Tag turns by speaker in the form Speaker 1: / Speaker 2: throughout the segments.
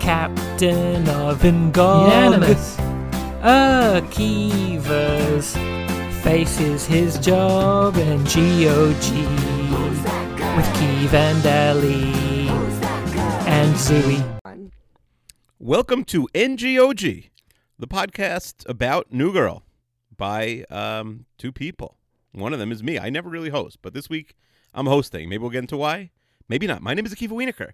Speaker 1: captain of Ingolimus. Akiva's faces his job and GOG with Keeve and Ellie and Zooey.
Speaker 2: Welcome to NGOG, the podcast about New Girl by um, two people. One of them is me. I never really host, but this week I'm hosting. Maybe we'll get into why. Maybe not. My name is Akiva Wienerker.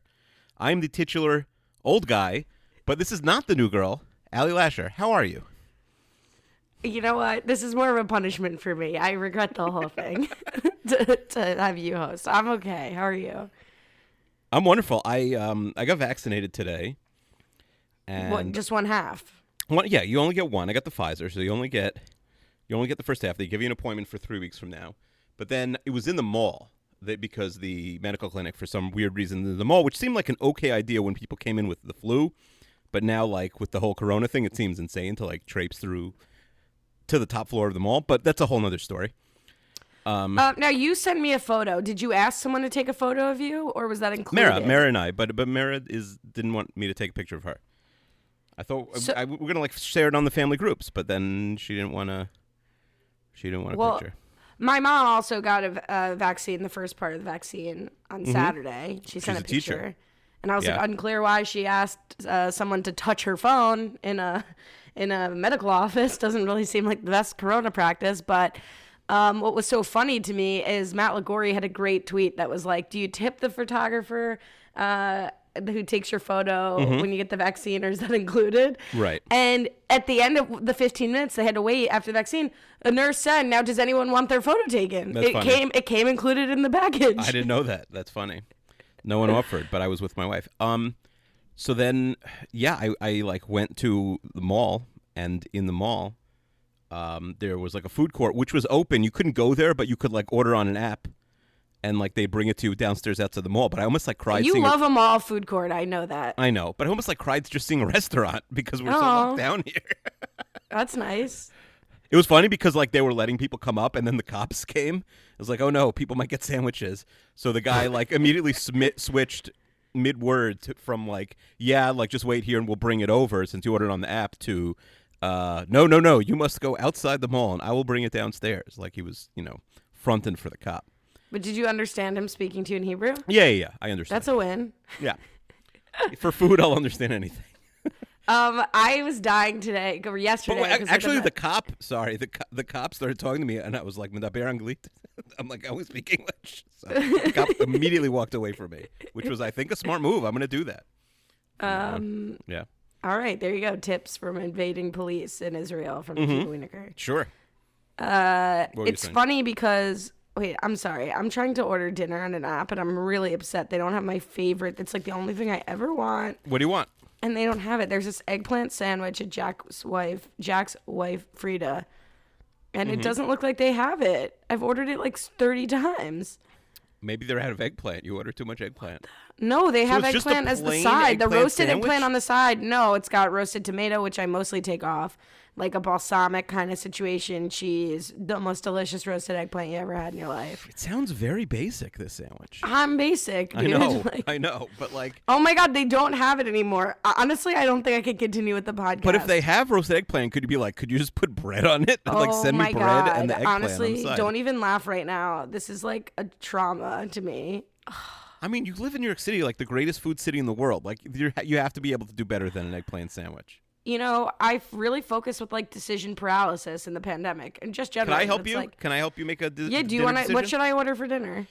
Speaker 2: I'm the titular old guy, but this is not the New Girl. Allie Lasher, how are you?
Speaker 3: You know what? This is more of a punishment for me. I regret the whole thing to, to have you host. I'm okay. How are you?
Speaker 2: I'm wonderful. I um I got vaccinated today. And
Speaker 3: What, just one half.
Speaker 2: One, yeah, you only get one. I got the Pfizer, so you only get you only get the first half. They give you an appointment for three weeks from now. But then it was in the mall that because the medical clinic, for some weird reason, in the mall, which seemed like an okay idea when people came in with the flu, but now like with the whole Corona thing, it seems insane to like traipse through to the top floor of the mall. But that's a whole nother story. Um,
Speaker 3: Uh, now you sent me a photo. Did you ask someone to take a photo of you, or was that included?
Speaker 2: Mara, Mara and I, but but Mara is didn't want me to take a picture of her. I thought I-
Speaker 3: So-
Speaker 2: I- we we're gonna like share it on the family groups, but then she didn't want to. She didn't want a
Speaker 3: Well,
Speaker 2: picture.
Speaker 3: my mom also got a v- uh, vaccine, the first part of the vaccine on Saturday. She
Speaker 2: Mm-hmm. She's
Speaker 3: sent a,
Speaker 2: a teacher.
Speaker 3: picture. And I was
Speaker 2: Yeah.
Speaker 3: like, unclear why she asked uh, someone to touch her phone in a in a medical office. Doesn't really seem like the best corona practice. But um, what was so funny to me is Matt Ligori had a great tweet that was like, "Do you tip the photographer uh, who takes your photo
Speaker 2: Mm-hmm.
Speaker 3: when you get the vaccine, or is that included?"
Speaker 2: Right.
Speaker 3: And at the end of the 15 minutes they had to wait after the vaccine, a nurse said, "Now does anyone want their photo taken?"
Speaker 2: That's
Speaker 3: it
Speaker 2: funny.
Speaker 3: came it came included in the package.
Speaker 2: I didn't know that. That's funny. No one offered, but I was with my wife. Um, so then, yeah, I, I like went to the mall, and in the mall, um, there was like a food court which was open. You couldn't go there, but you could like order on an app, and like they bring it to you downstairs outside the mall. But I almost like cried.
Speaker 3: you
Speaker 2: seeing a-
Speaker 3: love a mall food court. I know that.
Speaker 2: I know, but I almost like cried just seeing a restaurant because we're so
Speaker 3: Aw.
Speaker 2: locked down here.
Speaker 3: That's nice.
Speaker 2: It was funny because like they were letting people come up, and then the cops came. It was like, oh no, people might get sandwiches. So the guy like immediately smit- switched mid word from like, yeah, like just wait here and we'll bring it over since you ordered on the app to, uh, no, no, no, you must go outside the mall and I will bring it downstairs. Like he was, you know, fronting for the cop.
Speaker 3: But did you understand him speaking to you in Hebrew?
Speaker 2: Yeah, yeah, yeah I understand.
Speaker 3: That's a win.
Speaker 2: yeah. for food, I'll understand anything.
Speaker 3: Um, I was dying today or
Speaker 2: But
Speaker 3: yesterday.
Speaker 2: wait, ac-
Speaker 3: 'cause of
Speaker 2: actually,
Speaker 3: the-
Speaker 2: the cop, sorry, the co- the cop started talking to me, and I was like, "Medaber Anglit." I'm like, I always speak English. So the cop immediately walked away from me, which was, I think, a smart move. I'm going to do that. Um. Yeah.
Speaker 3: all right, there you go. Tips from invading police in Israel from
Speaker 2: Mm-hmm.
Speaker 3: Akiva Wienerker.
Speaker 2: Sure.
Speaker 3: Uh,
Speaker 2: were you
Speaker 3: it's
Speaker 2: saying?
Speaker 3: funny because wait, I'm sorry. I'm trying to order dinner on an app, and I'm really upset. They don't have my favorite. That's like the only thing I ever want,
Speaker 2: What do you want?
Speaker 3: and they don't have it. There's this eggplant sandwich at Jack's wife, Jack's wife Frida, and
Speaker 2: Mm-hmm.
Speaker 3: it doesn't look like they have it. I've ordered it like 30 times.
Speaker 2: Maybe they're out of eggplant. You ordered too much eggplant.
Speaker 3: No, they have
Speaker 2: it's just a
Speaker 3: eggplant as the
Speaker 2: plain
Speaker 3: side. The
Speaker 2: eggplant
Speaker 3: roasted
Speaker 2: sandwich?
Speaker 3: eggplant on the side. No, it's got roasted tomato, which I mostly take off, like a balsamic kind of situation. Cheese, the most delicious roasted eggplant you ever had in your life.
Speaker 2: It sounds very basic. This sandwich.
Speaker 3: I'm basic,
Speaker 2: I
Speaker 3: dude.
Speaker 2: know.
Speaker 3: Like,
Speaker 2: I know. But like,
Speaker 3: oh my god, they don't have it anymore. Uh, Honestly, I don't think I could continue with the podcast.
Speaker 2: but if they have roasted eggplant, could you be like, could you just put bread on it?
Speaker 3: oh
Speaker 2: like, send me
Speaker 3: my
Speaker 2: bread and the eggplant. on
Speaker 3: God.
Speaker 2: the
Speaker 3: honestly,
Speaker 2: side.
Speaker 3: don't even laugh right now. This is like a trauma to me.
Speaker 2: I mean, you live in New York City, like the greatest food city in the world. Like, you're, you have to be able to do better than an eggplant sandwich.
Speaker 3: You know, I really focus with like decision paralysis in the pandemic and just
Speaker 2: Can
Speaker 3: generally.
Speaker 2: I help
Speaker 3: it's
Speaker 2: you?
Speaker 3: Like,
Speaker 2: Can I help you make a di-
Speaker 3: yeah. Do you
Speaker 2: want
Speaker 3: to? What should I order for dinner?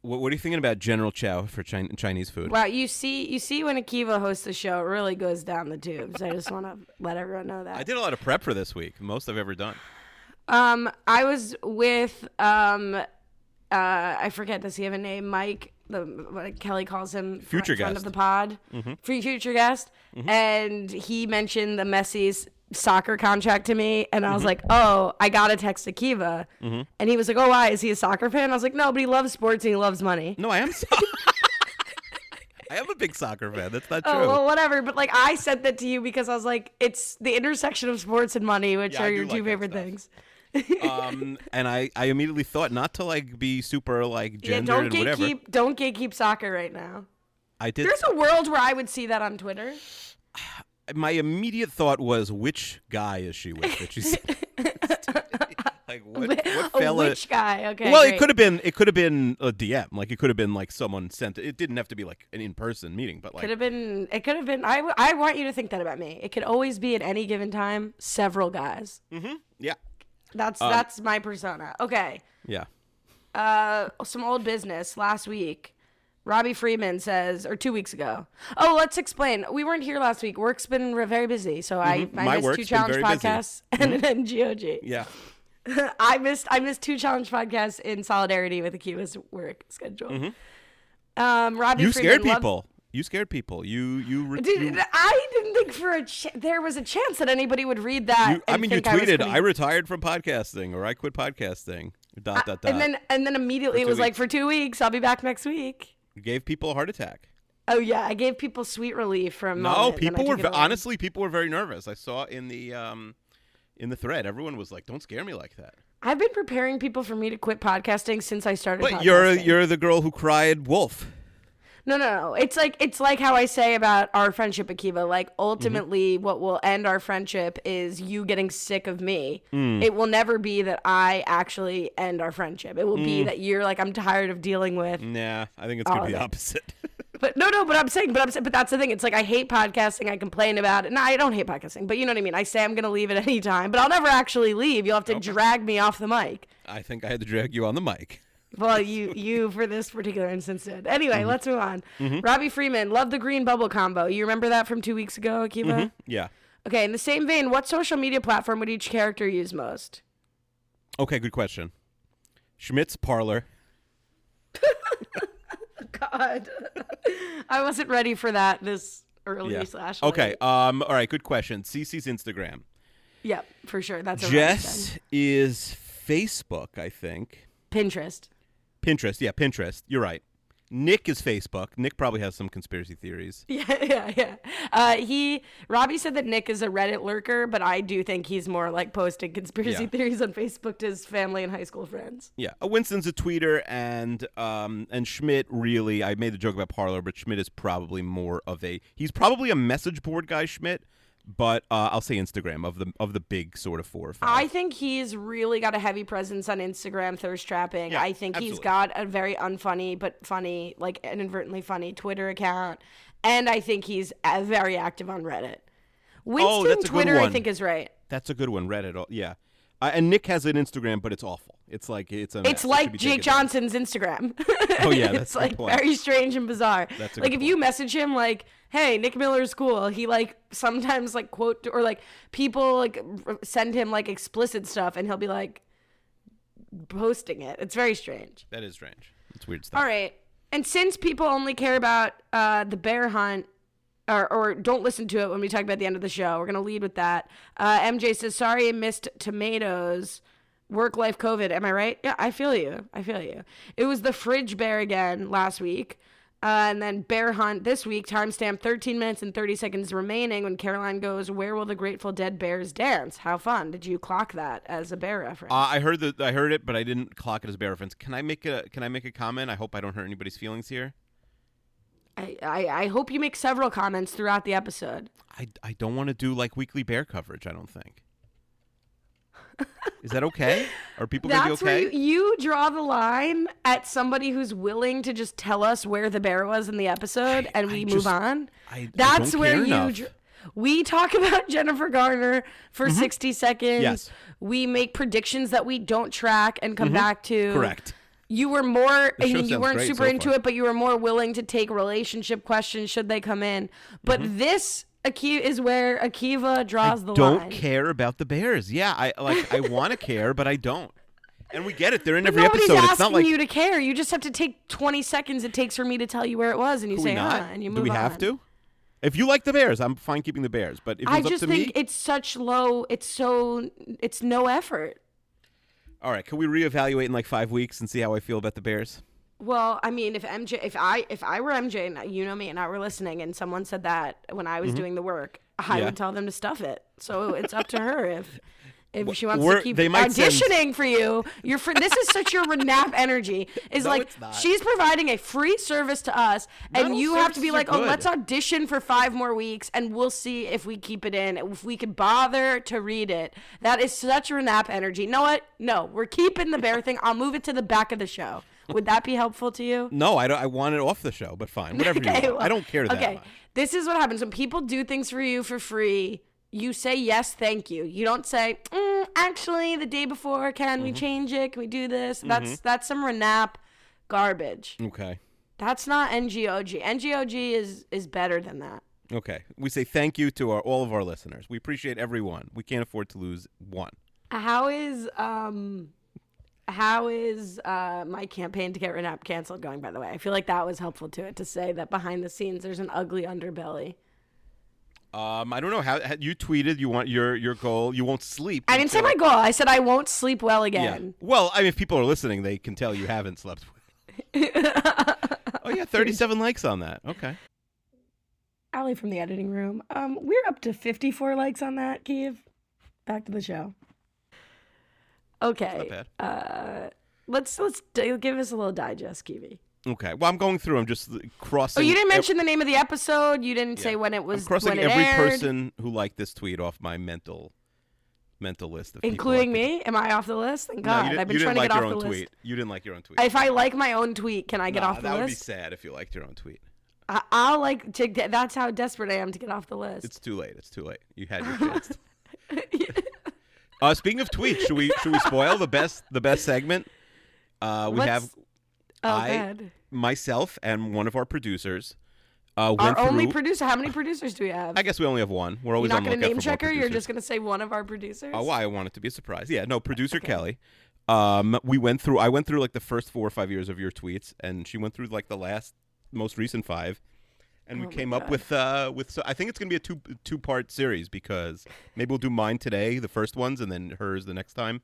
Speaker 2: What, what are you thinking about General Chow for Chin- Chinese food?
Speaker 3: Wow, you see, you see, when Akiva hosts the show, it really goes down the tubes. I just want to let everyone know that.
Speaker 2: I did a lot of prep for this week, most I've ever done.
Speaker 3: Um, I was with um, uh, I forget does he have a name? Mike, the what Kelly calls him, fr-
Speaker 2: Future
Speaker 3: friend
Speaker 2: guest. Mm-hmm.
Speaker 3: of the pod, Free future guest, and he mentioned the Messi's soccer contract to me, and
Speaker 2: Mm-hmm.
Speaker 3: I was like, oh, I gotta text Akiva, and he was like, oh, why is he a soccer fan? I was like, no, but he loves sports and he loves money.
Speaker 2: No, I am. So- I am a big soccer fan. That's not true.
Speaker 3: Oh well, whatever. But like, I sent that to you because I was like, it's the intersection of sports and money, which
Speaker 2: Yeah, I
Speaker 3: are
Speaker 2: do
Speaker 3: your
Speaker 2: like
Speaker 3: two
Speaker 2: that
Speaker 3: favorite
Speaker 2: stuff.
Speaker 3: things.
Speaker 2: um, and I, I immediately thought not to like be super like
Speaker 3: Yeah,
Speaker 2: gendered
Speaker 3: don't
Speaker 2: and whatever.
Speaker 3: gatekeep, don't gatekeep soccer right now.
Speaker 2: I did.
Speaker 3: There's a world where I would see that on Twitter.
Speaker 2: my immediate thought was, which guy is she with? That she's like what, what
Speaker 3: a
Speaker 2: fella?
Speaker 3: witch guy. Okay.
Speaker 2: well, it
Speaker 3: great.
Speaker 2: could have been it could have been a DM. Like it could have been like someone sent. It didn't have to be like an in person meeting, but like
Speaker 3: Could have been. It could have been. I, w- I want you to think that about me. It could always be at any given time several guys.
Speaker 2: Mm-hmm, yeah,
Speaker 3: That's
Speaker 2: Um,
Speaker 3: that's my persona. Okay.
Speaker 2: yeah.
Speaker 3: Uh, some old business last week. Robbie Freeman says, or two weeks ago. Oh, let's explain. We weren't here last week. Work's been re- very busy, so I, I
Speaker 2: Mm-hmm. My
Speaker 3: missed
Speaker 2: work's
Speaker 3: two
Speaker 2: been
Speaker 3: challenge
Speaker 2: very busy. Mm-hmm.
Speaker 3: podcasts and then GOG.
Speaker 2: Yeah.
Speaker 3: I missed I missed two challenge podcasts in solidarity with Akiva's work schedule. Um, Robbie
Speaker 2: Mm-hmm. You
Speaker 3: Freeman
Speaker 2: scared
Speaker 3: loved-
Speaker 2: people. you scared people. You you. Re- you-
Speaker 3: Dude, I didn't think for a ch- there was a chance that anybody would read that.
Speaker 2: you- I
Speaker 3: and
Speaker 2: mean, you
Speaker 3: think was
Speaker 2: tweeted, I,
Speaker 3: quitting.
Speaker 2: retired from podcasting," or "I quit podcasting." Dot dot dot.
Speaker 3: Uh, and then and then immediately it
Speaker 2: two
Speaker 3: was like
Speaker 2: weeks.
Speaker 3: for two weeks. I'll be back next week.
Speaker 2: You gave people a heart attack.
Speaker 3: Oh yeah, I gave people sweet relief from.
Speaker 2: No, people were ve- honestly people were very nervous. I saw in the um in the thread, everyone was like, "Don't scare me like that."
Speaker 3: I've been preparing people for me to quit podcasting since I started.
Speaker 2: But you're
Speaker 3: podcasting.
Speaker 2: you're the girl who cried wolf.
Speaker 3: No, no, no. It's like it's like how I say about our friendship, Akiva. Like ultimately, what will end our friendship is you getting sick of me. It will never be that I actually end our friendship. It will be that you're like I'm tired of dealing with.
Speaker 2: Nah, I think it's gonna
Speaker 3: Oh,
Speaker 2: be the
Speaker 3: okay.
Speaker 2: opposite.
Speaker 3: But no, no. But I'm saying, but I'm saying, but that's the thing. It's like I hate podcasting. I complain about it. No, I don't hate podcasting. But you know what I mean. I say I'm gonna leave at any time, but I'll never actually leave. You'll have to drag me off the mic.
Speaker 2: I think I had to drag you on the mic.
Speaker 3: Well, you you for this particular instance did. Anyway,
Speaker 2: Mm-hmm.
Speaker 3: let's move on. Robbie Freeman, love the green bubble combo. You remember that from two weeks ago, Akiva?
Speaker 2: Yeah.
Speaker 3: Okay, in the same vein, what social media platform would each character use most?
Speaker 2: Okay, good question. Schmidt's parlor.
Speaker 3: God, I wasn't ready for that this early
Speaker 2: Yeah.
Speaker 3: slash. late.
Speaker 2: Okay. Um. All right. Good question. CC's Instagram.
Speaker 3: Yep, for sure. That's a Jess
Speaker 2: Jess is Facebook, I think.
Speaker 3: Pinterest.
Speaker 2: Pinterest. Yeah, Pinterest. You're right. Nick is Facebook. Nick probably has some conspiracy theories.
Speaker 3: Yeah, yeah, yeah. Uh, he Robbie said that Nick is a Reddit lurker, but I do think he's more like posting conspiracy
Speaker 2: Yeah.
Speaker 3: theories on Facebook to his family and high school friends.
Speaker 2: Yeah, uh, Winston's a tweeter, and um, and Schmidt really. I made the joke about Parlor, but Schmidt is probably more of a. He's probably a message board guy, Schmidt. But uh, I'll say Instagram of the of the big sort of four or five.
Speaker 3: I think he's really got a heavy presence on Instagram, thirst trapping.
Speaker 2: Yeah,
Speaker 3: I think he's
Speaker 2: absolutely.
Speaker 3: got a very unfunny but funny, like inadvertently funny Twitter account, and I think he's uh, very active on Reddit. Winston
Speaker 2: Oh, that's a good
Speaker 3: Twitter, I
Speaker 2: one.
Speaker 3: think, is right.
Speaker 2: That's a good one. Reddit. oh, Yeah, uh, and Nick has an Instagram, but it's awful. It's like it's a. mess. It
Speaker 3: It's
Speaker 2: should
Speaker 3: like
Speaker 2: be
Speaker 3: Jake
Speaker 2: taken down.
Speaker 3: Johnson's Instagram.
Speaker 2: Oh yeah, that's
Speaker 3: it's
Speaker 2: a good
Speaker 3: like
Speaker 2: point.
Speaker 3: very strange and bizarre.
Speaker 2: That's a
Speaker 3: like
Speaker 2: good
Speaker 3: if you message him like, "Hey, Nick Miller's cool," he like sometimes like quote or like people like r- send him like explicit stuff, and he'll be like posting it. It's very strange.
Speaker 2: That is strange. It's weird stuff.
Speaker 3: All right. And since people only care about uh, the bear hunt or, or don't listen to it when we talk about the end of the show, we're going to lead with that. Uh, MJ says, Sorry, I missed tomatoes. Work life COVID. Am I right? Yeah, I feel you. I feel you. It was the fridge bear again last week. Uh, and then bear hunt this week, timestamp 13 minutes and 30 seconds remaining when Caroline goes, Where will the Grateful Dead bears dance? How fun. Did you clock that as a bear reference?
Speaker 2: Uh, I heard the I heard it, but I didn't clock it as a bear reference. Can I make a Can I make a comment? I hope I don't hurt anybody's feelings here.
Speaker 3: I, I, I hope you make several comments throughout the episode.
Speaker 2: I, I don't want to do like weekly bear coverage. I don't think. Is that okay? Are people gonna be
Speaker 3: That's
Speaker 2: okay?
Speaker 3: where you, you draw the line at somebody who's willing to just tell us where the bear was in the episode, and
Speaker 2: I
Speaker 3: we move
Speaker 2: just-
Speaker 3: on.
Speaker 2: I- I
Speaker 3: That's
Speaker 2: don't
Speaker 3: where
Speaker 2: care
Speaker 3: you.
Speaker 2: enough.
Speaker 3: dr- we talk about Jennifer Garner for sixty seconds.
Speaker 2: Mm-hmm. Yes. Mm-hmm.
Speaker 3: We make predictions that we don't track and come back to.
Speaker 2: Correct.
Speaker 3: You were more, I
Speaker 2: show
Speaker 3: mean, you
Speaker 2: sounds
Speaker 3: weren't
Speaker 2: great
Speaker 3: super
Speaker 2: so
Speaker 3: into
Speaker 2: far.
Speaker 3: it, but you were more willing to take relationship questions should they come in. But this Aki- is where Akiva
Speaker 2: Mm-hmm. I
Speaker 3: draws the
Speaker 2: don't
Speaker 3: line.
Speaker 2: care about the bears. Yeah, I like I want to care, but I don't. And we get it. They're in
Speaker 3: But
Speaker 2: every
Speaker 3: Nobody's
Speaker 2: episode.
Speaker 3: asking
Speaker 2: It's not like
Speaker 3: you to care. You just have to take 20 seconds it takes for me to tell you where it was, and you
Speaker 2: do
Speaker 3: say,
Speaker 2: we not?
Speaker 3: "Ah," and you move
Speaker 2: do we have
Speaker 3: on.
Speaker 2: to? If you like the bears, I'm fine keeping the bears. But if it
Speaker 3: I
Speaker 2: was up
Speaker 3: just
Speaker 2: to
Speaker 3: think
Speaker 2: me,
Speaker 3: it's such low. It's so. It's no effort.
Speaker 2: all right. Can we reevaluate in like five weeks and see how I feel about the bears?
Speaker 3: Well, I mean, if MJ, if I, if I were MJ, and you know me, and I were listening, and someone said that when I was doing the work, I
Speaker 2: Mm-hmm. Yeah.
Speaker 3: would tell them to stuff it. So it's up to her if if
Speaker 2: Wh-
Speaker 3: she wants
Speaker 2: we're-
Speaker 3: to keep
Speaker 2: they might send-
Speaker 3: auditioning for you, you're for, this is such your renap energy. Is
Speaker 2: No,
Speaker 3: like
Speaker 2: it's not.
Speaker 3: she's providing a free service to us, and
Speaker 2: all
Speaker 3: you have to be
Speaker 2: services are
Speaker 3: like, oh,
Speaker 2: good."
Speaker 3: let's audition for five more weeks, and we'll see if we keep it in, if we could bother to read it. That is such renap energy. You know what? No, we're keeping the bear thing. I'll move it to the back of the show. Would that be helpful to you?
Speaker 2: No, I don't. I want it off the show, but fine, whatever you want. I
Speaker 3: well,
Speaker 2: don't care that much.
Speaker 3: This is what happens when people do things for you for free. You say yes, thank you. You don't say, mm, actually, the day before, can
Speaker 2: Mm-hmm.
Speaker 3: we change it? Can we do this? That's that's some renap garbage.
Speaker 2: Okay,
Speaker 3: That's not NGOG. NGOG is is better than that.
Speaker 2: okay. We say thank you to our, all of our listeners. We appreciate everyone. We can't afford to lose one.
Speaker 3: How is um, how is uh my campaign to get renap canceled going? By the way, I feel like that was helpful to it to say that behind the scenes there's an ugly underbelly.
Speaker 2: Um, I don't know how, how you tweeted. You want your your goal. You won't sleep.
Speaker 3: I didn't say
Speaker 2: until-
Speaker 3: my goal. I said I won't sleep well
Speaker 2: Yeah.
Speaker 3: again.
Speaker 2: Well, I mean, if people are listening, they can tell you haven't slept. oh yeah, thirty-seven likes on that. Okay.
Speaker 3: Allie from the editing room. Um, we're up to 54 likes on that, Kiev. Back to the show.
Speaker 2: Not
Speaker 3: Okay. uh,
Speaker 2: bad.
Speaker 3: Let's let's d- give us a little digest, Kiwi.
Speaker 2: Okay. Well, I'm going through. I'm just uh, crossing.
Speaker 3: Oh, you didn't
Speaker 2: ev-
Speaker 3: mention the name of the episode. You didn't say
Speaker 2: Yeah.
Speaker 3: when it
Speaker 2: I'm
Speaker 3: was
Speaker 2: crossing
Speaker 3: when it
Speaker 2: every
Speaker 3: aired,
Speaker 2: person who liked this tweet off my mental mental list of people
Speaker 3: including
Speaker 2: I could-
Speaker 3: me. Am I off the list? Thank
Speaker 2: No, you
Speaker 3: God.
Speaker 2: didn't-
Speaker 3: I've been
Speaker 2: you
Speaker 3: trying
Speaker 2: didn't
Speaker 3: to
Speaker 2: like your
Speaker 3: get off the
Speaker 2: own tweet.
Speaker 3: list.
Speaker 2: You didn't like your own tweet.
Speaker 3: If I like my own tweet, can I get
Speaker 2: Nah,
Speaker 3: off the
Speaker 2: that would be
Speaker 3: list?
Speaker 2: sad if you liked your own tweet.
Speaker 3: I- I'll like. To get, that's how desperate I am to get off the list.
Speaker 2: It's too late. It's too late. You had your chance. uh, speaking of tweets, should we should we spoil the best the best segment? Uh, we
Speaker 3: Let's-
Speaker 2: have
Speaker 3: oh,
Speaker 2: I-
Speaker 3: God.
Speaker 2: myself and one of our producers. Uh,
Speaker 3: Our
Speaker 2: went
Speaker 3: only
Speaker 2: through-
Speaker 3: producer. How many producers do we have?
Speaker 2: I guess we only have one. We're
Speaker 3: You're
Speaker 2: always
Speaker 3: not
Speaker 2: on
Speaker 3: going
Speaker 2: lookout
Speaker 3: to name
Speaker 2: for more
Speaker 3: check her. You're
Speaker 2: producers.
Speaker 3: just going to say one of our producers.
Speaker 2: Oh, why I want it to be a surprise. Yeah, no, producer Kelly. Um, we went through. I went through like the first four or five years of your tweets, and she went through like the last, most recent five, and
Speaker 3: Oh
Speaker 2: we
Speaker 3: my
Speaker 2: came up
Speaker 3: God.
Speaker 2: with uh with. So I think it's gonna be a two two part series because maybe we'll do mine today, the first ones, and then hers the next time,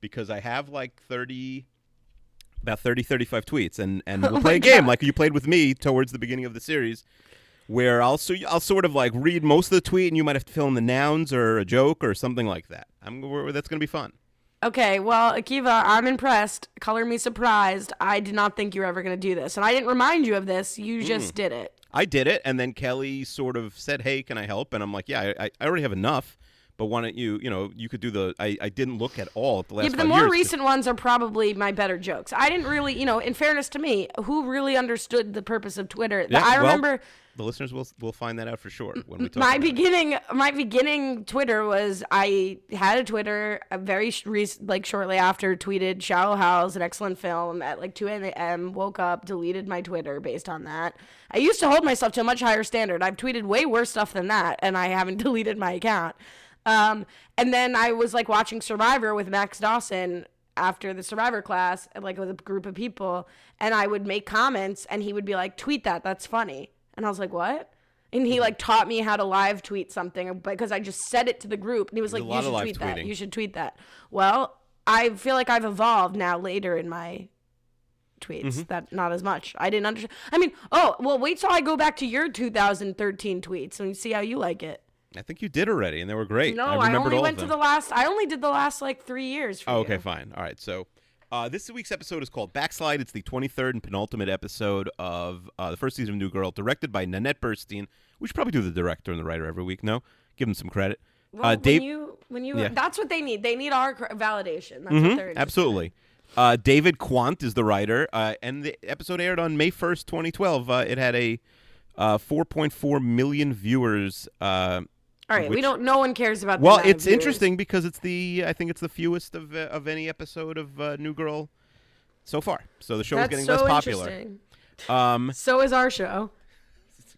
Speaker 2: because I have like thirty. About 30, 35 tweets, and, and
Speaker 3: Oh
Speaker 2: we'll play a game like you played with me towards the beginning of the series, where I'll so I'll sort of like read most of the tweet, and you might have to fill in the nouns or a joke or something like that. I'm we're- that's gonna be fun.
Speaker 3: Okay, well, Akiva, I'm impressed. Color me surprised. I did not think you were ever going to do this. And I didn't remind you of this.
Speaker 2: Hmm.
Speaker 3: You just did it.
Speaker 2: I did it, and then Kelly sort of said, "Hey, can I help?" And I'm like, "Yeah, I, I- I already have enough, but why don't you, you know, you could do the." I, I didn't look at all at the last.
Speaker 3: Yeah, but the
Speaker 2: five
Speaker 3: more
Speaker 2: years.
Speaker 3: recent ones are probably my better jokes. I didn't really, you know, in fairness to me, who really understood the purpose of Twitter?
Speaker 2: Yeah,
Speaker 3: I
Speaker 2: well,
Speaker 3: remember
Speaker 2: the listeners will will find that out for sure when we talk.
Speaker 3: my
Speaker 2: about it.
Speaker 3: beginning my beginning twitter was i had a twitter uh, very sh- rec- like shortly after tweeted shallow house an excellent film at like 2 a.m woke up deleted my twitter based on that i used to hold myself to a much higher standard i've tweeted way worse stuff than that and i haven't deleted my account um, and then i was like watching survivor with max dawson after the survivor class like with a group of people and i would make comments and he would be like tweet that that's funny and i was like what and
Speaker 2: Mm-hmm.
Speaker 3: he like taught me how to live tweet something uh, because I just said it to the group and he was like,
Speaker 2: a
Speaker 3: You
Speaker 2: lot
Speaker 3: should
Speaker 2: of live
Speaker 3: tweet that.
Speaker 2: tweeting.
Speaker 3: You should tweet that. Well, I feel like I've evolved now later in my tweets.
Speaker 2: Mm-hmm.
Speaker 3: That not as much. I didn't understand I mean, oh well wait till I go back to your 2013 tweets and see how you like it.
Speaker 2: I think you did already, and they were great.
Speaker 3: No,
Speaker 2: I,
Speaker 3: I,
Speaker 2: remembered
Speaker 3: only
Speaker 2: all
Speaker 3: went
Speaker 2: of
Speaker 3: to
Speaker 2: them.
Speaker 3: the last I only did the last like three years for
Speaker 2: Oh,
Speaker 3: you.
Speaker 2: okay, fine. All right. So uh, this week's episode is called Backslide. It's the 23rd and penultimate episode of uh, the first season of New Girl, directed by Nanette Burstein. We should probably do the director and the writer every week, no? Give them some credit.
Speaker 3: Well,
Speaker 2: uh,
Speaker 3: when
Speaker 2: Dave,
Speaker 3: you when you
Speaker 2: Yeah. Mm-hmm.
Speaker 3: that's what they need. They need our cr- validation. That's what they're
Speaker 2: absolutely. Uh, David Quant is the writer, uh, and the episode aired on May 1st, 2012. Uh, it had a uh, 4.4 million viewers. Uh,
Speaker 3: All right, we
Speaker 2: Which-
Speaker 3: don't no one cares about the
Speaker 2: well,
Speaker 3: amount of
Speaker 2: it's
Speaker 3: viewers.
Speaker 2: interesting because it's the I think it's the fewest of uh, of any episode of uh, New Girl so far. So the show
Speaker 3: That's
Speaker 2: is getting
Speaker 3: so
Speaker 2: less popular.
Speaker 3: interesting.
Speaker 2: Um,
Speaker 3: So is our show.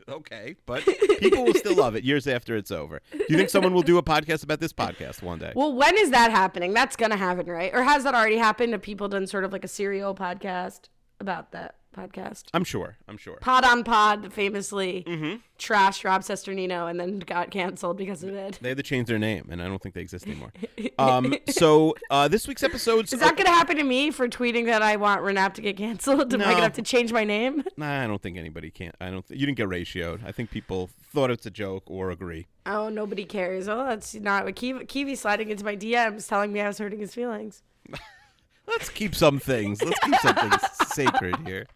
Speaker 2: Okay, but people will still love it years after it's over. Do you think someone will do a podcast about this podcast one day?
Speaker 3: Well, when is that happening? That's gonna happen, right? Or has that already happened? Have people done sort of like a serial podcast about that? podcast.
Speaker 2: I'm sure. I'm sure.
Speaker 3: Pod on Pod famously
Speaker 2: Mm-hmm.
Speaker 3: trashed Rob Sesternino and then got canceled because of it.
Speaker 2: They had to change their name, and I don't think they exist anymore. um, so uh, this week's episodes.
Speaker 3: Is that going to happen to me for tweeting that I want Renap to get canceled? Am I going
Speaker 2: No.
Speaker 3: to have to change my name?
Speaker 2: nah, I don't think anybody can. I don't. Th- you didn't get ratioed. I think people thought it's a joke or agree.
Speaker 3: Oh, nobody cares. Oh, that's not what Kiwi, Kiwi sliding into my DMs telling me I was hurting his feelings.
Speaker 2: Let's keep some things. Let's keep some things sacred here.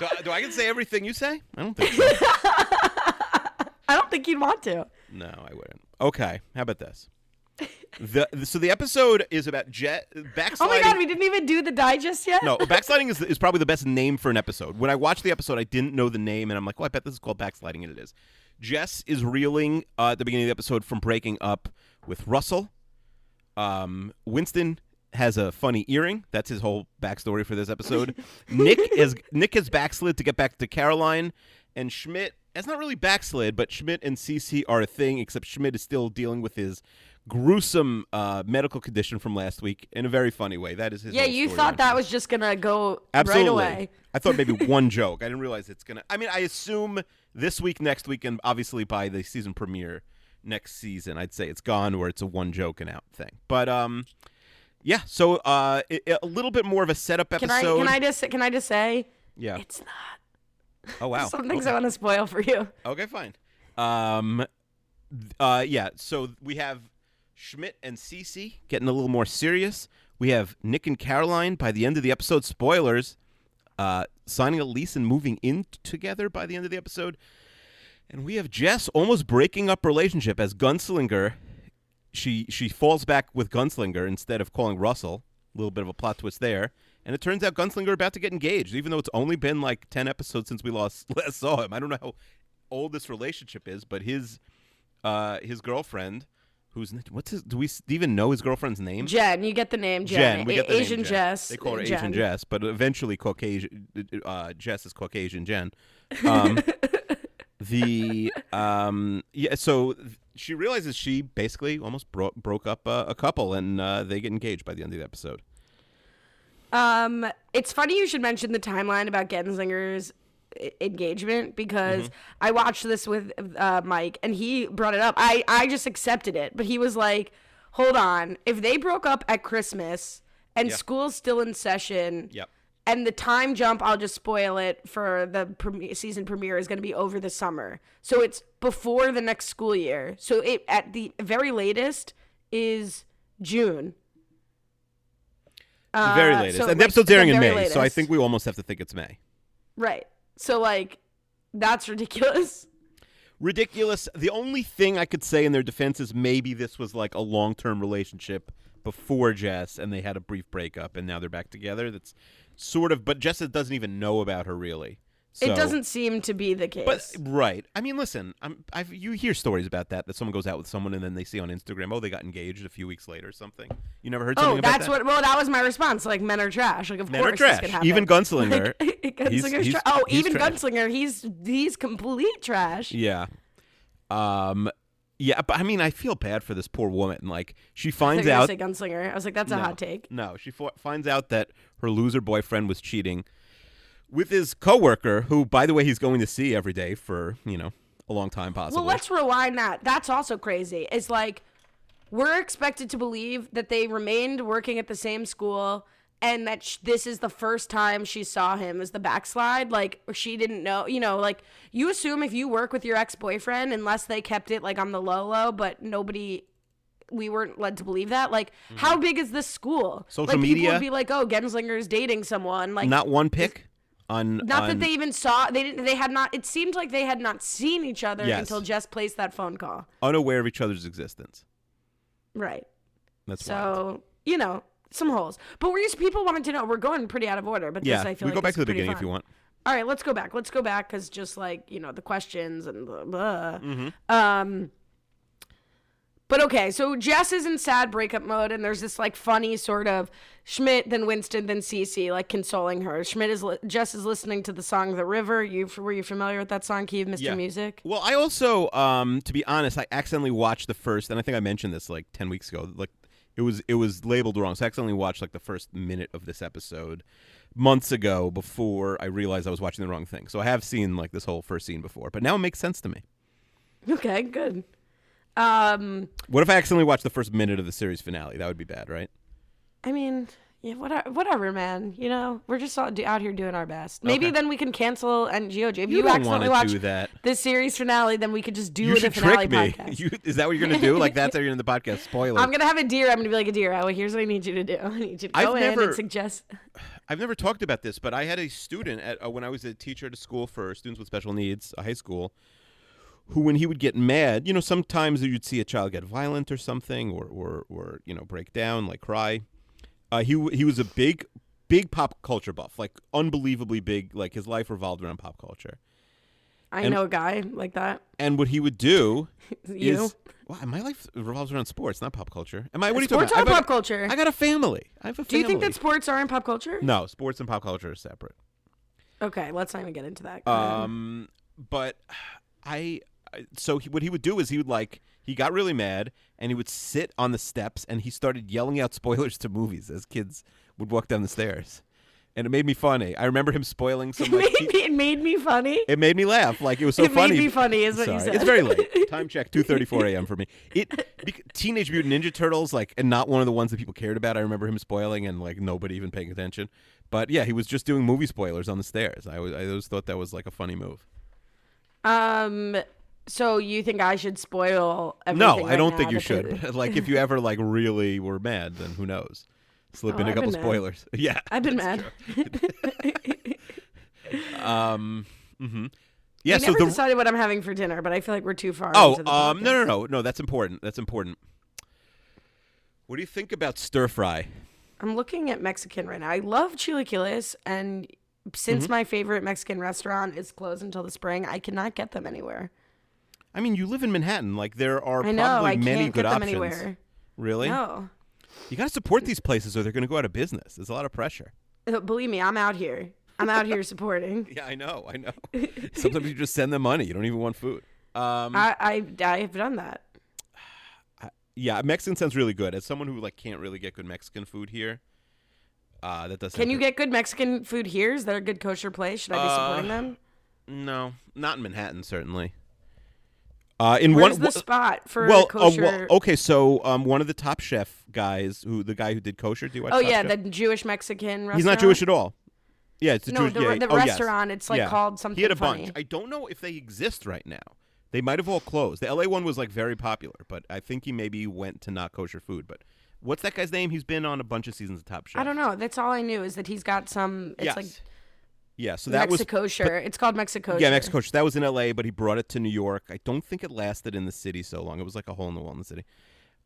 Speaker 2: Do, I- do I get to say everything you say? I don't think so.
Speaker 3: I don't think you'd want to.
Speaker 2: No, I wouldn't. Okay, how about this? The, so the episode is about jet
Speaker 3: Oh
Speaker 2: backsliding.
Speaker 3: my God, we didn't even do the digest yet?
Speaker 2: no, backsliding is, is probably the best name for an episode. When I watched the episode, I didn't know the name, and I'm like, well, I bet this is called backsliding, and it is. Jess is reeling uh, at the beginning of the episode from breaking up with Russell. Um, Winston has a funny earring. That's his whole backstory for this episode. Nick is Nick has backslid to get back to Caroline, and Schmidt has not really backslid, but Schmidt and Cece are a thing. Except Schmidt is still dealing with his gruesome uh, medical condition from last week in a very funny way. That is his.
Speaker 3: Yeah,
Speaker 2: whole
Speaker 3: you
Speaker 2: storyline
Speaker 3: thought that was just going to go
Speaker 2: Absolutely.
Speaker 3: right away.
Speaker 2: I thought maybe one joke. I didn't realize it's gonna. I mean, I assume this week, next week, and obviously by the season premiere next season, I'd say it's gone where it's a one joke and out thing. But um, yeah. So uh, i- i- a little bit more of a setup
Speaker 3: Can
Speaker 2: episode.
Speaker 3: I can I just can I just say
Speaker 2: yeah.
Speaker 3: it's not
Speaker 2: Oh wow.
Speaker 3: some things
Speaker 2: okay.
Speaker 3: I want to spoil for you.
Speaker 2: Okay, fine. Um, th- uh, yeah. So we have Schmidt and Cece getting a little more serious. We have Nick and Caroline by the end of the episode. Spoilers. Uh, signing a lease and moving in t- together by the end of the episode. And we have Jess almost breaking up relationship as Gunslinger. She she falls back with Gunslinger instead of calling Russell. A little bit of a plot twist there. And it turns out Gunslinger about to get engaged, even though it's only been like ten episodes since we lost last saw him. I don't know how old this relationship is, but his uh his girlfriend, who's what's his, do we s- even know his girlfriend's name?
Speaker 3: Jen, you get the name Jen.
Speaker 2: Jen, we
Speaker 3: A-
Speaker 2: get the name
Speaker 3: Asian
Speaker 2: Jen.
Speaker 3: Jess.
Speaker 2: They call her
Speaker 3: Jen.
Speaker 2: Asian Jess, but eventually Caucasian uh, Jess is Caucasian Jen. Um, the um, yeah, so th- she realizes she basically almost bro- broke up uh, a couple, and uh, they get engaged by the end of the episode.
Speaker 3: Um, it's funny you should mention the timeline about Genslinger's e- engagement because
Speaker 2: Mm-hmm.
Speaker 3: I watched this with uh, Mike and he brought it up. I I just accepted it, but he was like, "Hold on, if they broke up at Christmas and
Speaker 2: Yeah.
Speaker 3: school's still in session,
Speaker 2: Yep.
Speaker 3: and the time jump, I'll just spoil it for the prem- season premiere is going to be over the summer. So it's before the next school year. So it at the very latest is June.
Speaker 2: The very
Speaker 3: Uh,
Speaker 2: latest,
Speaker 3: so,
Speaker 2: and the
Speaker 3: like,
Speaker 2: episode's
Speaker 3: the
Speaker 2: airing in
Speaker 3: very
Speaker 2: May, so I
Speaker 3: latest.
Speaker 2: think we almost have to think it's May.
Speaker 3: Right. So like that's ridiculous.
Speaker 2: ridiculous. The only thing I could say in their defense is maybe this was like a long term relationship before Jess and they had a brief breakup and now they're back together. That's sort of, but Jess doesn't even know about her really. So,
Speaker 3: it doesn't seem to be the case.
Speaker 2: But right, I mean, listen, I'm, I've you hear stories about that that someone goes out with someone and then they see on Instagram, oh, they got engaged a few weeks later or something. You never heard something
Speaker 3: oh,
Speaker 2: about
Speaker 3: that's
Speaker 2: that?
Speaker 3: what. Well, that was my response. Like men are trash. Like of
Speaker 2: Men are
Speaker 3: course this
Speaker 2: trash.
Speaker 3: could happen.
Speaker 2: Even Gunslinger. he's-
Speaker 3: Gunslinger's
Speaker 2: he's-
Speaker 3: tra- oh,
Speaker 2: he's
Speaker 3: even
Speaker 2: trash.
Speaker 3: Gunslinger, he's he's complete trash.
Speaker 2: Yeah. Um. Yeah, but I mean, I feel bad for this poor woman. Like she finds
Speaker 3: They're gonna
Speaker 2: out
Speaker 3: say gunslinger. I was like, that's a
Speaker 2: no.
Speaker 3: hot take.
Speaker 2: No, she fo- finds out that her loser boyfriend was cheating with his coworker, who, by the way, he's going to see every day for you know a long time, possibly.
Speaker 3: Well, let's rewind that. That's also crazy. It's like we're expected to believe that they remained working at the same school and that sh- this is the first time she saw him as the backslide. Like or she didn't know, you know, like you assume if you work with your ex boyfriend, unless they kept it like on the low low, but nobody. We weren't led to believe that. Like, how big is this school?
Speaker 2: Mm-hmm. Social
Speaker 3: like, People
Speaker 2: media?
Speaker 3: would be like, "Oh, Genslinger's dating someone." Like,
Speaker 2: not one pick on
Speaker 3: not
Speaker 2: on-
Speaker 3: that they even saw. They didn't. They had not. It seemed like they had not seen each other
Speaker 2: Yes.
Speaker 3: until Jess placed that phone call.
Speaker 2: unaware of each other's existence.
Speaker 3: Right.
Speaker 2: That's wild.
Speaker 3: So you know some holes, but we're just people wanted to know. We're going pretty out of order, but
Speaker 2: yeah.
Speaker 3: this, I feel
Speaker 2: we
Speaker 3: like
Speaker 2: go back
Speaker 3: is
Speaker 2: to the
Speaker 3: pretty
Speaker 2: beginning
Speaker 3: fun.
Speaker 2: if you want.
Speaker 3: All right, let's go back. Let's go back because just like you know the questions and blah. blah. Um. But okay, so Jess is in sad breakup mode, and there's this like funny sort of Schmidt, then Winston, then Cece, like consoling her. Schmidt is li- Jess is listening to the song "The River." You were you familiar with that song, Keeve, Mr. Music?
Speaker 2: Well, I also, um, to be honest, I accidentally watched the first, and I think I mentioned this like ten weeks ago. Like It was it was labeled wrong. So I accidentally watched like the first minute of this episode months ago before I realized I was watching the wrong thing. So I have seen like this whole first scene before, but now it makes sense to me.
Speaker 3: Okay, good. Um,
Speaker 2: What if I accidentally watched the first minute of the series finale? That would be bad, right?
Speaker 3: I mean, yeah, whatever, whatever, man. You know, we're just all, do- out here doing our best. Maybe
Speaker 2: Okay.
Speaker 3: then we can cancel and GOG. If
Speaker 2: You
Speaker 3: you,
Speaker 2: don't
Speaker 3: accidentally
Speaker 2: wanna
Speaker 3: watch
Speaker 2: do that.
Speaker 3: this series finale, then we could just do
Speaker 2: you
Speaker 3: the
Speaker 2: should
Speaker 3: finale
Speaker 2: trick me.
Speaker 3: podcast.
Speaker 2: You, is that what you're gonna do? Like that's how you're in the podcast. Spoiler.
Speaker 3: I'm gonna have a deer. I'm gonna be like a deer. Oh, here's what I need you to do. I need you to
Speaker 2: I've
Speaker 3: go in
Speaker 2: never-
Speaker 3: and suggest.
Speaker 2: I've never talked about this, but I had a student at uh, when I was a teacher at a school for students with special needs, a high school, who when he would get mad, you know, sometimes you'd see a child get violent or something, or or, or you know, break down, like cry. Uh, he w- he was a big big pop culture buff, like unbelievably big. Like his life revolved around pop culture.
Speaker 3: I
Speaker 2: And-
Speaker 3: know a guy like that.
Speaker 2: And what he would do
Speaker 3: You.
Speaker 2: is, wow, my life revolves around sports, not pop culture. Am I? What are you
Speaker 3: Sports
Speaker 2: talking
Speaker 3: are
Speaker 2: about? I've-
Speaker 3: pop culture.
Speaker 2: I got a family. I have a
Speaker 3: do
Speaker 2: family.
Speaker 3: you think that sports are in pop culture?
Speaker 2: no sports and pop culture are separate?
Speaker 3: Okay, let's not even get into that.
Speaker 2: Um, but I, I so he, what he would do is he would like he got really mad and he would sit on the steps and he started yelling out spoilers to movies as kids would walk down the stairs, and it made me funny. I remember him spoiling some.
Speaker 3: it,
Speaker 2: Like,
Speaker 3: made
Speaker 2: he-
Speaker 3: me, it made me funny.
Speaker 2: it made me laugh. Like it was so
Speaker 3: It made
Speaker 2: funny.
Speaker 3: me funny, is what you
Speaker 2: Sorry.
Speaker 3: said.
Speaker 2: It's very late. Time check: two thirty-four a.m. for me. It bec- Teenage Mutant Ninja Turtles, like, and not one of the ones that people cared about. I remember him spoiling and like nobody even paying attention. But yeah, he was just doing movie spoilers on the stairs. I, was, I always thought that was like a funny move.
Speaker 3: Um, so you think I should spoil everything?
Speaker 2: No, I
Speaker 3: right
Speaker 2: don't
Speaker 3: now
Speaker 2: think you
Speaker 3: to put-
Speaker 2: should. But, like, if you ever like really were mad, then who knows? Slip
Speaker 3: Oh,
Speaker 2: in a
Speaker 3: I've
Speaker 2: couple
Speaker 3: been mad.
Speaker 2: spoilers. Yeah.
Speaker 3: I've been mad.
Speaker 2: Um. mhm. Yeah.
Speaker 3: I
Speaker 2: so
Speaker 3: never
Speaker 2: the
Speaker 3: decided what I'm having for dinner, but I feel like we're too far.
Speaker 2: oh
Speaker 3: into the
Speaker 2: um no no
Speaker 3: podcast.
Speaker 2: no no that's important that's important. What do you think about stir fry?
Speaker 3: I'm looking at Mexican right now. I love chilaquiles, and
Speaker 2: Mm-hmm.
Speaker 3: since my favorite Mexican restaurant is closed until the spring, I cannot get them anywhere.
Speaker 2: I mean, you live in Manhattan. Like there are
Speaker 3: I
Speaker 2: probably
Speaker 3: know I
Speaker 2: many
Speaker 3: can't
Speaker 2: good
Speaker 3: get them
Speaker 2: options.
Speaker 3: anywhere.
Speaker 2: Really?
Speaker 3: No,
Speaker 2: You got to support these places, or they're going to go out of business. There's a lot of pressure.
Speaker 3: Uh, believe me, I'm out here. I'm out here supporting.
Speaker 2: Yeah, I know. I know. Sometimes you just send them money. You don't even want food. Um,
Speaker 3: I, I I have done that.
Speaker 2: yeah, Mexican sounds really good. As someone who like can't really get good Mexican food here, uh, that doesn't.
Speaker 3: Can you get good Mexican food here? Is there a good kosher place? Should I
Speaker 2: Uh,
Speaker 3: be supporting them?
Speaker 2: No, not in Manhattan, certainly. Uh, in
Speaker 3: Where's
Speaker 2: one
Speaker 3: the spot for
Speaker 2: well, uh,
Speaker 3: kosher? Oh,
Speaker 2: well, okay, so um, one of the Top Chef guys, who the guy who did kosher, do you watch?
Speaker 3: Oh
Speaker 2: Top
Speaker 3: yeah,
Speaker 2: Chef?
Speaker 3: the Jewish Mexican restaurant.
Speaker 2: He's not Jewish at all. Yeah, it's a
Speaker 3: No,
Speaker 2: Jewish.
Speaker 3: the
Speaker 2: yeah,
Speaker 3: re- the
Speaker 2: oh, yes.
Speaker 3: restaurant, it's, like, called
Speaker 2: He had
Speaker 3: something
Speaker 2: a bunch.
Speaker 3: funny.
Speaker 2: I don't know if they exist right now. They might have all closed. The LA one was like very popular, but I think he maybe went to not kosher food. But what's that guy's name? He's been on a bunch of seasons of Top Chef.
Speaker 3: I don't know. That's all I knew is that he's got some. It's
Speaker 2: Yes.
Speaker 3: like
Speaker 2: yeah. So that was
Speaker 3: Mexicosure. It's called Mexicosure.
Speaker 2: yeah Mexico. That was in LA, but he brought it to New York. I don't think it lasted in the city so long. It was like a hole in the wall in the city.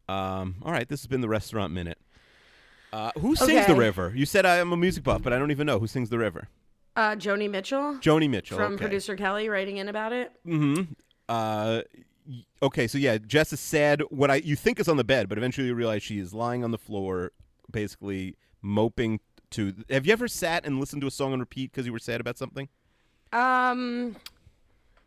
Speaker 2: Um, all right, this has been the restaurant minute. Uh, who sings the
Speaker 3: Okay.
Speaker 2: river? You said I'm a music buff, but I don't even know who sings the river.
Speaker 3: Uh, Joni Mitchell
Speaker 2: Joni Mitchell
Speaker 3: from
Speaker 2: okay.
Speaker 3: producer Kelly writing in about it.
Speaker 2: Mm-hmm. Uh, y- okay, so yeah, Jess is sad. What I you think is on the bed, but eventually you realize she is lying on the floor, basically moping. To have you ever sat and listened to a song on repeat because you were sad about something?
Speaker 3: Um,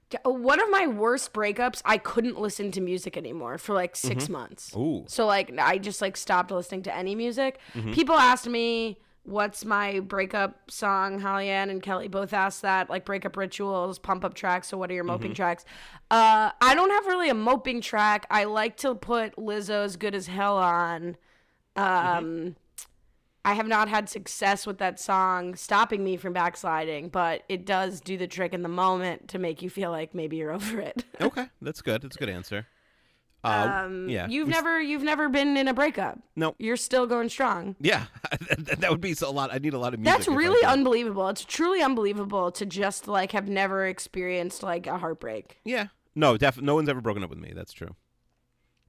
Speaker 3: d- one of my worst breakups, I couldn't listen to music anymore for like 6
Speaker 2: Mm-hmm.
Speaker 3: months.
Speaker 2: Ooh.
Speaker 3: So like I just like stopped listening to any music.
Speaker 2: Mm-hmm.
Speaker 3: People asked me what's my breakup song. Holly Ann and Kelly both asked that like breakup rituals, pump up tracks. So what are your
Speaker 2: Mm-hmm.
Speaker 3: moping tracks? Uh, I don't have really a moping track. I like to put Lizzo's "Good as Hell" on. Um,
Speaker 2: Mm-hmm.
Speaker 3: I have not had success with that song stopping me from backsliding, but it does do the trick in the moment to make you feel like maybe you're over it.
Speaker 2: Okay, that's good. That's a good answer. Uh, yeah,
Speaker 3: Um, You've
Speaker 2: we s-
Speaker 3: never you've never been in a breakup.
Speaker 2: no.
Speaker 3: You're still going strong.
Speaker 2: Yeah, that, that would be so, a lot. I need a lot of music.
Speaker 3: That's
Speaker 2: if I
Speaker 3: really
Speaker 2: could.
Speaker 3: unbelievable. It's truly unbelievable to just like have never experienced like a heartbreak.
Speaker 2: yeah. No, definitely. No one's ever broken up with me. That's true.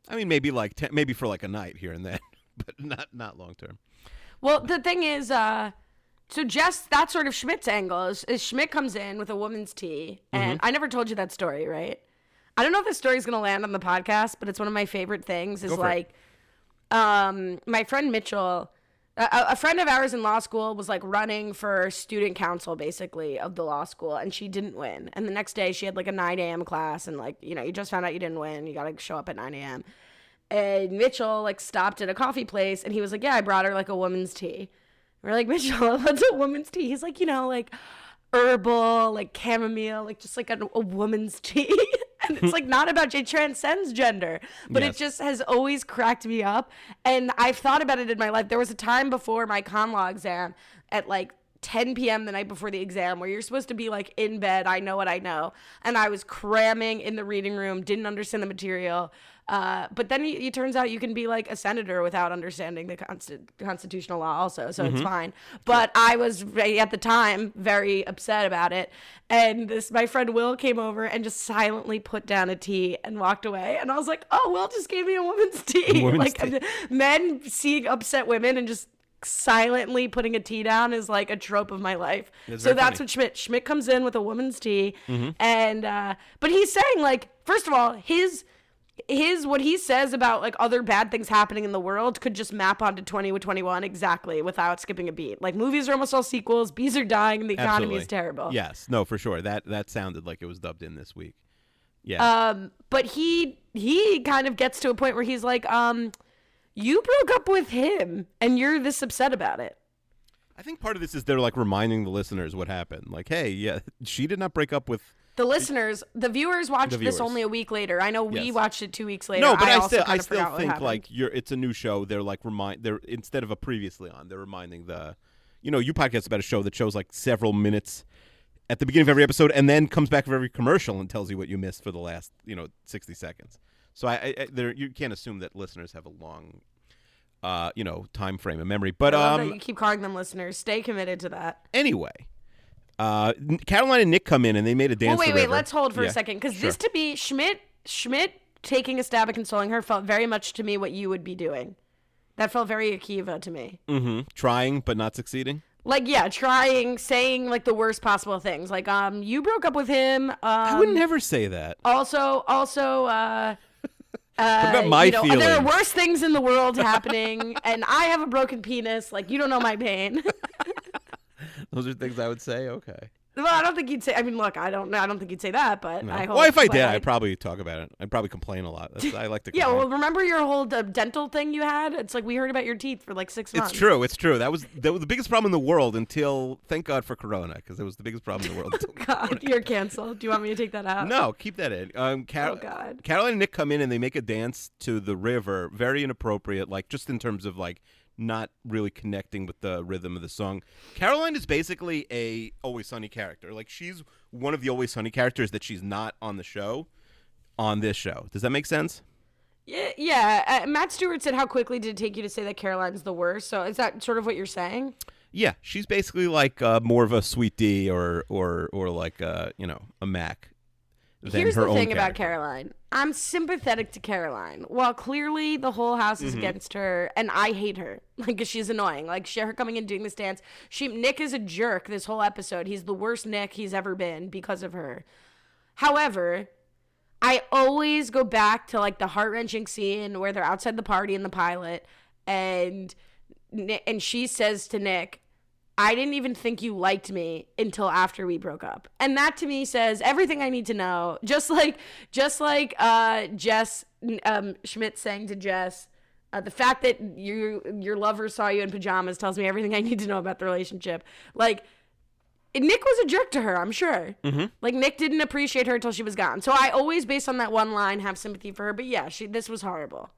Speaker 2: I mean, maybe like ten, maybe for like a night here and then, but not not long term.
Speaker 3: Well, the thing is, uh, so just that sort of Schmidt's angle is, is Schmidt comes in with a woman's tea, and
Speaker 2: Mm-hmm.
Speaker 3: I never told you that story, right? I don't know if this story's gonna land on the podcast, but it's one of my favorite things. Is
Speaker 2: Go for it.
Speaker 3: like, um, my friend Mitchell, a, a- a friend of ours in law school, was like running for student council, basically of the law school, and she didn't win. And the next day, she had like a 9 a.m. class, and like you know, you just found out you didn't win, you gotta show up at 9 a.m. And Mitchell like stopped at a coffee place and he was like, Yeah, I brought her like a woman's tea. And we're like, Mitchell, what's a woman's tea? He's like, you know, like herbal, like chamomile, like just like a, a woman's tea. and it's like not about it transcends gender, but
Speaker 2: Yes.
Speaker 3: it just has always cracked me up. And I've thought about it in my life. There was a time before my con law exam at like 10 p.m. the night before the exam where you're supposed to be like in bed. I know what I know, and I was cramming in the reading room, didn't understand the material. Uh, but then it it turns out you can be like a senator without understanding the consti- constitutional law, also, so it's fine. But I was ve- at the time very upset about it, and this my friend Will came over and just silently put down a tea and walked away, and I was like, "Oh, Will just gave me a woman's tea."
Speaker 2: Woman's
Speaker 3: like
Speaker 2: tea.
Speaker 3: men seeing upset women and just silently putting a tea down is like a trope of my life.
Speaker 2: That's
Speaker 3: so
Speaker 2: very
Speaker 3: that's
Speaker 2: funny. Mm-hmm.
Speaker 3: what Schmidt Schmidt comes in with a woman's tea, and uh, but he's saying like first of all his his what he says about like other bad things happening in the world could just map onto 20 with 21 exactly without skipping a beat. Like movies are almost all sequels, bees are dying, and the economy
Speaker 2: Absolutely.
Speaker 3: is terrible.
Speaker 2: Yes, no, for sure. That that sounded like it was dubbed in this week. Yeah,
Speaker 3: Uh, Um, But he he kind of gets to a point where he's like, um, you broke up with him and you're this upset about it.
Speaker 2: I think part of this is they're like reminding the listeners what happened. Like, hey, yeah, she did not break up with.
Speaker 3: The listeners, the viewers watched
Speaker 2: The
Speaker 3: this
Speaker 2: viewers.
Speaker 3: only a week later. I know we
Speaker 2: Yes.
Speaker 3: watched it two weeks later.
Speaker 2: no, but I,
Speaker 3: also
Speaker 2: still, I
Speaker 3: kinda forgot
Speaker 2: still
Speaker 3: what
Speaker 2: think
Speaker 3: happened.
Speaker 2: like you're. It's a new show. They're like remind. They're instead of a previously on, they're reminding the, you know, you podcast about a show that shows like several minutes at the beginning of every episode, and then comes back for every commercial and tells you what you missed for the last, you know, sixty seconds. So I, I, I there, you can't assume that listeners have a long, uh, you know, time frame and memory. But
Speaker 3: I love
Speaker 2: um,
Speaker 3: that you keep calling them listeners. Stay committed to that.
Speaker 2: anyway, uh, N- Caroline and Nick come in and they made a
Speaker 3: Well,
Speaker 2: dance.
Speaker 3: wait,
Speaker 2: the
Speaker 3: wait.
Speaker 2: river.
Speaker 3: Let's hold for
Speaker 2: Yeah,
Speaker 3: a second because
Speaker 2: sure.
Speaker 3: this to me, Schmidt, Schmidt taking a stab at consoling her felt very much to me what you would be doing. That felt very Akiva to me.
Speaker 2: Mhm. trying but not succeeding.
Speaker 3: Like, yeah, trying, saying like the worst possible things. Like, um, you broke up with him. Um,
Speaker 2: I would never say that.
Speaker 3: also, also, uh,
Speaker 2: What about
Speaker 3: Uh,
Speaker 2: my
Speaker 3: you know,
Speaker 2: feelings?
Speaker 3: There are worse things in the world happening, and I have a broken penis. Like you don't know my pain.
Speaker 2: Those are things I would say. Okay.
Speaker 3: well, I don't think you'd say. I mean, look, I don't know. I don't think you'd say that, but I hope.
Speaker 2: well, if I
Speaker 3: but
Speaker 2: did, I'd probably talk about it. I'd probably complain a lot. That's, I like to.
Speaker 3: Yeah,
Speaker 2: complain.
Speaker 3: well, remember your whole uh, dental thing you had? It's like we heard about your teeth for like six months.
Speaker 2: it's true. It's true. That was that was the biggest problem in the world until thank God for Corona because it was the biggest problem in the world. until-
Speaker 3: God, you're canceled. Do you want me to take that out?
Speaker 2: no, keep that in. Um, Car-
Speaker 3: Oh, God.
Speaker 2: Caroline and Nick come in and they make a dance to the river. Very inappropriate. Like just in terms of like not really connecting with the rhythm of the song. Caroline is basically a Always Sunny character. Like she's one of the Always Sunny characters that she's not on the show. On this show, does that make sense?
Speaker 3: Yeah, yeah. Uh, Matt Stewart said, "How quickly did it take you to say that Caroline's the worst?" So is that sort of what you're saying?
Speaker 2: Yeah, she's basically like uh, more of a Sweet D or or or like uh, you know a Mac. Than
Speaker 3: Here's
Speaker 2: her
Speaker 3: the
Speaker 2: own
Speaker 3: thing about
Speaker 2: character.
Speaker 3: Caroline. I'm sympathetic to Caroline. While clearly the whole house
Speaker 2: Mm-hmm.
Speaker 3: is against her, and I hate her, like 'cause she's annoying. Like she, her coming in doing this dance. She Nick is a jerk. This whole episode, he's the worst Nick he's ever been because of her. However, I always go back to like the heart wrenching scene where they're outside the party in the pilot, and Ni- and she says to Nick, I didn't even think you liked me until after we broke up. And that to me says everything I need to know. Just like just like uh Jess um Schmidt saying to Jess, uh, the fact that you your lover saw you in pajamas tells me everything I need to know about the relationship. Like Nick was a jerk to her, I'm sure.
Speaker 2: Mm-hmm.
Speaker 3: Like Nick didn't appreciate her until she was gone. So I always, based on that one line, have sympathy for her. But yeah, she this was horrible,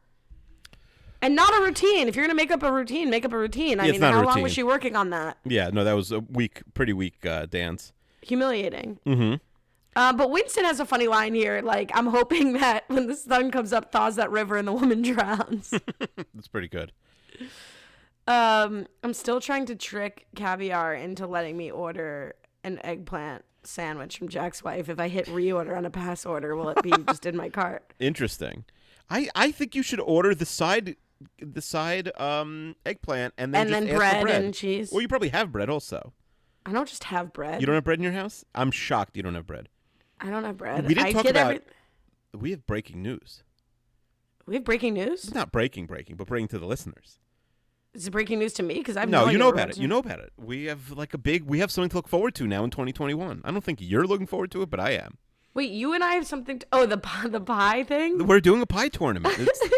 Speaker 3: and not a routine. If you're gonna make up a routine, make up a routine. I
Speaker 2: Yeah, it's
Speaker 3: mean,
Speaker 2: not a
Speaker 3: how long
Speaker 2: routine.
Speaker 3: was she working on that?
Speaker 2: Yeah, no, that was a weak, pretty weak uh, dance.
Speaker 3: humiliating. Mm-hmm. Uh, but Winston has a funny line here. Like, I'm hoping that when the sun comes up, thaws that river and the woman drowns.
Speaker 2: It's pretty good.
Speaker 3: um, I'm still trying to trick caviar into letting me order an eggplant sandwich from Jack's wife. If I hit reorder on a pass order, will it be just in my cart?
Speaker 2: Interesting. I I think you should order the side the side um eggplant and then
Speaker 3: And
Speaker 2: just
Speaker 3: then
Speaker 2: ask for
Speaker 3: bread
Speaker 2: bread
Speaker 3: and cheese.
Speaker 2: Well, you probably have bread also.
Speaker 3: I don't just have bread.
Speaker 2: You don't have bread in your house? I'm shocked you don't have bread.
Speaker 3: I don't have bread.
Speaker 2: We didn't
Speaker 3: I
Speaker 2: talk
Speaker 3: get
Speaker 2: about-
Speaker 3: every-
Speaker 2: We have breaking news.
Speaker 3: We have breaking news.
Speaker 2: It's not breaking, breaking, but breaking to the listeners.
Speaker 3: Is it breaking news to me? Because I've
Speaker 2: no,
Speaker 3: no
Speaker 2: you
Speaker 3: idea
Speaker 2: know
Speaker 3: what
Speaker 2: about
Speaker 3: we're
Speaker 2: it. You know about it. We have like a big. We have something to look forward to now in 2021. I don't think you're looking forward to it, but I am.
Speaker 3: Wait, you and I have something. To- oh, the pie, the pie thing.
Speaker 2: We're doing a pie tournament. It's,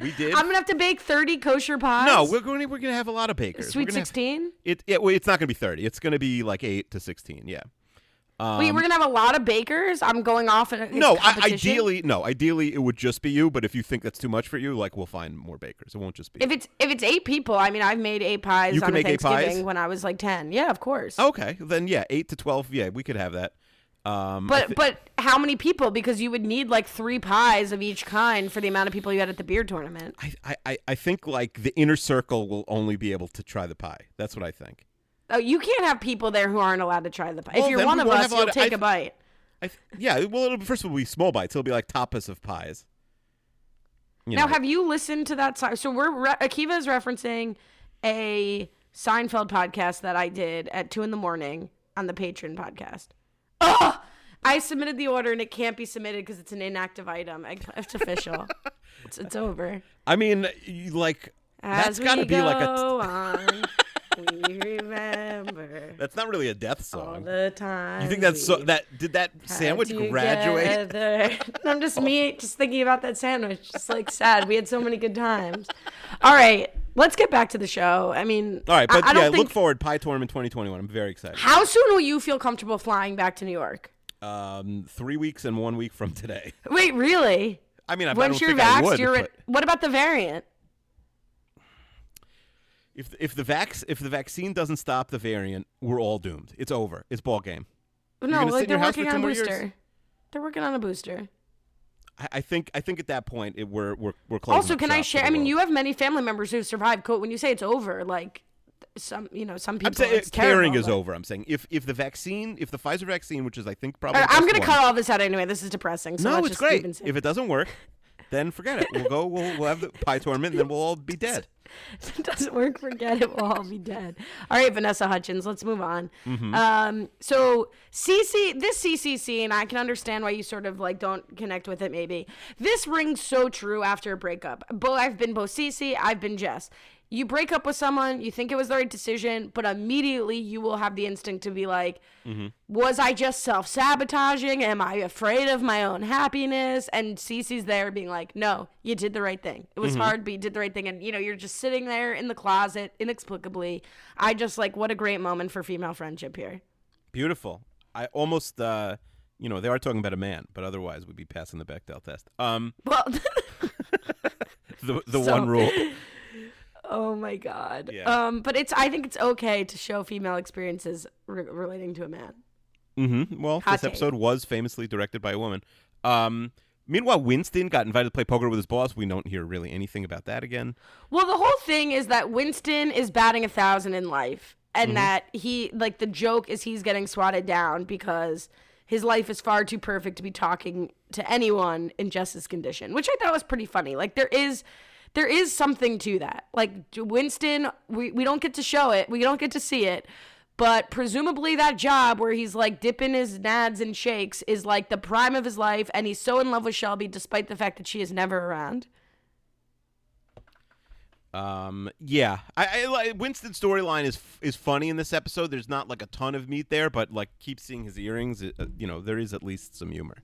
Speaker 2: We did.
Speaker 3: I'm gonna have to bake 30 kosher pies.
Speaker 2: no, we're going. to We're going to have a lot of bakers. We're
Speaker 3: Sweet
Speaker 2: gonna have-
Speaker 3: 16.
Speaker 2: it, yeah, well, it's not going to be thirty. It's going to be like eight to sixteen. Yeah.
Speaker 3: Wait, we're gonna have a lot of bakers. I'm going off and
Speaker 2: Um, No, I, ideally, no. Ideally, it would just be you. But if you think that's too much for you, like we'll find more bakers. It won't just be.
Speaker 3: If it's if it's eight people, I mean, I've made eight pies
Speaker 2: You can
Speaker 3: on a
Speaker 2: make eight pies? Oh,
Speaker 3: Thanksgiving when I was like 10. Yeah, of course.
Speaker 2: okay, then yeah, eight to twelve. Yeah, we could have that. Um, I
Speaker 3: But
Speaker 2: thi-
Speaker 3: but how many people? Because you would need like three pies of each kind for the amount of people you had at the beer tournament.
Speaker 2: I, I- I, I think like the inner circle will only be able to try the pie. That's what I think.
Speaker 3: Oh, you can't have people there who aren't allowed to try the pie.
Speaker 2: Well,
Speaker 3: if you're
Speaker 2: then
Speaker 3: one
Speaker 2: we
Speaker 3: of
Speaker 2: won't
Speaker 3: us,
Speaker 2: have a
Speaker 3: you'll
Speaker 2: lot of-
Speaker 3: take
Speaker 2: I-
Speaker 3: a bite.
Speaker 2: I th- yeah. Well, it'll, first of all, it'll be small bites. It'll be like tapas of pies. You
Speaker 3: Now,
Speaker 2: know.
Speaker 3: have you listened to that song? So we're re- Akiva is referencing a Seinfeld podcast that I did at two in the morning on the Patreon podcast. Ugh! I submitted the order and it can't be submitted because it's an inactive item. I- It's official. it's, it's over.
Speaker 2: I mean, you, like
Speaker 3: As
Speaker 2: that's got to
Speaker 3: we
Speaker 2: be like a.
Speaker 3: go on, we remember
Speaker 2: That's not really a death
Speaker 3: all
Speaker 2: song.
Speaker 3: the time.
Speaker 2: You think that's so?
Speaker 3: we
Speaker 2: That did that
Speaker 3: had
Speaker 2: sandwich graduate? Oh.
Speaker 3: together. I'm just me, just thinking about that sandwich. Just like sad. We had so many good times. All right, let's get back to the show. I mean,
Speaker 2: All right, but
Speaker 3: I, I don't
Speaker 2: yeah,
Speaker 3: think.
Speaker 2: look forward Pie Tournament 2021. I'm very excited.
Speaker 3: how soon will you feel comfortable flying back to New York?
Speaker 2: Um, three weeks and one week from today.
Speaker 3: Wait, really?
Speaker 2: I mean, I, I
Speaker 3: Once
Speaker 2: don't
Speaker 3: you're
Speaker 2: think I
Speaker 3: vaxxed,
Speaker 2: would,
Speaker 3: you're.
Speaker 2: but
Speaker 3: What about the variant?
Speaker 2: if if the vax if the vaccine doesn't stop the variant, we're all doomed. It's over. It's ball game.
Speaker 3: No,
Speaker 2: gonna sit
Speaker 3: like
Speaker 2: in
Speaker 3: they're
Speaker 2: your house for
Speaker 3: working
Speaker 2: two
Speaker 3: on a
Speaker 2: more years?
Speaker 3: booster. They're working on a booster.
Speaker 2: I, I think I think at that point it, we're we're we're close.
Speaker 3: Also, can I share? I mean, you have many family members who survived. COVID. When you say it's over, like some, you know, some people.
Speaker 2: I'm saying
Speaker 3: it's
Speaker 2: it- caring
Speaker 3: terrible,
Speaker 2: is
Speaker 3: but-
Speaker 2: over. I'm saying if if the vaccine, if the Pfizer vaccine, which is I think
Speaker 3: All
Speaker 2: probably
Speaker 3: right,
Speaker 2: the
Speaker 3: I'm
Speaker 2: best
Speaker 3: gonna
Speaker 2: one-
Speaker 3: cut all this out anyway. This is depressing. So
Speaker 2: No,
Speaker 3: let's
Speaker 2: it's
Speaker 3: just
Speaker 2: great.
Speaker 3: even say-
Speaker 2: If it doesn't work, then forget it. We'll go. We'll we'll have the pie tournament, and then we'll all be dead.
Speaker 3: If it doesn't work, forget it. We'll all be dead. All right, Vanessa Hutchins, let's move on. Um, so CC, this CCC, and I can understand why you sort of like don't connect with it. Maybe this rings so true after a breakup. But I've been both CC, I've been Jess. You break up with someone, you think it was the right decision, but immediately you will have the instinct to be like, was I just self sabotaging? Am I afraid of my own happiness? And Cece's there being like, no, you did the right thing. It was hard, but you did the right thing. And, you know, you're just sitting there in the closet inexplicably. I just like, what a great moment for female friendship here.
Speaker 2: Beautiful. I almost, uh, you know, they are talking about a man, but otherwise we'd be passing the Bechdel test. Um,
Speaker 3: Well,
Speaker 2: the the
Speaker 3: So-
Speaker 2: one rule.
Speaker 3: oh my God.
Speaker 2: Yeah.
Speaker 3: Um, but it's, I think it's okay to show female experiences re- relating to a man.
Speaker 2: Mm-hmm. Well,
Speaker 3: Hot
Speaker 2: this
Speaker 3: take.
Speaker 2: episode was famously directed by a woman. Um, meanwhile, Winston got invited to play poker with his boss. We don't hear really anything about that again.
Speaker 3: Well, the whole thing is that Winston is batting a thousand in life, and that he like the joke is he's getting swatted down because his life is far too perfect to be talking to anyone in Jess's condition, which I thought was pretty funny. Like there is. There is something to that. Like d- Winston, we, we don't get to show it. We don't get to see it. But presumably that job where he's like dipping his nads and shakes is like the prime of his life and he's so in love with Shelby despite the fact that she is never around.
Speaker 2: Um, yeah, I, I like Winston's storyline is is funny in this episode. There's not like a ton of meat there, but like keep seeing his earrings. It, uh, you know, there is at least some humor.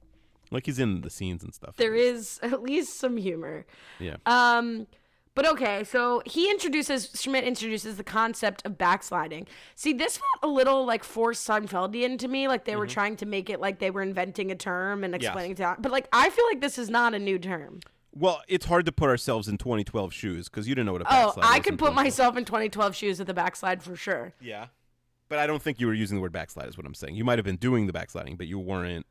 Speaker 2: Like he's in the scenes and stuff.
Speaker 3: There is at least some humor.
Speaker 2: Yeah.
Speaker 3: Um, but okay, so he introduces Schmidt introduces the concept of backsliding. See, this felt a little like forced Seinfeldian to me, like they were trying to make it like they were inventing a term and explaining to But like, I feel like this is not a new term.
Speaker 2: well, it's hard to put ourselves in 2012 shoes because you didn't know what a
Speaker 3: Oh,
Speaker 2: backslide was
Speaker 3: I
Speaker 2: in
Speaker 3: could put
Speaker 2: 2012.
Speaker 3: myself in 2012 shoes at the backslide for sure.
Speaker 2: Yeah. But I don't think you were using the word backslide, is what I'm saying. You might have been doing the backsliding, but you weren't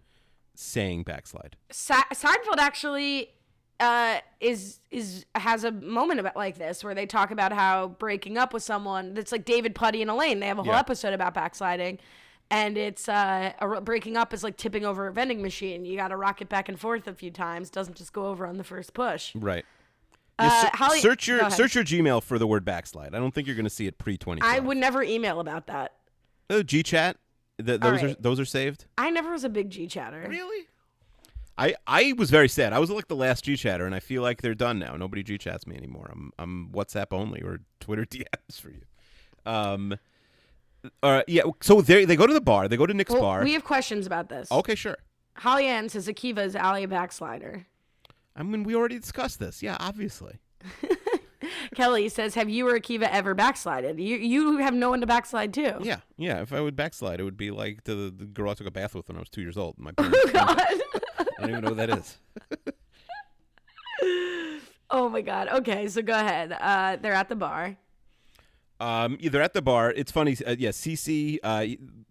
Speaker 2: saying backslide.
Speaker 3: Sa- Seinfeld actually uh, is is has a moment about like this where they talk about how breaking up with someone that's like David Putty and Elaine. They have a whole
Speaker 2: Yeah.
Speaker 3: episode about backsliding, and it's uh, a, r- breaking up is like tipping over a vending machine. You got to rock it back and forth a few times. Doesn't just go over on the first push.
Speaker 2: Right.
Speaker 3: Uh, Holly-
Speaker 2: search
Speaker 3: go
Speaker 2: your
Speaker 3: ahead.
Speaker 2: search your Gmail for the word backslide. I don't think you're going to see it pre 20.
Speaker 3: I would never email about that.
Speaker 2: Oh, GChat. Th- those are
Speaker 3: right.
Speaker 2: those are saved.
Speaker 3: I never was a big G chatter.
Speaker 2: Really? I I was very sad. I was like the last GChatter, and I feel like they're done now. Nobody GChats me anymore. I'm I'm WhatsApp only or Twitter DMs for you. Um. Uh, yeah. So they they go to the bar. They go to Nick's
Speaker 3: Well,
Speaker 2: bar.
Speaker 3: we have questions about this.
Speaker 2: okay, sure.
Speaker 3: Holly Ann says Akiva is Allie a backslider.
Speaker 2: I mean, we already discussed this. Yeah, obviously.
Speaker 3: Kelly says, "Have you or Akiva ever backslided? You you have no one to backslide to."
Speaker 2: Yeah, yeah. If I would backslide, it would be like the, the girl I took a bath with when I was two years old. My parents, I don't even know what that is.
Speaker 3: Oh my God. Okay, so go ahead. Uh, they're at the bar.
Speaker 2: Um, yeah, they're at the bar. It's funny. Uh, yeah, CC. Uh,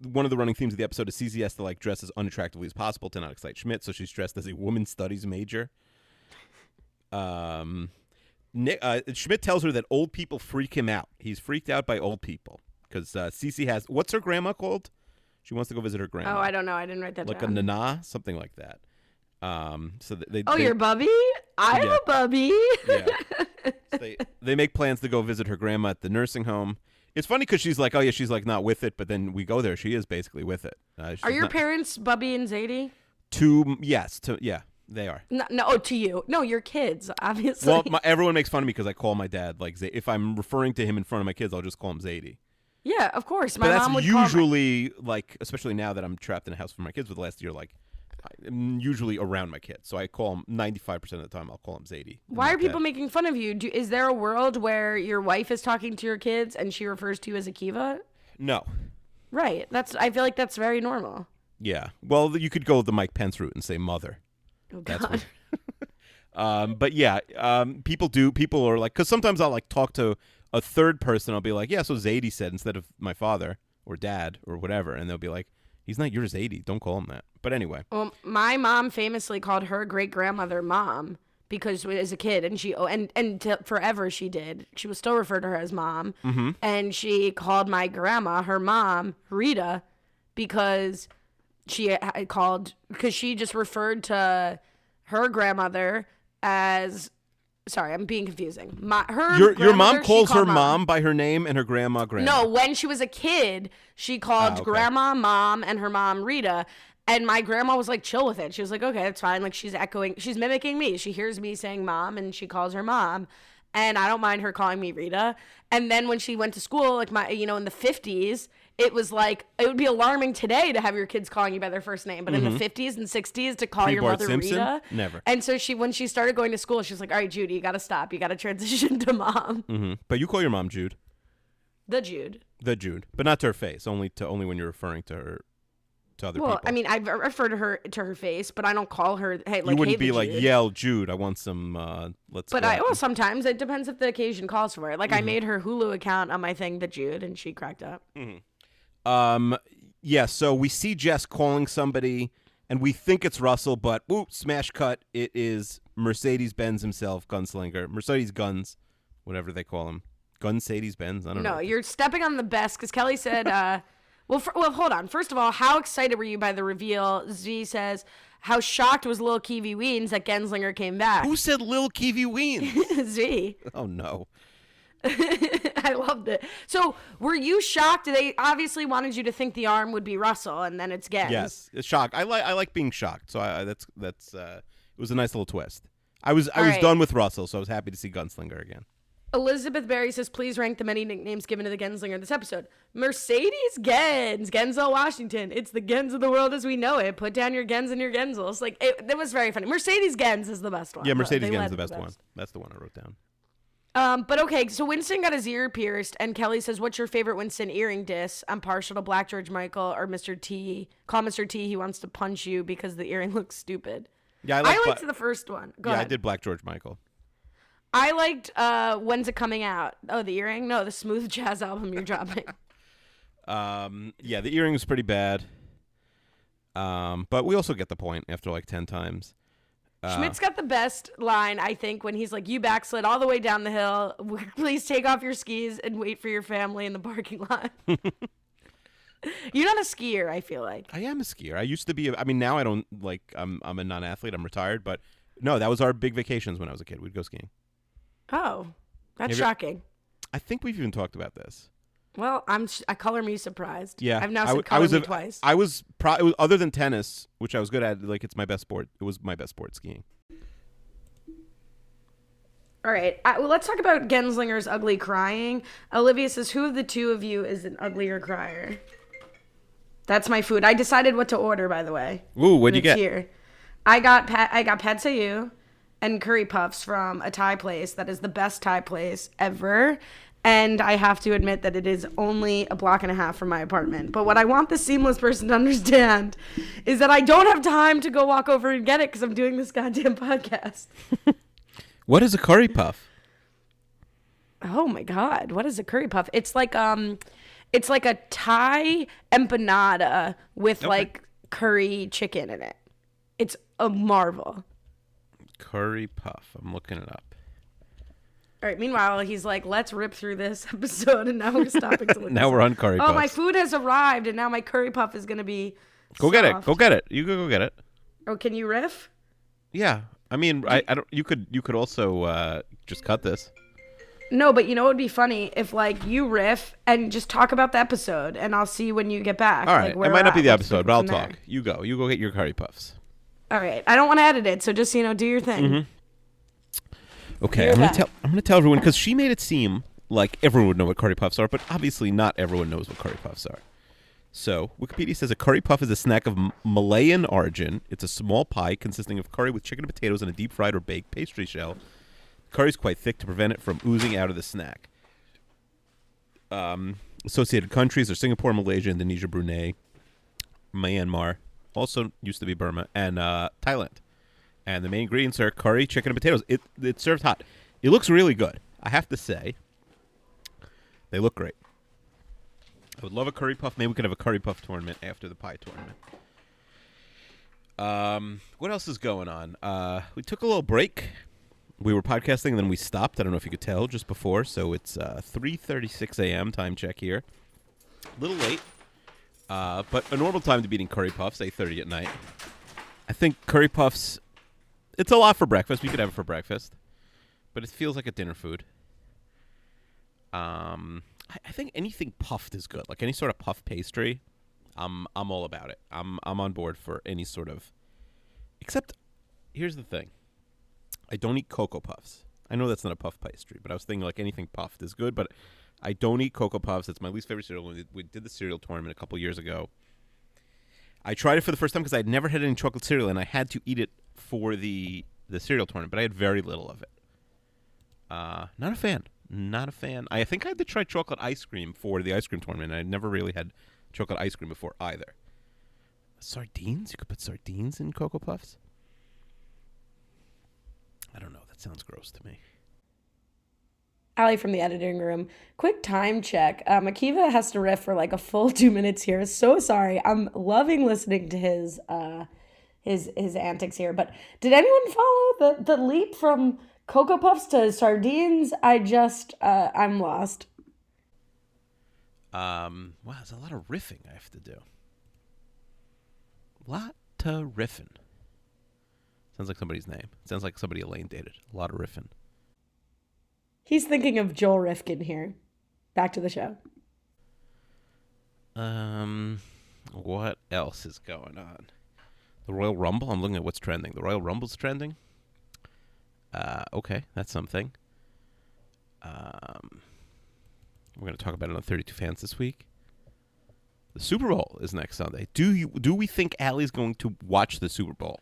Speaker 2: one of the running themes of the episode is CC has to like dress as unattractively as possible to not excite Schmidt. So she's dressed as a woman studies major. Um, Nick, uh, Schmidt tells her that old people freak him out. He's freaked out by old people because uh, CC has what's her grandma called? She wants to go visit her grandma.
Speaker 3: Oh, I don't know. I didn't write that
Speaker 2: Uh-huh. like a
Speaker 3: down.
Speaker 2: nana, something like that. Um, so th- they.
Speaker 3: oh,
Speaker 2: they,
Speaker 3: you're Bubby. I'm
Speaker 2: Yeah.
Speaker 3: a Bubby.
Speaker 2: yeah. So they they make plans to go visit her grandma at the nursing home. It's funny because she's like, oh yeah, she's like not with it, but then we go there, she is basically with it. Uh, she's
Speaker 3: Are your
Speaker 2: not-
Speaker 3: parents Bubby and Zadie?
Speaker 2: two? Yes, two, yeah, they are.
Speaker 3: No, no. Oh, to you. No, your kids, obviously.
Speaker 2: Well, my, everyone makes fun of me because I call my dad like Z- if I'm referring to him in front of my kids, I'll just call him Zadie.
Speaker 3: yeah, of course. My
Speaker 2: But
Speaker 3: mom would
Speaker 2: that's
Speaker 3: call my-
Speaker 2: usually like, especially now that I'm trapped in a house for my kids for the last year, like. I'm usually around my kids, so I call him 95% of the time. I'll call him Zadie. and
Speaker 3: Why
Speaker 2: not
Speaker 3: are people
Speaker 2: Dad.
Speaker 3: making fun of you? Do, is there a world where your wife is talking to your kids and she refers to you as Akiva?
Speaker 2: No,
Speaker 3: Right. That's. I feel like that's very normal.
Speaker 2: yeah. Well, you could go the Mike Pence route and say mother.
Speaker 3: Oh
Speaker 2: That's
Speaker 3: God.
Speaker 2: what- Um, but yeah, um, people do. People are like, because sometimes I'll like talk to a third person. I'll be like, yeah, so Zadie said instead of my father or dad or whatever, and they'll be like, he's not your Zadie. Don't call him that. But anyway,
Speaker 3: Well, my mom famously called her great grandmother mom because as a kid, and she oh, and and t- forever she did. She was still referred to her as mom,
Speaker 2: Mm-hmm.
Speaker 3: and she called my grandma her mom Rita because she I called because she just referred to her grandmother as. Sorry, I'm being confusing. My her
Speaker 2: your your mom
Speaker 3: grandmother, she
Speaker 2: calls her
Speaker 3: called
Speaker 2: mom. by her name and her grandma grandma.
Speaker 3: no, when she was a kid, she called
Speaker 2: Ah, okay.
Speaker 3: grandma, mom, and her mom Rita. And my grandma was like chill with it. She was like, okay, that's fine. Like she's echoing, she's mimicking me. She hears me saying mom and she calls her mom. And I don't mind her calling me Rita. And then when she went to school, like my, you know, in the 50s, it was like, it would be alarming today to have your kids calling you by their first name. But in
Speaker 2: Mm-hmm.
Speaker 3: the 50s and 60s, to call your
Speaker 2: Pre-Bart
Speaker 3: mother
Speaker 2: Simpson?
Speaker 3: Rita.
Speaker 2: Never.
Speaker 3: And so she, when she started going to school, she's like, all right, Judy, you got to stop. You got to transition to mom.
Speaker 2: hmm But you call your mom Jude,
Speaker 3: The Jude.
Speaker 2: the Jude, but not to her face. Only to only when you're referring to her to other
Speaker 3: Well,
Speaker 2: people.
Speaker 3: I mean, I refer to her to her face, but I don't call her. Hey, like,
Speaker 2: you
Speaker 3: hey,
Speaker 2: wouldn't
Speaker 3: the
Speaker 2: be like,
Speaker 3: Jude."
Speaker 2: yell Jude. I want some. Uh, let's.
Speaker 3: But
Speaker 2: go
Speaker 3: I
Speaker 2: out."
Speaker 3: well, sometimes it depends if the occasion calls for it. Like
Speaker 2: Mm-hmm.
Speaker 3: I made her Hulu account on my thing, the Jude, and she cracked up.
Speaker 2: Mm. Um, yeah, so we see Jess calling somebody, and we think it's Russell, but whoop, smash cut. It is Mercedes Benz himself, gunslinger. Mercedes Guns, whatever they call him. Gunsades Benz? I don't
Speaker 3: No,
Speaker 2: know.
Speaker 3: you're stepping on the best because Kelly said, uh, "Well, fir- well, hold on. First of all, how excited were you by the reveal?" Z says, "How shocked was Lil Kiwi Weens that Genslinger came back?"
Speaker 2: Who said Lil Kiwi Ween?
Speaker 3: Z,
Speaker 2: oh, no.
Speaker 3: I loved it. So, were you shocked? They obviously wanted you to think the arm would be Russell, and then it's Gens.
Speaker 2: Yes, it's shock. I like I like being shocked. So I, I that's that's uh it was a nice little twist. I was I
Speaker 3: All
Speaker 2: was
Speaker 3: right.
Speaker 2: done with Russell, so I was happy to see Gunslinger again.
Speaker 3: Elizabeth Berry says, please rank the many nicknames given to the Genslinger this episode. Mercedes Gens, Genzel Washington. It's the Gens of the world as we know it. Put down your Gens and your Genzels. Like, it, that was very funny. Mercedes Gens is the best one.
Speaker 2: Yeah,
Speaker 3: though.
Speaker 2: Mercedes
Speaker 3: They
Speaker 2: Gens
Speaker 3: led
Speaker 2: is the
Speaker 3: with
Speaker 2: best one. That's the one I wrote down.
Speaker 3: Um, but okay, so Winston got his ear pierced, and Kelly says, what's your favorite Winston earring diss? I'm partial to Black George Michael or Mr. T. Call Mr. T. He wants to punch you because the earring looks stupid.
Speaker 2: Yeah, I
Speaker 3: I,
Speaker 2: like
Speaker 3: liked the first one. Go
Speaker 2: Yeah, I
Speaker 3: ahead.
Speaker 2: did Black George Michael.
Speaker 3: I liked uh, When's It Coming Out? Oh, the earring? No, the smooth jazz album you're dropping.
Speaker 2: Um, yeah, the earring was pretty bad. Um, but we also get the point after like ten times. Uh,
Speaker 3: Schmidt's got the best line, I think, when he's like, "You backslid all the way down the hill. Please take off your skis and wait for your family in the parking lot." You're not a skier, I feel like.
Speaker 2: I am a skier. I used to be. A, I mean, now I don't like. I'm I'm a non-athlete. I'm retired. But no, that was our big vacations when I was a kid. We'd go skiing.
Speaker 3: Oh, that's
Speaker 2: Have you-
Speaker 3: shocking.
Speaker 2: I think we've even talked about this.
Speaker 3: Well, I'm. Sh- I color me surprised.
Speaker 2: Yeah,
Speaker 3: I've now
Speaker 2: I
Speaker 3: said
Speaker 2: w- I
Speaker 3: color
Speaker 2: was
Speaker 3: me
Speaker 2: a-
Speaker 3: twice.
Speaker 2: I was pro. It was, other than tennis, which I was good at. Like it's my best sport. It was my best sport skiing.
Speaker 3: All right. I, well, let's talk about Genslinger's ugly crying. Olivia says, "Who of the two of you is an uglier crier?" That's my food. I decided what to order, by the way.
Speaker 2: Ooh, what'd
Speaker 3: It's Here. I got pa- I got pad see ew and curry puffs from a Thai place that is the best Thai place ever. And I have to admit that it is only a block and a half from my apartment. But what I want the seamless person to understand is that I don't have time to go walk over and get it because I'm doing this goddamn podcast.
Speaker 2: What is a curry puff?
Speaker 3: Oh my god, what is a curry puff? It's like um it's like a Thai empanada with like curry chicken in it. It's a marvel.
Speaker 2: Curry puff. I'm looking it up.
Speaker 3: All right, meanwhile, he's like, "Let's rip through this episode and now we're stopping to look."
Speaker 2: Now
Speaker 3: this
Speaker 2: we're
Speaker 3: up.
Speaker 2: on curry
Speaker 3: Oh,
Speaker 2: puffs.
Speaker 3: my food has arrived and now my curry puff is going to be
Speaker 2: go get it.
Speaker 3: soft.
Speaker 2: Go get it. You go go get it.
Speaker 3: Oh, can you riff?
Speaker 2: Yeah. I mean, I, I don't. You could you could also uh, just cut this.
Speaker 3: No, but you know what would be funny if like you riff and just talk about the episode and I'll see when you get back.
Speaker 2: All
Speaker 3: like,
Speaker 2: right.
Speaker 3: where
Speaker 2: it might
Speaker 3: we're
Speaker 2: not be
Speaker 3: at.
Speaker 2: the
Speaker 3: Let's pick
Speaker 2: episode,
Speaker 3: it
Speaker 2: but I'll
Speaker 3: from there.
Speaker 2: talk. You go. You go get your curry puffs.
Speaker 3: All right. I don't want to edit it, so just you know, do your thing.
Speaker 2: Mm-hmm. Okay,
Speaker 3: You're
Speaker 2: I'm gonna
Speaker 3: back.
Speaker 2: tell I'm gonna tell everyone because she made it seem like everyone would know what curry puffs are, but obviously not everyone knows what curry puffs are. So Wikipedia says a curry puff is a snack of M- Malayan origin. It's a small pie consisting of curry with chicken and potatoes and a deep fried or baked pastry shell. Curry is quite thick to prevent it from oozing out of the snack. Um, associated countries are Singapore, Malaysia, Indonesia, Brunei, Myanmar, also used to be Burma, and uh, Thailand and the main ingredients are curry, chicken, and potatoes. It it's served hot. It looks really good. I have to say, they look great. I would love a curry puff. Maybe we could have a curry puff tournament after the pie tournament. Um, what else is going on? Uh, we took a little break. We were podcasting, and then we stopped. I don't know if you could tell just before. So it's uh, three thirty-six a.m. time check here. A little late, uh, but a normal time to be eating curry puffs, eight thirty at night. I think curry puffs it's a lot for breakfast. We could have it for breakfast, but it feels like a dinner food. Um, I, I think anything puffed is good. Like any sort of puff pastry, I'm I'm all about it. I'm I'm on board for any sort of. Except, here's the thing. I don't eat cocoa puffs. I know that's not a puff pastry, but I was thinking like anything puffed is good. But I don't eat cocoa puffs. It's my least favorite cereal. When we- we did the cereal tournament a couple years ago, I tried it for the first time because I had never had any chocolate cereal, and I had to eat it for the the cereal tournament. But I had very little of it. Uh, not a fan. Not a fan. I think I had to try chocolate ice cream for the ice cream tournament. and I'd never really had chocolate ice cream before either. Sardines? You could put sardines in cocoa puffs. I don't know. That sounds gross to me.
Speaker 3: Allie from the editing room. Quick time check. Um, Akiva has to riff for like a full two minutes here. So sorry. I'm loving listening to his uh, his his antics here. But did anyone follow the the leap from cocoa puffs to sardines? I just uh, I'm lost.
Speaker 2: Um, wow, there's a lot of riffing I have to do. Lot to riffing. Sounds like somebody's name. Sounds like somebody Elaine dated. A lot of riffing.
Speaker 3: He's thinking of Joel Rifkin here. Back to the show.
Speaker 2: Um, what else is going on? The Royal Rumble. I'm looking at what's trending. The Royal Rumble's trending. Uh, okay, that's something. Um, we're going to talk about it on 32 fans this week. The Super Bowl is next Sunday. Do you do we think Allie's going to watch the Super Bowl?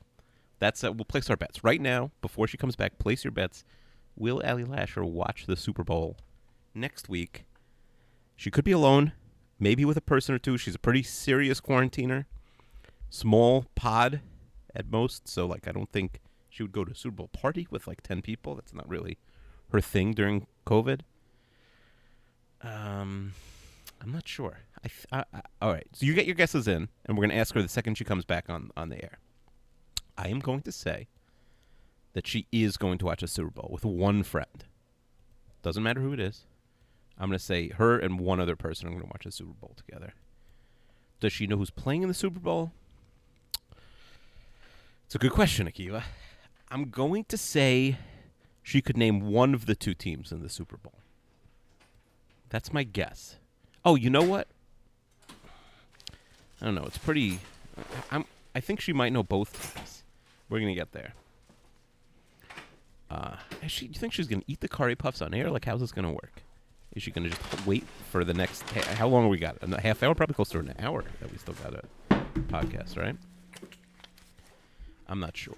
Speaker 2: That's uh, we'll place our bets right now before she comes back. Place your bets. Will Allie Lasher watch the Super Bowl next week? She could be alone, maybe with a person or two. She's a pretty serious quarantiner, small pod at most. So, like, I don't think she would go to a Super Bowl party with like 10 people. That's not really her thing during COVID. Um, I'm not sure. I, th- I, I, all right. So, you get your guesses in, and we're going to ask her the second she comes back on, on the air. I am going to say that she is going to watch a Super Bowl with one friend. Doesn't matter who it is. I'm going to say her and one other person are going to watch the Super Bowl together. Does she know who's playing in the Super Bowl? It's a good question, Akiva. I'm going to say she could name one of the two teams in the Super Bowl. That's my guess. Oh, you know what? I don't know. It's pretty. I- I'm. I think she might know both teams. We're gonna get there. Uh, is she, you think she's gonna eat the curry puffs on air? Like, how's this gonna work? Is she gonna just wait for the next? ha- How long we got? A half hour, probably close to an hour that we still got a podcast, right? I'm not sure.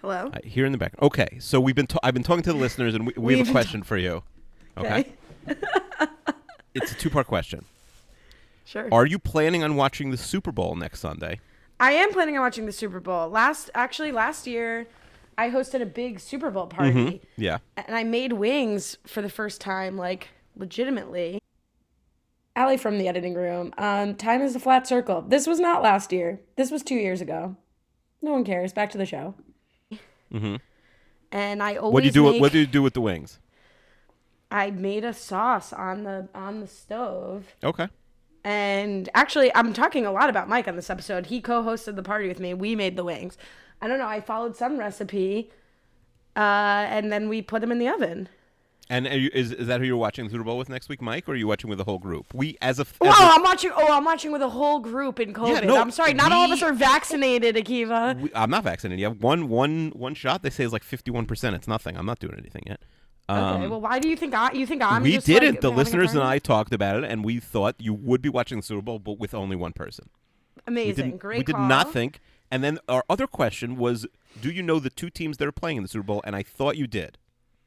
Speaker 3: Hello.
Speaker 2: Uh, here in the back. Okay, so we've been ta- I've been talking to the listeners, and we, we have a
Speaker 3: We've-
Speaker 2: question for you. Okay, it's a two part question.
Speaker 3: Sure.
Speaker 2: Are you planning on watching the Super Bowl next Sunday?
Speaker 3: I am planning on watching the Super Bowl. Last, actually, last year, I hosted a big Super Bowl party,
Speaker 2: Yeah.
Speaker 3: and I made wings for the first time, like legitimately. Allie from the editing room. Um, time is a flat circle. This was not last year. This was two years ago. No one cares. Back to the show.
Speaker 2: Mm-hmm.
Speaker 3: And I always
Speaker 2: What do you do? with-
Speaker 3: Make,
Speaker 2: What do you do with the wings?
Speaker 3: I made a sauce on the on the stove.
Speaker 2: Okay.
Speaker 3: And actually, I'm talking a lot about Mike on this episode. He co hosted the party with me. We made the wings. I don't know. I followed some recipe uh, and then we put them in the oven.
Speaker 2: And are you, is is that who you're watching the Super Bowl with next week, Mike, or are you watching with the whole group? We as a, as
Speaker 3: Oh,
Speaker 2: a-
Speaker 3: I'm watching. Oh, I'm watching with a whole group in COVID.
Speaker 2: no,
Speaker 3: I'm sorry. Not all of
Speaker 2: we-
Speaker 3: us are vaccinated, Akiva.
Speaker 2: we, I'm not vaccinated. You have one one one shot. They say is like 51. percent It's nothing. I'm not doing anything yet.
Speaker 3: okay. Well, why do you think I, you think I'm
Speaker 2: we
Speaker 3: just,
Speaker 2: didn't.
Speaker 3: like,
Speaker 2: the
Speaker 3: having a
Speaker 2: listeners and
Speaker 3: party?
Speaker 2: I talked about it, and we thought you would be watching the Super Bowl, but with only one person. We
Speaker 3: Amazing.
Speaker 2: didn't.
Speaker 3: Great
Speaker 2: we did
Speaker 3: call.
Speaker 2: not think. And then our other question was, do you know the two teams that are playing in the Super Bowl? And I thought you did.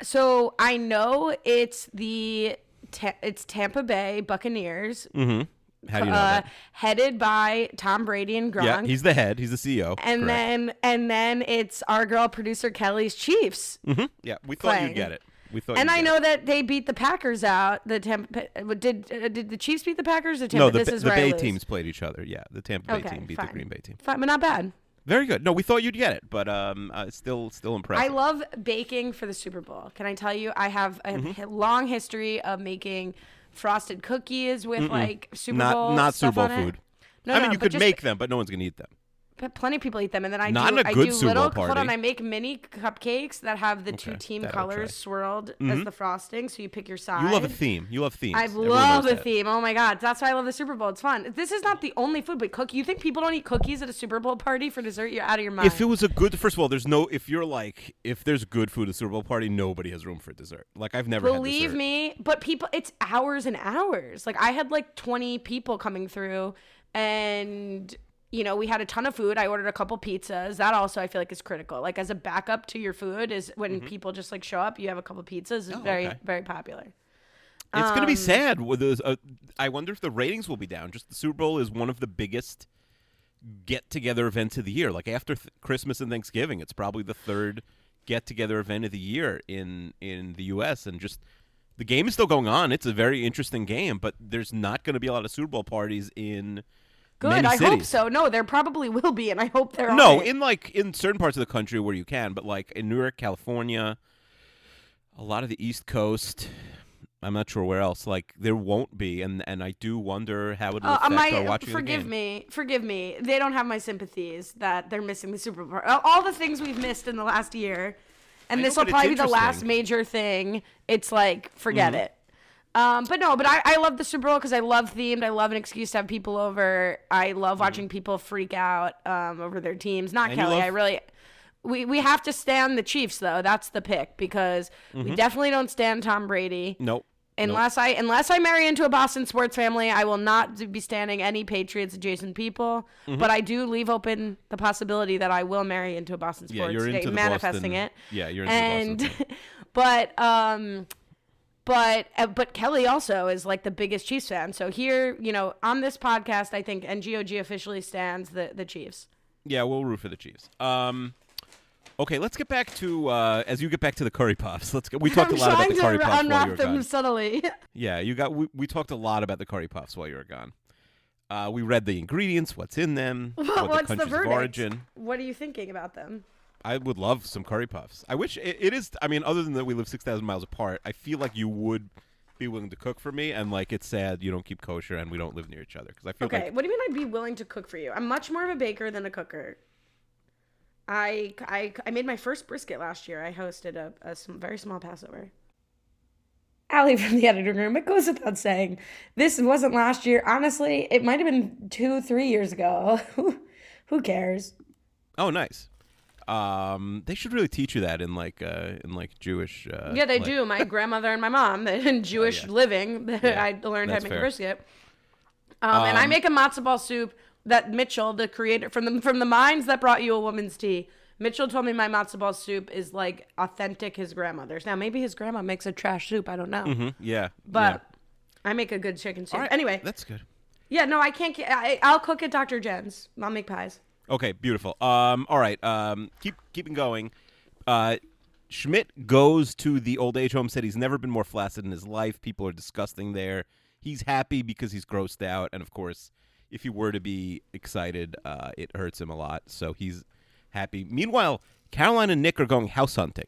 Speaker 3: So I know it's the. Ta- it's Tampa Bay Buccaneers,
Speaker 2: How do you know
Speaker 3: uh,
Speaker 2: Mm-hmm. that?
Speaker 3: headed by Tom Brady and Gronk.
Speaker 2: Yeah, he's the head. He's the CEO.
Speaker 3: and
Speaker 2: Correct.
Speaker 3: then and then it's our girl producer Kelly's Chiefs.
Speaker 2: Mm-hmm. yeah, we thought
Speaker 3: playing.
Speaker 2: you'd get it. We thought.
Speaker 3: And
Speaker 2: you'd
Speaker 3: I
Speaker 2: get
Speaker 3: know
Speaker 2: it.
Speaker 3: that they beat the Packers out. The Tampa did uh, did the Chiefs beat the Packers or Tampa?
Speaker 2: No, the,
Speaker 3: this
Speaker 2: Ba-
Speaker 3: is
Speaker 2: the
Speaker 3: where I
Speaker 2: Bay
Speaker 3: lose.
Speaker 2: teams played each other. Yeah, the Tampa Bay
Speaker 3: Okay,
Speaker 2: team beat
Speaker 3: fine.
Speaker 2: the Green Bay team.
Speaker 3: Fine, but not bad.
Speaker 2: Very good. No, we thought you'd get it, but um, uh, it's still still impressive.
Speaker 3: I love baking for the Super Bowl. Can I tell you? I have a
Speaker 2: Mm-hmm.
Speaker 3: hi- long history of making frosted cookies with like Super
Speaker 2: Not-
Speaker 3: Bowl
Speaker 2: not
Speaker 3: stuff
Speaker 2: Super Bowl
Speaker 3: on it.
Speaker 2: food.
Speaker 3: No,
Speaker 2: I
Speaker 3: no,
Speaker 2: mean, you
Speaker 3: but
Speaker 2: could
Speaker 3: just-
Speaker 2: make them, but no one's gonna eat them.
Speaker 3: But plenty of people eat them, and then I
Speaker 2: Not
Speaker 3: do.
Speaker 2: in a
Speaker 3: I
Speaker 2: good
Speaker 3: do
Speaker 2: Super Bowl
Speaker 3: little. Hold on,
Speaker 2: party.
Speaker 3: I make mini cupcakes that have the two
Speaker 2: Okay,
Speaker 3: team
Speaker 2: that'll try. Mm-hmm.
Speaker 3: colors swirled as the frosting, so you pick your side.
Speaker 2: You love a theme. You love themes.
Speaker 3: I
Speaker 2: Everyone
Speaker 3: love
Speaker 2: knows
Speaker 3: a
Speaker 2: that.
Speaker 3: theme. Oh my god, that's why I love the Super Bowl. It's fun. This is not the only food, but cook. You think people don't eat cookies at a Super Bowl party for dessert? You're out of your mind.
Speaker 2: If it was a good, first of all, there's no. If you're like, if there's good food at a Super Bowl party, nobody has room for dessert. Like I've never. had
Speaker 3: Believe
Speaker 2: dessert.
Speaker 3: me, but people, it's hours and hours. Like I had like 20 people coming through, and you know we had a ton of food. I ordered a couple pizzas. That also I feel like is critical. Like as a backup to your food is when people just like show up. You have a couple pizzas. It's very
Speaker 2: Mm-hmm. Oh, okay.
Speaker 3: very popular.
Speaker 2: It's gonna
Speaker 3: Um,
Speaker 2: be sad. With those, uh, I wonder if the ratings will be down. Just the Super Bowl is one of the biggest get-together events of the year. Like after th- Christmas and Thanksgiving, it's probably the third get-together event of the year in in the U.S. And just the game is still going on. It's a very interesting game, but there's not going to be a lot of Super Bowl parties in
Speaker 3: Good.
Speaker 2: many
Speaker 3: I hope
Speaker 2: cities.
Speaker 3: so. No, there probably will be, and I hope there
Speaker 2: No,
Speaker 3: are.
Speaker 2: in like in certain parts of the country where you can, but like in Newark, California, a lot of the East Coast. I'm not sure where else. Like there won't be, and and I do wonder how it will
Speaker 3: Uh,
Speaker 2: affect
Speaker 3: my-
Speaker 2: our watching
Speaker 3: forgive
Speaker 2: the game.
Speaker 3: me, forgive me. They don't have my sympathies that they're missing the Super Bowl. Uh, All- All the things we've missed in the last year, and
Speaker 2: I
Speaker 3: this
Speaker 2: know,
Speaker 3: will
Speaker 2: but it's
Speaker 3: probably be the last
Speaker 2: interesting. Mm-hmm.
Speaker 3: major thing. It's like forget it. Um, but no, but I, I love the Super Bowl because I love themed. I love an excuse to have people over. I love watching people freak out um, over their teams. Not
Speaker 2: Mm-hmm. And you
Speaker 3: Kelly. I
Speaker 2: love-
Speaker 3: really. We, we have to stand the Chiefs though. That's the pick because
Speaker 2: Mm-hmm.
Speaker 3: we definitely don't stand Tom Brady.
Speaker 2: Nope.
Speaker 3: Unless I unless I marry into a Boston sports family, I will not be standing any Patriots adjacent people.
Speaker 2: Mm-hmm.
Speaker 3: But I do leave open the possibility that I will marry into a Boston
Speaker 2: Yeah,
Speaker 3: sports
Speaker 2: you're
Speaker 3: state,
Speaker 2: into the
Speaker 3: manifesting
Speaker 2: Boston-
Speaker 3: it.
Speaker 2: yeah, you're into the
Speaker 3: and,
Speaker 2: Boston
Speaker 3: but um, but uh, but Kelly also is like the biggest Chiefs fan. So here, you know, on this podcast, I think NGOG officially stands the the Chiefs.
Speaker 2: Yeah, we'll root for the Chiefs. Um, okay, let's get back to uh, as you get back to the curry puffs. Let's get. We talked
Speaker 3: I'm
Speaker 2: a lot about
Speaker 3: trying
Speaker 2: the
Speaker 3: to
Speaker 2: curry puffs while you
Speaker 3: unwrap
Speaker 2: were
Speaker 3: them
Speaker 2: gone.
Speaker 3: subtly.
Speaker 2: Yeah, you got. We, we talked a lot about the curry puffs while you were gone. Uh, we read the ingredients, what's in them, what
Speaker 3: What's
Speaker 2: the
Speaker 3: the
Speaker 2: countries
Speaker 3: verdict?
Speaker 2: of origin.
Speaker 3: What are you thinking about them?
Speaker 2: I would love some curry puffs. I wish it, it is. I mean, other than that, we live six thousand miles apart. I feel like you would be willing to cook for me, and like it's sad you don't keep kosher and we don't live near each other because I feel
Speaker 3: Okay,
Speaker 2: like
Speaker 3: what do you mean I'd be willing to cook for you? I'm much more of a baker than a cooker. I, I, I made my first brisket last year. I hosted a, a sm- very small Passover. Allie from the editing room. It goes without saying, this wasn't last year. Honestly, it might have been two, three years ago. Who cares?
Speaker 2: oh nice. Um, they should really teach you that in like uh, in like Jewish. Uh,
Speaker 3: yeah, they
Speaker 2: like- Oh,
Speaker 3: do. My grandmother and my mom, in Jewish
Speaker 2: yeah.
Speaker 3: living, I learned how to
Speaker 2: that's
Speaker 3: make
Speaker 2: fair.
Speaker 3: a brisket. Um, and I make a matzo ball soup that Mitchell, the creator from the from the minds that brought you a woman's tea, Mitchell told me my matzo ball soup is like authentic his grandmother's. Now maybe his grandma makes a trash soup. I don't know,
Speaker 2: Hmm? Yeah.
Speaker 3: but I make a good chicken soup.
Speaker 2: Mm-hmm. All right,
Speaker 3: Anyway,
Speaker 2: That's good.
Speaker 3: yeah, no, I can't. ca- I, I'll cook at Dr. Jen's. I'll make pies.
Speaker 2: Okay, beautiful. Um, all right. Um, keep keeping going. Uh, Schmidt goes to the old age home. Said he's never been more flaccid in his life. People are disgusting there. He's happy because he's grossed out, and of course, if he were to be excited, uh, it hurts him a lot. So he's happy. Meanwhile, Caroline and Nick are going house hunting,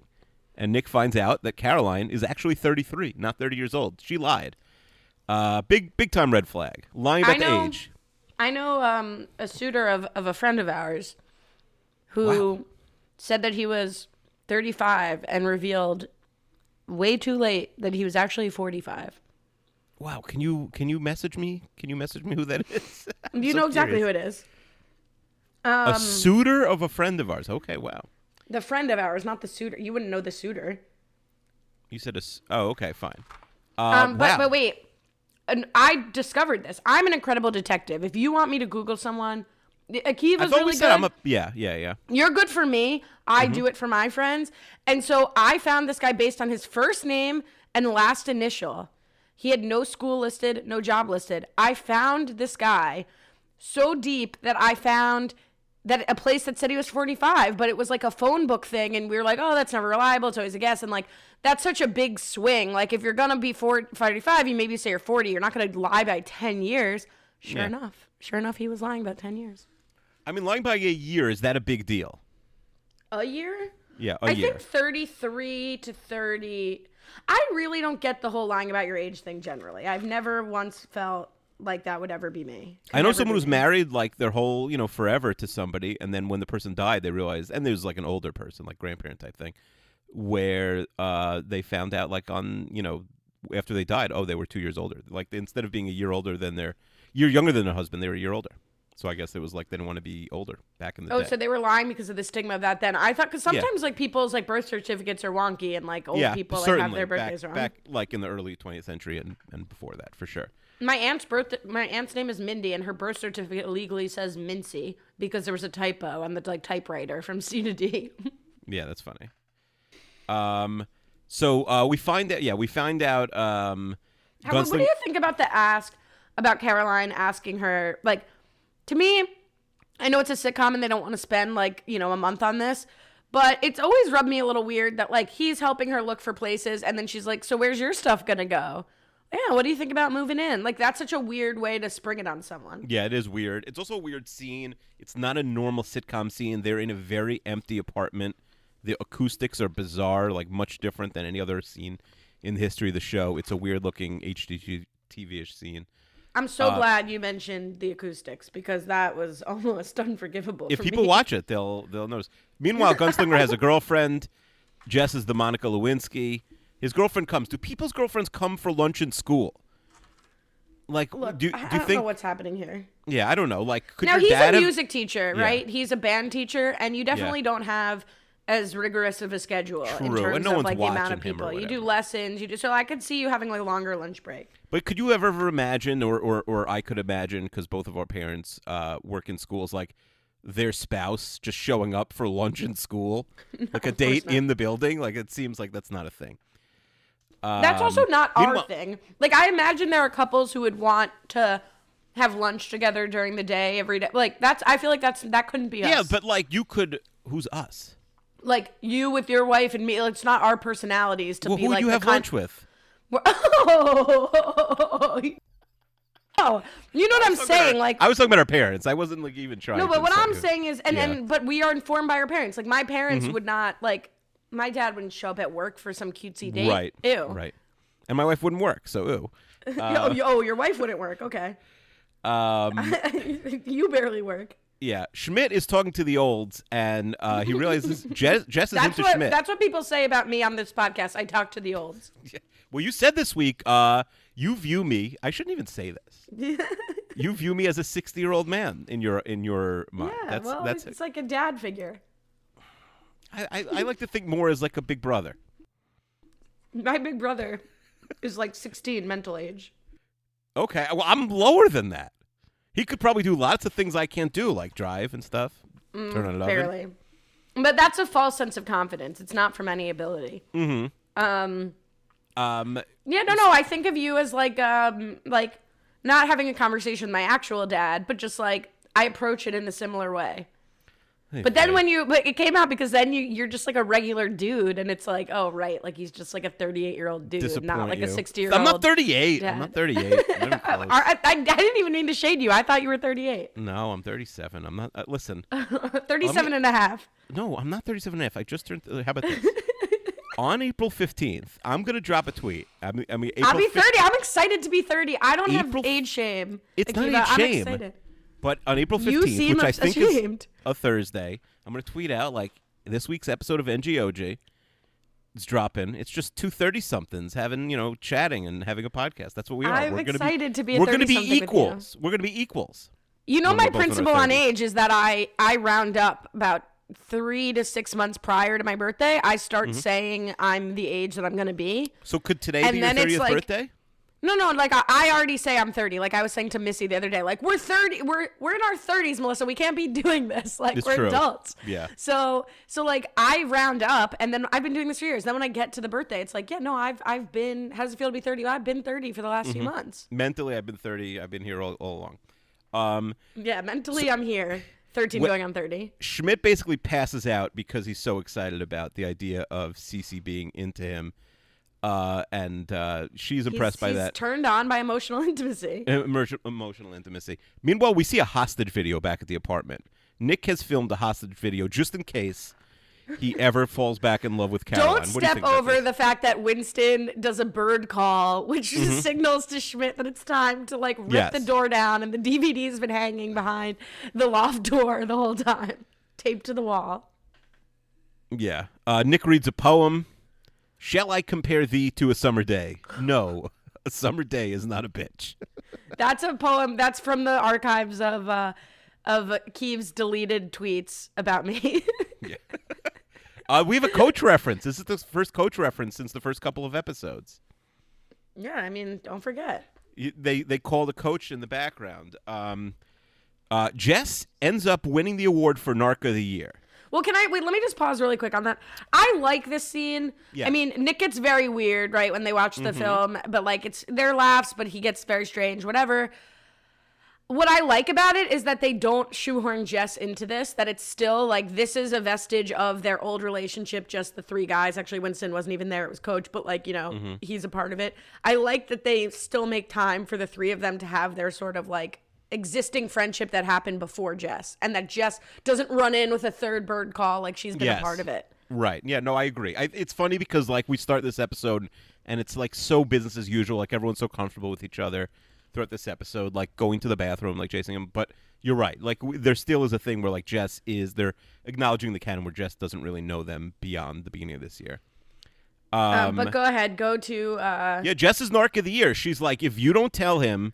Speaker 2: and Nick finds out that Caroline is actually 33, not 30 years old. She lied. Uh, big big time red flag. Lying
Speaker 3: I
Speaker 2: about the
Speaker 3: know.
Speaker 2: age.
Speaker 3: I know um, a suitor of, of a friend of ours who said that he was 35 and revealed way too late that he was actually 45.
Speaker 2: Wow, can you can you message me? Can you message me who that is? I'm
Speaker 3: You
Speaker 2: so
Speaker 3: know exactly
Speaker 2: curious.
Speaker 3: who it is. Um,
Speaker 2: a suitor of a friend of ours. Okay, wow.
Speaker 3: The friend of ours, not the suitor. You wouldn't know the suitor.
Speaker 2: You said a s- oh, okay, fine. Uh,
Speaker 3: Um, but,
Speaker 2: wow.
Speaker 3: but wait, and I discovered this. I'm an incredible detective. If you want me to Google someone,
Speaker 2: I've
Speaker 3: Akiva's really
Speaker 2: always said
Speaker 3: good.
Speaker 2: I'm a yeah, yeah, yeah.
Speaker 3: You're good for me. I do it for my friends. And so I found this guy based on his first name and last initial. He had no school listed, no job listed. I found this guy so deep that I found that a place that said he was 45, but it was like a phone book thing. And we were like, oh, that's never reliable. It's always a guess. And like, that's such a big swing. Like, if you're going to be 4 45, you maybe say you're 40. You're not going to lie by 10 years. Sure
Speaker 2: Yeah.
Speaker 3: enough. Sure enough, he was lying about 10 years.
Speaker 2: I mean, lying by a year is that a big deal?
Speaker 3: A year?
Speaker 2: Yeah, a
Speaker 3: I
Speaker 2: year.
Speaker 3: think 33 to 30. I really don't get the whole lying about your age thing generally. I've never once felt like that would ever be me. Could
Speaker 2: I know
Speaker 3: never
Speaker 2: someone
Speaker 3: be
Speaker 2: who's
Speaker 3: me.
Speaker 2: married like their whole, you know, forever to somebody, and then when the person died, they realized, and there's like an older person, like grandparent type thing, where uh, they found out like on, you know, after they died, oh, they were two years older. Like instead of being a year older than their, year younger than their husband, they were a year older. So I guess it was like they didn't want to be older back in the
Speaker 3: Oh,
Speaker 2: day.
Speaker 3: so they were lying because of the stigma of that then. I thought, because sometimes like people's like birth certificates are wonky and like old
Speaker 2: yeah,
Speaker 3: people like
Speaker 2: certainly
Speaker 3: have their birthdays
Speaker 2: back,
Speaker 3: wrong.
Speaker 2: back like in the early 20th century and, and before that for sure.
Speaker 3: My aunt's birth, my aunt's name is Mindy and her birth certificate legally says Mincy because there was a typo on the like typewriter from C to D.
Speaker 2: Yeah, that's funny. Um, so uh, we find out. Yeah, we find out. Um,
Speaker 3: How- what do
Speaker 2: Gunsling-
Speaker 3: you think about the ask about Caroline asking her? Like, to me, I know it's a sitcom and they don't want to spend like you know a month on this, but it's always rubbed me a little weird that like he's helping her look for places and then she's like, "So where's your stuff gonna go?" Yeah, what do you think about moving in? Like that's such a weird way to spring it on someone.
Speaker 2: Yeah, it is weird. It's also a weird scene. It's not a normal sitcom scene. They're in a very empty apartment. The acoustics are bizarre, like much different than any other scene in the history of the show. It's a weird looking HGTV ish scene.
Speaker 3: I'm so
Speaker 2: Uh,
Speaker 3: glad you mentioned the acoustics because that was almost unforgivable.
Speaker 2: If
Speaker 3: for
Speaker 2: people
Speaker 3: me.
Speaker 2: watch it, they'll they'll notice. Meanwhile, Gunslinger has a girlfriend. Jess is the Monica Lewinsky. His girlfriend comes. Do people's girlfriends come for lunch in school? Like,
Speaker 3: Look,
Speaker 2: do, do
Speaker 3: I, I
Speaker 2: you
Speaker 3: don't
Speaker 2: think?
Speaker 3: know what's happening here.
Speaker 2: yeah, I don't know. Like, could
Speaker 3: Now
Speaker 2: your
Speaker 3: he's
Speaker 2: dad
Speaker 3: a
Speaker 2: have-
Speaker 3: music teacher,
Speaker 2: Yeah.
Speaker 3: right? He's a band teacher, and you definitely don't have as rigorous of a schedule in
Speaker 2: True,
Speaker 3: terms
Speaker 2: and no
Speaker 3: of
Speaker 2: one's
Speaker 3: like the amount
Speaker 2: watching
Speaker 3: of
Speaker 2: him or
Speaker 3: people. You do
Speaker 2: whatever.
Speaker 3: lessons, you do so I could see you having like longer lunch break.
Speaker 2: But could you ever, ever imagine, or, or, or I could imagine, because both of our parents uh, work in schools, like their spouse just showing up for lunch in school, like a date in the building? Like, it seems like that's not a thing. Um,
Speaker 3: That's also not our
Speaker 2: meanwhile-
Speaker 3: thing. Like I imagine there are couples who would want to have lunch together during the day every day. Like that's I feel like that's that couldn't be us.
Speaker 2: Yeah, but like, you could. Who's us?
Speaker 3: like you with your wife and me, like, it's not our personalities to
Speaker 2: Well,
Speaker 3: be
Speaker 2: who
Speaker 3: like
Speaker 2: would you
Speaker 3: the
Speaker 2: have
Speaker 3: con-
Speaker 2: lunch with?
Speaker 3: Oh, you know what I'm saying? Like
Speaker 2: I was talking about our parents. I wasn't like even trying.
Speaker 3: No,
Speaker 2: to
Speaker 3: but what
Speaker 2: insult
Speaker 3: I'm
Speaker 2: you.
Speaker 3: saying is, and,
Speaker 2: Yeah. Mm-hmm.
Speaker 3: and but we are informed by our parents. Like my parents would not like my dad wouldn't show up at work for some cutesy date.
Speaker 2: right?
Speaker 3: Ew.
Speaker 2: Right. Uh, And my wife wouldn't work, so ooh.
Speaker 3: oh, you- oh, your wife wouldn't work. Okay.
Speaker 2: Um,
Speaker 3: you barely work.
Speaker 2: yeah, Schmidt is talking to the olds, and uh, he realizes Jess, Jess is
Speaker 3: That's
Speaker 2: into
Speaker 3: what
Speaker 2: Schmidt.
Speaker 3: that's what people say about me on this podcast. I talk to the olds.
Speaker 2: Yeah. Well, you said this week, uh, you view me. I shouldn't even say this. you view me as a sixty-year-old man in your in your mind.
Speaker 3: Yeah,
Speaker 2: that's
Speaker 3: well,
Speaker 2: that's.
Speaker 3: it's like a dad figure.
Speaker 2: I, I, I like to think more as like a big brother.
Speaker 3: My big brother is like 16 mental age.
Speaker 2: Okay, well, I'm lower than that. He could probably do lots of things I can't do, like drive and stuff. Turn on an oven.
Speaker 3: Mm, Barely. But that's a false sense of confidence. It's not from any ability.
Speaker 2: Mm-hmm. Um,
Speaker 3: Yeah, no, no. I think of you as like, um, like not having a conversation with my actual dad, but just like I approach it in a similar way. But then when you, but it came out because then you, you're just like a regular dude, and it's like, oh right, like he's just like a 38 year old dude, not
Speaker 2: Disappoint
Speaker 3: like
Speaker 2: you.
Speaker 3: a 60 year old.
Speaker 2: I'm not 38. I'm
Speaker 3: dad.
Speaker 2: not 38. I'm never close.
Speaker 3: I, I, I didn't even mean to shade you. I thought you were 38,
Speaker 2: no, I'm 37. I'm not. Uh, listen,
Speaker 3: 37 and a half.
Speaker 2: no, I'm not 37 and a half. I just turned. How about this? On April 15th, I'm gonna drop a tweet. I mean, I mean April
Speaker 3: I'll be
Speaker 2: 15th
Speaker 3: 30. I'm excited to be 30. I don't
Speaker 2: April-
Speaker 3: have age shame.
Speaker 2: It's not
Speaker 3: Akiva.
Speaker 2: age
Speaker 3: I'm
Speaker 2: shame.
Speaker 3: excited.
Speaker 2: But on April
Speaker 3: You
Speaker 2: 15th,
Speaker 3: seem
Speaker 2: which I think is
Speaker 3: ashamed.
Speaker 2: a Thursday, I'm going to tweet out like this week's episode of NGOG is dropping. It's just two 30 somethings having, you know, chatting and having a podcast. That's what we are.
Speaker 3: I'm
Speaker 2: we're gonna
Speaker 3: excited
Speaker 2: be,
Speaker 3: to be a
Speaker 2: We're gonna
Speaker 3: 30-something
Speaker 2: be
Speaker 3: with you.
Speaker 2: equals. We're going to be equals.
Speaker 3: You know
Speaker 2: When we're
Speaker 3: my
Speaker 2: both in our
Speaker 3: principle on
Speaker 2: 30s.
Speaker 3: age is that I I round up about three to six months prior to my birthday. I start
Speaker 2: Mm-hmm.
Speaker 3: saying I'm the age that I'm going to be.
Speaker 2: So could today
Speaker 3: And
Speaker 2: be your
Speaker 3: then it's
Speaker 2: 30th
Speaker 3: like-
Speaker 2: birthday?
Speaker 3: No, no, like I, I already say I'm 30. Like I was saying to Missy the other day, like we're 30, we're we're in our 30s, Melissa. We can't be doing this. Like
Speaker 2: It's
Speaker 3: we're
Speaker 2: true.
Speaker 3: adults.
Speaker 2: Yeah.
Speaker 3: So so like I round up, and then I've been doing this for years. Then when I get to the birthday, it's like, yeah, no, I've I've been. How does it feel to be 30? Well, I've been 30 for the last
Speaker 2: Mm-hmm.
Speaker 3: few months.
Speaker 2: Mentally, I've been 30. I've been here all, all along. Um,
Speaker 3: Yeah, mentally I'm here. 13
Speaker 2: Wh-
Speaker 3: going on 30.
Speaker 2: Schmidt basically passes out because he's so excited about the idea of Cece being into him. Uh, and uh, she's
Speaker 3: He's-
Speaker 2: impressed by
Speaker 3: he's
Speaker 2: that.
Speaker 3: Turned on by emotional intimacy.
Speaker 2: Emer- emotional intimacy. Meanwhile, we see a hostage video back at the apartment. Nick has filmed a hostage video just in case he ever falls back in love with Caroline.
Speaker 3: Don't
Speaker 2: What do you
Speaker 3: step
Speaker 2: think about
Speaker 3: over
Speaker 2: this?
Speaker 3: the fact that Winston does a bird call, which just signals to Schmidt that it's time to like rip
Speaker 2: Mm-hmm. Yes.
Speaker 3: the door down, and the DVD's been hanging behind the loft door the whole time, taped to the wall.
Speaker 2: Yeah. Uh, Nick reads a poem. Shall I compare thee to a summer day? No, a summer day is not a bitch.
Speaker 3: That's a poem. That's from the archives of uh, of Keeve's deleted tweets about me.
Speaker 2: Uh, we have a coach reference. This is the first coach reference since the first couple of episodes.
Speaker 3: yeah, I mean, don't forget.
Speaker 2: You- They they call the coach in the background. Um, uh, Jess ends up winning the award for Narc of the Year.
Speaker 3: Well, can I wait? Let me just pause really quick on that. I like this scene.
Speaker 2: Yeah.
Speaker 3: I mean, Nick gets very weird, right, when they watch the film, but like it's their laughs, but he gets very strange, whatever. What I like about it is that they don't shoehorn Jess into this, that it's still like this is a vestige of their old relationship, just the three guys. Actually, Winston wasn't even there, it was Coach, but like, you know, he's a part of it. I like that they still make time for the three of them to have their sort of like existing friendship that happened before Jess and that Jess doesn't run in with a third bird call like she's been
Speaker 2: Yes.
Speaker 3: a part of it.
Speaker 2: Right. Yeah. No, I agree. I, it's funny because like we start this episode and it's like so business as usual. Like everyone's so comfortable with each other throughout this episode, like going to the bathroom, like chasing him. But you're right. Like w there still is a thing where like Jess is they're acknowledging the canon where Jess doesn't really know them beyond the beginning of this year.
Speaker 3: Uh, but go ahead, go to uh,
Speaker 2: Yeah, Jess is narc of the year. She's like, if you don't tell him,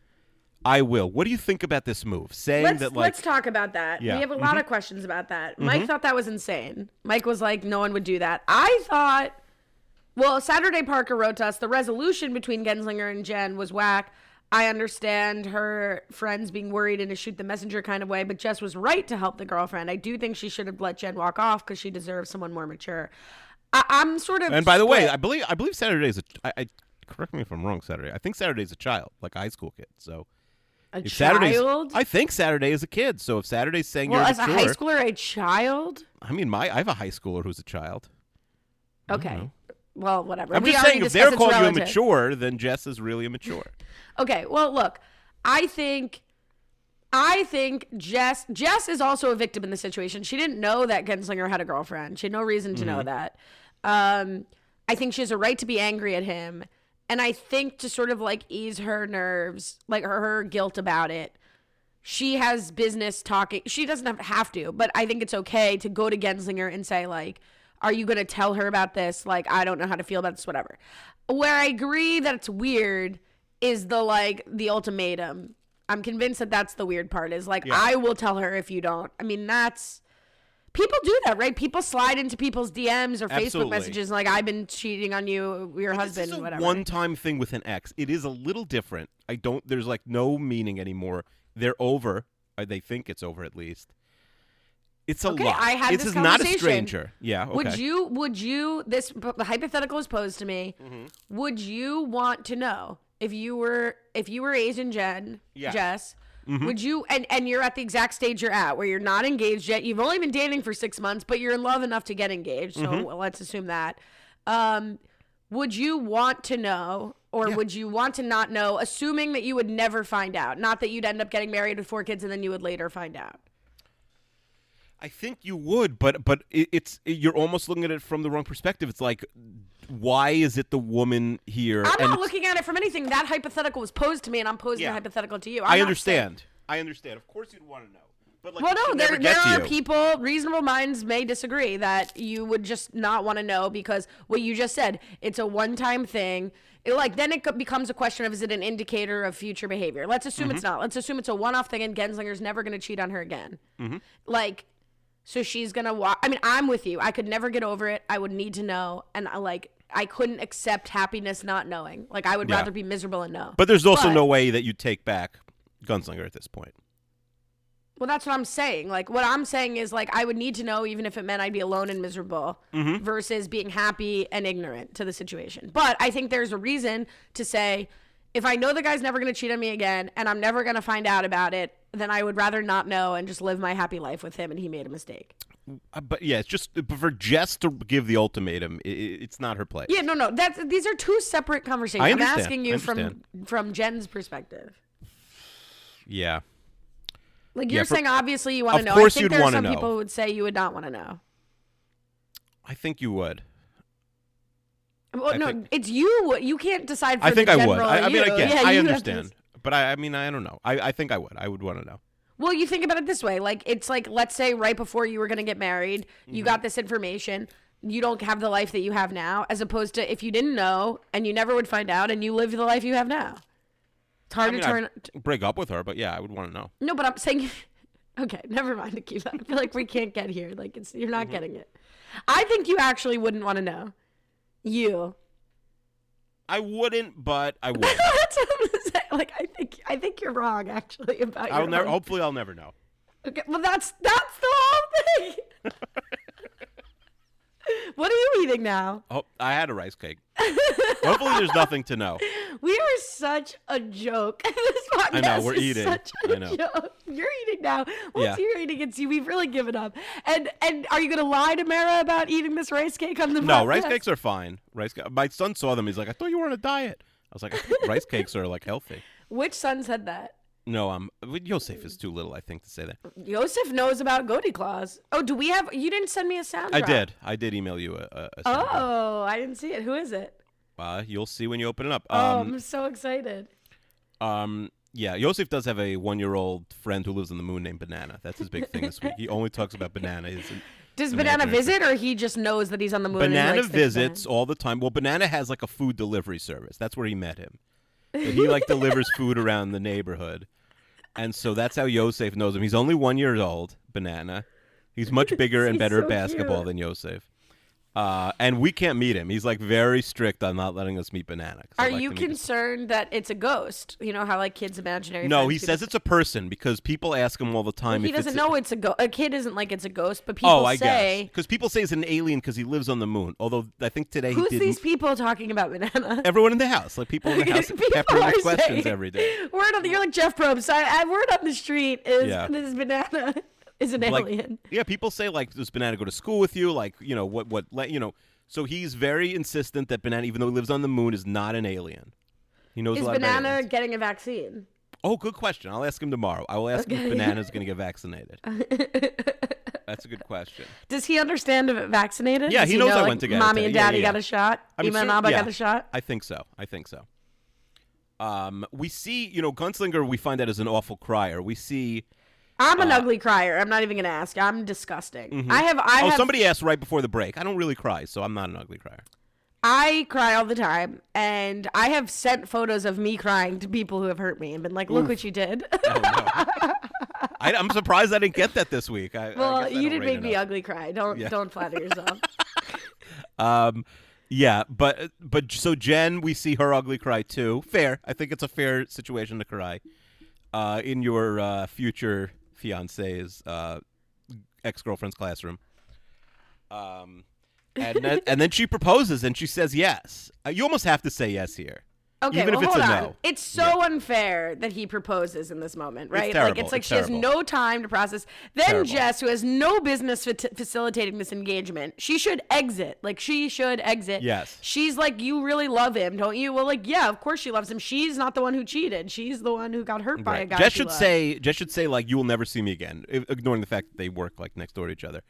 Speaker 2: I will. What do you think about this move? Saying
Speaker 3: let's
Speaker 2: that like
Speaker 3: let's talk about that.
Speaker 2: Yeah. Mm-hmm.
Speaker 3: We have a lot of questions about that. Mike thought that was insane. Mike was like, no one would do that. I thought, well, Saturday Parker wrote to us the resolution between Genslinger and Jen was whack. I understand her friends being worried in a shoot the messenger kind of way, but Jess was right to help the girlfriend. I do think she should have let Jen walk off because she deserves someone more mature. I- I'm sort of
Speaker 2: And by the way,
Speaker 3: split.
Speaker 2: I believe I believe Saturday is a I, I correct me if I'm wrong, Saturday. I think Saturday's a child, like a high school kid. So
Speaker 3: a
Speaker 2: If Saturday's,
Speaker 3: child?
Speaker 2: I think Saturday is a kid. So if Saturday's saying
Speaker 3: well,
Speaker 2: you're
Speaker 3: as a high
Speaker 2: mature-
Speaker 3: schooler, a child.
Speaker 2: I mean, my I have a high schooler who's a child.
Speaker 3: Okay. Well, whatever.
Speaker 2: I'm
Speaker 3: We
Speaker 2: just
Speaker 3: already
Speaker 2: saying, if
Speaker 3: discussed
Speaker 2: they're
Speaker 3: it's
Speaker 2: calling
Speaker 3: relative.
Speaker 2: you immature, then Jess is really immature.
Speaker 3: Okay. Well, look, I think, I think Jess Jess is also a victim in the situation. She didn't know that Genslinger had a girlfriend. She had no reason to know that. Um, I think she has a right to be angry at him, and I think to sort of like ease her nerves, like her, her guilt about it. She has business talking. She doesn't have, have to, but I think it's okay to go to Genslinger and say like, "Are you going to tell her about this? Like, I don't know how to feel about this. Whatever." Where I agree that it's weird is the like the ultimatum. I'm convinced that that's the weird part is like I will tell her if you don't. I mean that's people do that, right? People slide into people's DMs or Facebook
Speaker 2: Absolutely.
Speaker 3: messages like I've been cheating on you, your husband,
Speaker 2: this is a
Speaker 3: whatever.
Speaker 2: one-time thing with an ex. It is a little different. I don't. There's Uh, like no meaning anymore. They're over. Or they think it's over at least. It's a
Speaker 3: Okay,
Speaker 2: lot.
Speaker 3: I had
Speaker 2: this,
Speaker 3: this
Speaker 2: is not a
Speaker 3: conversation.
Speaker 2: stranger. Yeah. Okay.
Speaker 3: Would you? Would you? This p- hypothetical is posed to me.
Speaker 2: Mm-hmm.
Speaker 3: Would you want to know if you were if you were Asian Jen
Speaker 2: Yeah. Mm-hmm.
Speaker 3: Jess? Would you? And and you're at the exact stage you're at where you're not engaged yet. You've only been dating for six months, but you're in love enough to get engaged. So
Speaker 2: Mm-hmm.
Speaker 3: let's assume that. Um, would you want to know? Or would you want to not know, assuming that you would never find out? Not that you'd end up getting married with four kids and then you would later find out.
Speaker 2: I think you would, but but it, it's you're almost looking at it from the wrong perspective. It's like, why is it the woman here?
Speaker 3: I'm
Speaker 2: and
Speaker 3: not looking at it from anything. That hypothetical was posed to me, and I'm posing
Speaker 2: Yeah.
Speaker 3: the hypothetical to you. I'm
Speaker 2: I
Speaker 3: not
Speaker 2: understand. I understand. Of course, you'd want to know. But like, it
Speaker 3: saying- Well, no,
Speaker 2: should
Speaker 3: there,
Speaker 2: never
Speaker 3: there
Speaker 2: get to
Speaker 3: are
Speaker 2: you.
Speaker 3: people, reasonable minds may disagree that you would just not want to know because what you just said, it's a one time thing. It, like, then it co- becomes a question of is it an indicator of future behavior? Let's assume it's
Speaker 2: Mm-hmm.
Speaker 3: not. Let's assume it's a one off thing, and Genslinger's never going to cheat on her again.
Speaker 2: Mm-hmm.
Speaker 3: Like, so she's gonna walk. I mean, I'm with you. I could never get over it. I would need to know, and I, like I couldn't accept happiness not knowing. Like I would
Speaker 2: Yeah.
Speaker 3: rather be miserable and know.
Speaker 2: But there's also
Speaker 3: But-
Speaker 2: no way that you take back Gunslinger at this point.
Speaker 3: Well, that's what I'm saying. Like, what I'm saying is, like, I would need to know even if it meant I'd be alone and miserable
Speaker 2: Mm-hmm.
Speaker 3: versus being happy and ignorant to the situation. But I think there's a reason to say, if I know the guy's never going to cheat on me again and I'm never going to find out about it, then I would rather not know and just live my happy life with him and he made a mistake.
Speaker 2: Uh, But yeah, it's just but for Jess to give the ultimatum, i i- it's not her place.
Speaker 3: Yeah, no, no. That's these are two separate conversations.
Speaker 2: I
Speaker 3: I'm
Speaker 2: understand.
Speaker 3: asking
Speaker 2: I
Speaker 3: you from
Speaker 2: understand.
Speaker 3: from Jen's perspective.
Speaker 2: Yeah.
Speaker 3: Like
Speaker 2: Yeah,
Speaker 3: you're
Speaker 2: for-
Speaker 3: saying, obviously you want
Speaker 2: Of
Speaker 3: to know.
Speaker 2: course
Speaker 3: I think
Speaker 2: you'd
Speaker 3: there are
Speaker 2: wanna
Speaker 3: some
Speaker 2: know.
Speaker 3: people who would say you would not want to know.
Speaker 2: I think you would.
Speaker 3: Well,
Speaker 2: I
Speaker 3: no,
Speaker 2: think-
Speaker 3: it's you. You can't decide. For
Speaker 2: I think
Speaker 3: the
Speaker 2: I would.
Speaker 3: general
Speaker 2: I, I mean,
Speaker 3: you.
Speaker 2: again,
Speaker 3: Yeah,
Speaker 2: I
Speaker 3: you have to
Speaker 2: understand.
Speaker 3: dec-
Speaker 2: But I, I mean, I don't know. I, I think I would. I would want to know.
Speaker 3: Well, you think about it this way: like it's like let's say right before you were going to get married,
Speaker 2: Mm-hmm.
Speaker 3: you got this information. You don't have the life that you have now, as opposed to if you didn't know and you never would find out, and you live the life you have now. It's hard
Speaker 2: I mean,
Speaker 3: to turn.
Speaker 2: I'd break up with her, but yeah, I would want to know.
Speaker 3: No, but I'm saying, okay, never mind, Akiva. I feel like we can't get here. Like it's you're
Speaker 2: Mm-hmm.
Speaker 3: not getting it. I think you actually wouldn't want to know. You.
Speaker 2: I wouldn't, but I would.
Speaker 3: That's what I'm saying. Like I think I think you're wrong actually about.
Speaker 2: I'll
Speaker 3: your
Speaker 2: never.
Speaker 3: own-
Speaker 2: Hopefully, I'll never know.
Speaker 3: Okay, well that's that's the whole thing. what are you eating now?
Speaker 2: Oh, I had a rice cake. hopefully, there's nothing to know.
Speaker 3: We are such a joke. this podcast
Speaker 2: know, we're
Speaker 3: is
Speaker 2: eating.
Speaker 3: such a
Speaker 2: I know.
Speaker 3: joke. You're eating now. Once
Speaker 2: Yeah.
Speaker 3: you're eating, it's you. We've really given up. And and are you gonna lie to Mara about eating this rice cake on the
Speaker 2: No, rice
Speaker 3: podcast?
Speaker 2: cakes are fine. Rice. Ca- My son saw them. He's like, I thought you were on a diet. I was like, I think rice cakes are like healthy.
Speaker 3: Which son said that?
Speaker 2: No, um, Yosef is too little, I think, to say that.
Speaker 3: Yosef knows about goatee claws. Oh, do we have? You didn't send me a sound.
Speaker 2: I
Speaker 3: drop.
Speaker 2: did. I did email you a. a, a sample.
Speaker 3: Oh, I didn't see it. Who is it?
Speaker 2: Uh, you'll see when you open it up.
Speaker 3: oh,
Speaker 2: Um,
Speaker 3: I'm so excited.
Speaker 2: um, yeah, Yosef does have a one-year-old friend who lives on the moon named Banana. That's his big thing this week. He only talks about Banana. His,
Speaker 3: Does
Speaker 2: American
Speaker 3: Banana
Speaker 2: Airlines.
Speaker 3: visit, or he just knows that he's on the moon? and he
Speaker 2: Banana
Speaker 3: likes to
Speaker 2: visits
Speaker 3: expand?
Speaker 2: all the time. Well, Banana has like a food delivery service. That's where he met him. And he like delivers food around the neighborhood, and so that's how Yosef knows him. He's only one year old, Banana. He's much bigger and
Speaker 3: He's
Speaker 2: better
Speaker 3: so
Speaker 2: at basketball
Speaker 3: cute.
Speaker 2: than Yosef. Uh, and we can't meet him. He's like very strict on not letting us meet Banana. 'cause I'd
Speaker 3: Are
Speaker 2: like
Speaker 3: you
Speaker 2: to meet his
Speaker 3: concerned that it's a ghost? You know how like kids' imaginary.
Speaker 2: No,
Speaker 3: friends
Speaker 2: he
Speaker 3: do
Speaker 2: says
Speaker 3: this?
Speaker 2: it's a person because people ask him all the time.
Speaker 3: He
Speaker 2: if it's
Speaker 3: doesn't
Speaker 2: a-
Speaker 3: know it's a ghost. A kid isn't like it's a ghost, but people
Speaker 2: Oh, I guess
Speaker 3: say.
Speaker 2: because people say he's an alien because he lives on the moon. Although I think today
Speaker 3: Who's
Speaker 2: he didn't.
Speaker 3: these people talking about banana?
Speaker 2: Everyone in the house, like people in the house,
Speaker 3: People
Speaker 2: peppering
Speaker 3: are
Speaker 2: with questions
Speaker 3: saying-
Speaker 2: every day.
Speaker 3: Word on the, you're like Jeff Probst. I, I word on the street is
Speaker 2: Yeah.
Speaker 3: this banana is an
Speaker 2: Like,
Speaker 3: alien.
Speaker 2: yeah, people say like, does Banana go to school with you? Like, you know what? What? Let you know. So he's very insistent that Banana, even though he lives on the moon, is not an alien. He knows
Speaker 3: Is
Speaker 2: a lot about
Speaker 3: banana
Speaker 2: aliens.
Speaker 3: getting a vaccine?
Speaker 2: Oh, good question. I'll ask him tomorrow. I will ask him
Speaker 3: Okay.
Speaker 2: if Banana's going to get vaccinated. That's a good question.
Speaker 3: Does he understand if it vaccinated?
Speaker 2: Yeah,
Speaker 3: Does
Speaker 2: he knows
Speaker 3: know,
Speaker 2: I
Speaker 3: like,
Speaker 2: went to get it
Speaker 3: Mommy
Speaker 2: today.
Speaker 3: and
Speaker 2: Yeah,
Speaker 3: daddy
Speaker 2: yeah, yeah.
Speaker 3: got a shot.
Speaker 2: I mean,
Speaker 3: Ima and
Speaker 2: cer-
Speaker 3: Abba
Speaker 2: yeah.
Speaker 3: got a shot.
Speaker 2: I think so. I think so. Um, we see, you know, Gunslinger. We find out is an awful crier. We see.
Speaker 3: I'm
Speaker 2: Uh,
Speaker 3: an ugly crier. I'm not even gonna ask. I'm disgusting. I have. I
Speaker 2: oh,
Speaker 3: have.
Speaker 2: somebody asked right before the break. I don't really cry, so I'm not an ugly crier.
Speaker 3: I cry all the time, and I have sent photos of me crying to people who have hurt me and been like, "Look what you did."
Speaker 2: Oh, no. I, am surprised I didn't get that this week. I, I
Speaker 3: well,
Speaker 2: guess I
Speaker 3: you
Speaker 2: don't
Speaker 3: did
Speaker 2: rate
Speaker 3: make me
Speaker 2: enough.
Speaker 3: ugly cry. Don't
Speaker 2: Yeah.
Speaker 3: don't flatter yourself.
Speaker 2: Um, yeah, but but so Jen, we see her ugly cry too. Fair. I think it's a fair situation to cry. Uh, in your uh, future fiance's uh, ex girlfriend's classroom. Um, and then, and then she proposes and she says yes. Uh, You almost have to say yes here.
Speaker 3: Okay,
Speaker 2: even
Speaker 3: well,
Speaker 2: if it's
Speaker 3: hold
Speaker 2: a
Speaker 3: on.
Speaker 2: no.
Speaker 3: It's so unfair that he proposes in this moment, right? like
Speaker 2: terrible.
Speaker 3: it's like
Speaker 2: It's
Speaker 3: she
Speaker 2: terrible.
Speaker 3: has no time to process. Then
Speaker 2: Terrible.
Speaker 3: Jess, who has no business fa- facilitating this engagement, she should exit. Like she should exit.
Speaker 2: Yes.
Speaker 3: She's like, you really love him, don't you? Well, like yeah, of course she loves him. She's not the one who cheated. She's the one who got hurt by a
Speaker 2: Right.
Speaker 3: guy.
Speaker 2: Jess
Speaker 3: she
Speaker 2: should
Speaker 3: loved.
Speaker 2: say Jess should say like you will never see me again, i- ignoring the fact that they work like next door to each other.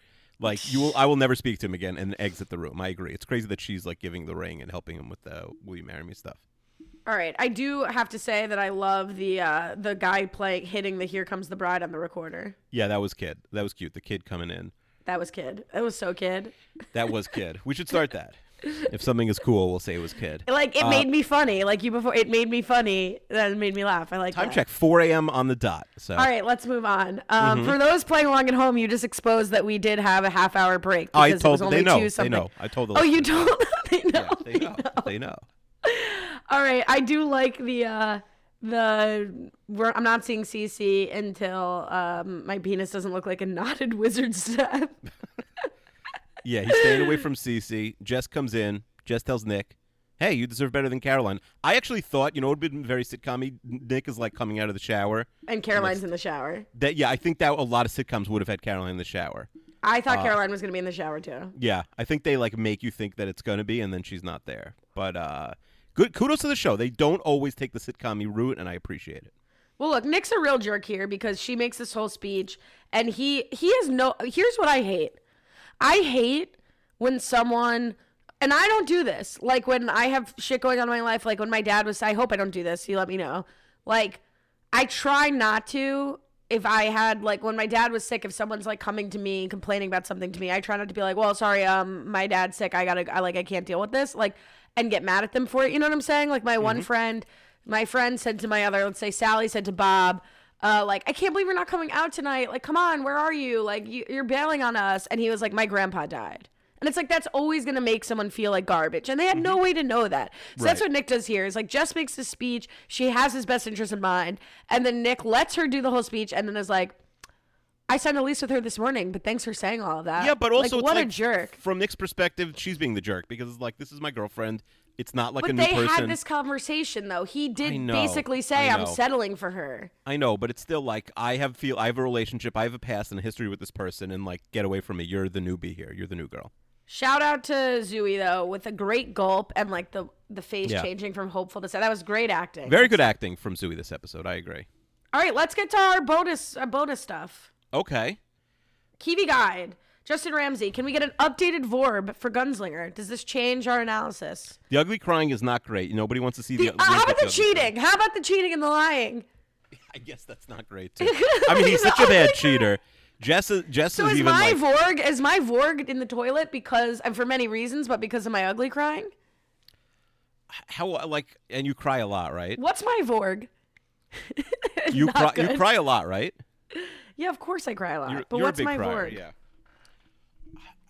Speaker 2: Like you will, I will never speak to him again, and exit the room. I agree. It's crazy that she's like giving the ring and helping him with the "Will you marry me?" stuff.
Speaker 3: All right, I do have to say that I love the uh, the guy playing hitting the "Here Comes the Bride" on the recorder.
Speaker 2: Yeah, that was kid. That was cute. The kid coming in.
Speaker 3: That was kid. That was so kid.
Speaker 2: That was kid. We should start that. If something is cool, we'll say it was kid.
Speaker 3: Like it made me funny. Like you before, it made me funny. That made me laugh. I like
Speaker 2: Time
Speaker 3: that.
Speaker 2: check, 4 a.m. on the dot. So
Speaker 3: All right, let's move on. Um,
Speaker 2: Mm-hmm.
Speaker 3: For those playing along at home, you just exposed that we did have a half hour break.
Speaker 2: I
Speaker 3: because
Speaker 2: told
Speaker 3: it was
Speaker 2: them.
Speaker 3: only
Speaker 2: They know.
Speaker 3: two
Speaker 2: They
Speaker 3: something.
Speaker 2: know. I told the
Speaker 3: Oh, you
Speaker 2: listeners.
Speaker 3: told them. They know.
Speaker 2: Yeah, they know. They know.
Speaker 3: All right, I do like the uh, the. We're, I'm not seeing CC until um, my penis doesn't look like a knotted wizard step.
Speaker 2: Yeah, he's staying away from Cece. Jess comes in. Jess tells Nick, "Hey, you deserve better than Caroline." I actually thought, you know, it would have been very sitcom Nick is like coming out of the shower.
Speaker 3: And Caroline's in the shower.
Speaker 2: That yeah, I think that a lot of sitcoms would have had Caroline in the shower.
Speaker 3: I thought
Speaker 2: Ah.
Speaker 3: Caroline was gonna be in the shower too.
Speaker 2: Yeah, I think they like make you think that it's gonna be, and then she's not there. But uh, good kudos to the show. They don't always take the sitcom route, and I appreciate it.
Speaker 3: Well, look, Nick's a real jerk here because she makes this whole speech, and he he has no. Here's what I hate. I hate when someone, and I don't do this. Like when I have shit going on in my life. Like when my dad was. I hope I don't do this. You let me know. Like I try not to. If I had like when my dad was sick, if someone's like coming to me complaining about something to me, I try not to be like, "Well, sorry, um, my dad's sick. I gotta, I like, I can't deal with this." Like, and get mad at them for it. You know what I'm saying? Like my one friend, my friend said to my other, let's say Sally said to Bob, uh, like, I can't believe you're not coming out tonight. Like, come on, where are you? Like, you, you're bailing on us. And he was like, my grandpa died. And it's like that's always gonna make someone feel like garbage, and they had no way to know that. So that's
Speaker 2: Mm-hmm. Right.
Speaker 3: what Nick does here. Is like Jess makes this speech, she has his best interest in mind, and then Nick lets her do the whole speech, and then is like, "I signed a lease with her this morning, but thanks for saying all of that."
Speaker 2: Yeah, but also
Speaker 3: Uh, like,
Speaker 2: it's
Speaker 3: what
Speaker 2: like,
Speaker 3: a jerk.
Speaker 2: From Nick's perspective, she's being the jerk because it's like this is my girlfriend. It's not like a
Speaker 3: But
Speaker 2: new
Speaker 3: they
Speaker 2: person.
Speaker 3: had this conversation though. He did
Speaker 2: know,
Speaker 3: basically say,
Speaker 2: I know.
Speaker 3: "I'm settling for her."
Speaker 2: I know, but it's still like I have feel I have a relationship, I have a past and a history with this person, and like get away from me. You're the newbie here. You're the new girl.
Speaker 3: Shout out to Zooey though with a great gulp and like the the face
Speaker 2: Yeah.
Speaker 3: changing from hopeful to sad. That was great acting.
Speaker 2: Very good acting from Zooey this episode. I agree.
Speaker 3: All right, let's get to our bonus our bonus stuff.
Speaker 2: Okay.
Speaker 3: Kiwi Guide. Justin Ramsey, can we get an updated VORB for Gunslinger? Does this change our analysis?
Speaker 2: The ugly crying is not great. Nobody wants to see the.
Speaker 3: The, uh, how
Speaker 2: Olympic
Speaker 3: about the
Speaker 2: ugly
Speaker 3: cheating? How about the cheating and the lying?
Speaker 2: crying. I guess that's not great too. I mean, he's such a bad cheater. Jess, is- Jess
Speaker 3: So
Speaker 2: is,
Speaker 3: is
Speaker 2: even
Speaker 3: my
Speaker 2: like.
Speaker 3: Vorg is my Vorg in the toilet because and for many reasons, but because of my ugly crying?
Speaker 2: how like, and you cry a lot, right?
Speaker 3: What's my Vorg?
Speaker 2: You cry,
Speaker 3: Not
Speaker 2: you
Speaker 3: good.
Speaker 2: cry a lot, right?
Speaker 3: Yeah, of course I cry a lot.
Speaker 2: You're,
Speaker 3: but
Speaker 2: you're
Speaker 3: what's
Speaker 2: a big
Speaker 3: my
Speaker 2: crier.
Speaker 3: Vorg?
Speaker 2: Yeah. I-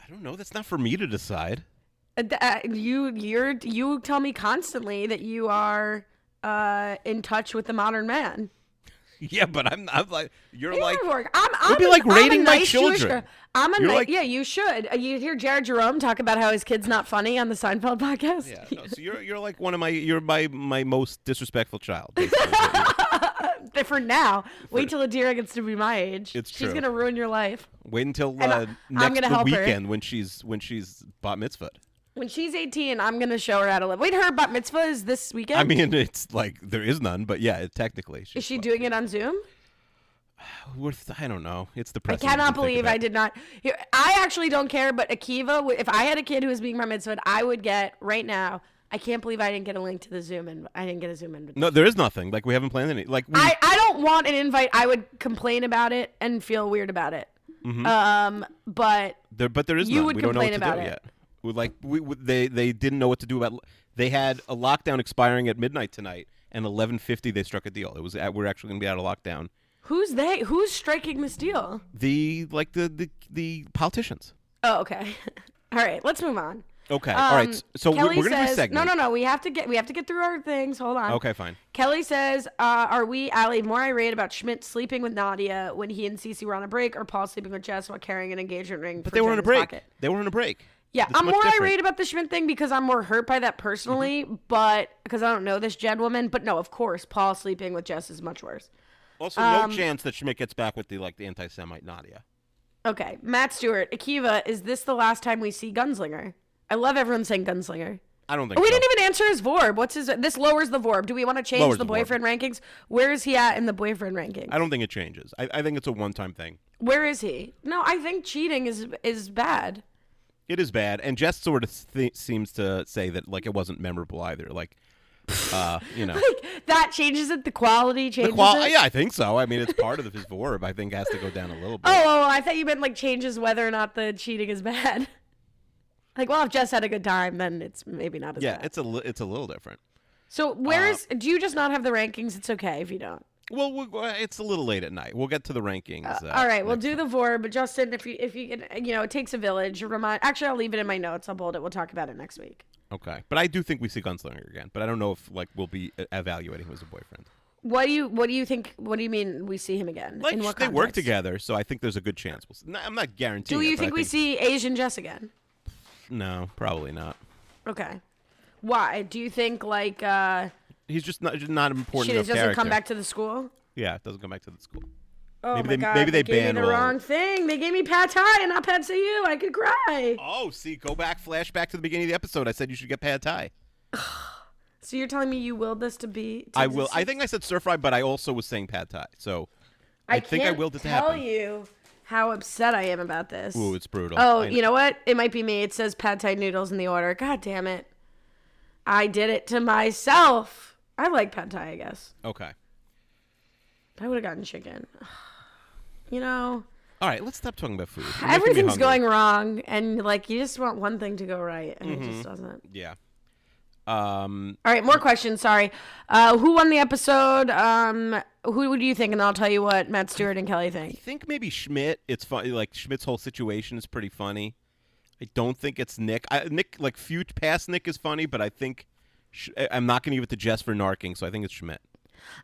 Speaker 2: I don't know. That's not for me to decide.
Speaker 3: Uh, th- uh, you you're you tell me constantly that you are uh, in touch with the modern man.
Speaker 2: Yeah, but I'm, I'm like, you're
Speaker 3: You're
Speaker 2: like,
Speaker 3: a work. I'm, I'm
Speaker 2: be
Speaker 3: a-
Speaker 2: like
Speaker 3: I'm a
Speaker 2: raiding my
Speaker 3: nice Jewish
Speaker 2: children.
Speaker 3: girl. I'm a
Speaker 2: You're
Speaker 3: ni-
Speaker 2: like-
Speaker 3: yeah. You should. Uh, You hear Jared Jerome talk about how his kid's not funny on the Seinfeld podcast.
Speaker 2: Yeah, no, so you're you're like one of my you're my my most disrespectful child. basically.
Speaker 3: But For now, wait till Adira gets to be my age.
Speaker 2: It's
Speaker 3: She's
Speaker 2: true.
Speaker 3: gonna ruin your life
Speaker 2: Wait until
Speaker 3: And I-
Speaker 2: uh,
Speaker 3: I'm
Speaker 2: next
Speaker 3: gonna
Speaker 2: the
Speaker 3: help her.
Speaker 2: weekend when she's when she's bat mitzvah.
Speaker 3: when she's 18. I'm gonna show her how to live. Wait, her bat mitzvah is this weekend.
Speaker 2: I mean, it's like there is none, but yeah, it, technically, she's
Speaker 3: is she
Speaker 2: bat-
Speaker 3: doing it on Zoom?
Speaker 2: Worth, I don't know. It's
Speaker 3: I
Speaker 2: depressing.
Speaker 3: cannot believe I did not. Here- I actually don't care, but Akiva, w- if I had a kid who was being my mitzvah, I would get right now. I can't believe I didn't get a link to the Zoom and I didn't get a Zoom invitation.
Speaker 2: No, there is nothing. Like we haven't planned any. Like we,
Speaker 3: I, I don't want an invite. I would complain about it and feel weird about it.
Speaker 2: Mm-hmm.
Speaker 3: Um, but
Speaker 2: there, but there is
Speaker 3: you
Speaker 2: none.
Speaker 3: would
Speaker 2: we don't know what to
Speaker 3: complain
Speaker 2: do
Speaker 3: about it.
Speaker 2: yet. We like we, we they they didn't know what to do about. They had a lockdown expiring at midnight tonight, and eleven fifty they struck a deal. It was at, we're actually going to be out of lockdown.
Speaker 3: who's they? Who's striking this deal?
Speaker 2: The like the the the politicians.
Speaker 3: Oh, okay. All right, let's move on.
Speaker 2: Okay. All right.
Speaker 3: Um,
Speaker 2: S- So we're,
Speaker 3: Kelly
Speaker 2: we're gonna do a
Speaker 3: says-
Speaker 2: segment.
Speaker 3: No, no, no. We have to get we have to get through our things. Hold on.
Speaker 2: Okay, fine.
Speaker 3: Kelly says, uh, "Are we, Allie, more irate about Schmidt sleeping with Nadia when he and Cece were on a break, or Paul sleeping with Jess while carrying an engagement ring?"
Speaker 2: But they were on a break. They were on a break.
Speaker 3: Yeah,
Speaker 2: It's
Speaker 3: I'm
Speaker 2: much
Speaker 3: more
Speaker 2: different. Mm-hmm.
Speaker 3: irate about the Schmidt thing because I'm more hurt by that personally, but because I don't know this Jed woman. But no, of course, Paul sleeping with Jess is much worse.
Speaker 2: Also,
Speaker 3: um,
Speaker 2: no chance that Schmidt gets back with the like the anti-Semite Nadia.
Speaker 3: Okay, Matt Stewart, Akiva, is this the last time we see Gunslinger? I love everyone saying Gunslinger.
Speaker 2: I don't think.
Speaker 3: Oh, We
Speaker 2: so.
Speaker 3: didn't even answer his VORB. What's his? This lowers the VORB. Do we want to change
Speaker 2: Lowers
Speaker 3: the
Speaker 2: the VORB.
Speaker 3: boyfriend rankings? Where is he at in the boyfriend rankings?
Speaker 2: I don't think it changes. I, I think it's a one-time thing.
Speaker 3: Where is he? No, I think cheating is is bad.
Speaker 2: It is bad, and Jess sort of th- seems to say that like it wasn't memorable either. Like, uh, you know,
Speaker 3: Like that changes it. The quality
Speaker 2: the
Speaker 3: changes
Speaker 2: qual-
Speaker 3: it.
Speaker 2: yeah, I think so. I mean, it's part of his vorb. I think has to go down a little bit.
Speaker 3: Oh, oh, I thought you meant like changes whether or not the cheating is bad. Like, well, if Jess had a good time, then it's maybe not as
Speaker 2: yeah,
Speaker 3: bad.
Speaker 2: it's uh, a li- it's a little different.
Speaker 3: So where is? Do you just not have the rankings? It's okay if you don't.
Speaker 2: Well, we- well, it's a little late at night. We'll get to the rankings. Uh,
Speaker 3: All right, we'll
Speaker 2: next-
Speaker 3: do the VORB, but Justin, if you if you can, you know, it takes a village. Remind. Actually, I'll leave it in my notes. I'll bold it. We'll talk about it next week.
Speaker 2: Okay, but I do think we see Gunslinger again. But I don't know if like we'll be uh, evaluating him as a boyfriend.
Speaker 3: What do you What do you think? What do you mean we see him again?
Speaker 2: Like
Speaker 3: in what
Speaker 2: they work
Speaker 3: context?
Speaker 2: together, so I think there's a good chance. We'll see. No, I'm not guaranteeing.
Speaker 3: Do
Speaker 2: it,
Speaker 3: you
Speaker 2: but I
Speaker 3: think we see Asian Jess again?
Speaker 2: No, probably not.
Speaker 3: Okay. Why do you think like uh,
Speaker 2: He's just not just not an important.
Speaker 3: she
Speaker 2: enough
Speaker 3: just doesn't come
Speaker 2: character.
Speaker 3: back to the school?
Speaker 2: Yeah, it doesn't come back to the school.
Speaker 3: Oh
Speaker 2: Maybe
Speaker 3: my
Speaker 2: they-
Speaker 3: god!
Speaker 2: maybe they
Speaker 3: gave
Speaker 2: ban
Speaker 3: me the
Speaker 2: all-
Speaker 3: wrong thing. They gave me pad thai and not pad see you. I could cry.
Speaker 2: Oh, see, go back, flashback to the beginning of the episode. I said you should get pad thai.
Speaker 3: So you're telling me you willed this to be? to
Speaker 2: I will.
Speaker 3: see-
Speaker 2: I think I said stir fry, but I also was saying pad thai. So I, think I
Speaker 3: can't
Speaker 2: willed it to
Speaker 3: tell
Speaker 2: happen.
Speaker 3: you how upset I am about this.
Speaker 2: Ooh, it's brutal.
Speaker 3: Oh,
Speaker 2: I
Speaker 3: you know what? It might be me. It says pad thai noodles in the order. God damn it! I did it to myself. I like pad thai, I guess.
Speaker 2: Okay.
Speaker 3: I would have gotten chicken. You know,
Speaker 2: All right. Let's stop talking about food. You're making me
Speaker 3: everything's
Speaker 2: hungry.
Speaker 3: going wrong, and like you just want one thing to go right, and it
Speaker 2: Mm-hmm.
Speaker 3: just doesn't.
Speaker 2: Yeah. Um.
Speaker 3: All right, more questions. Sorry. Uh, who won the episode? Um, who do you think? And I'll tell you what Matt Stewart and Kelly
Speaker 2: I
Speaker 3: think.
Speaker 2: think maybe Schmidt. It's funny. Like Schmidt's whole situation is pretty funny. I don't think it's Nick. I, Nick, like fut past Nick is funny, but I think Sch- I- I'm not going to give it to Jess for narking. So I think it's Schmidt.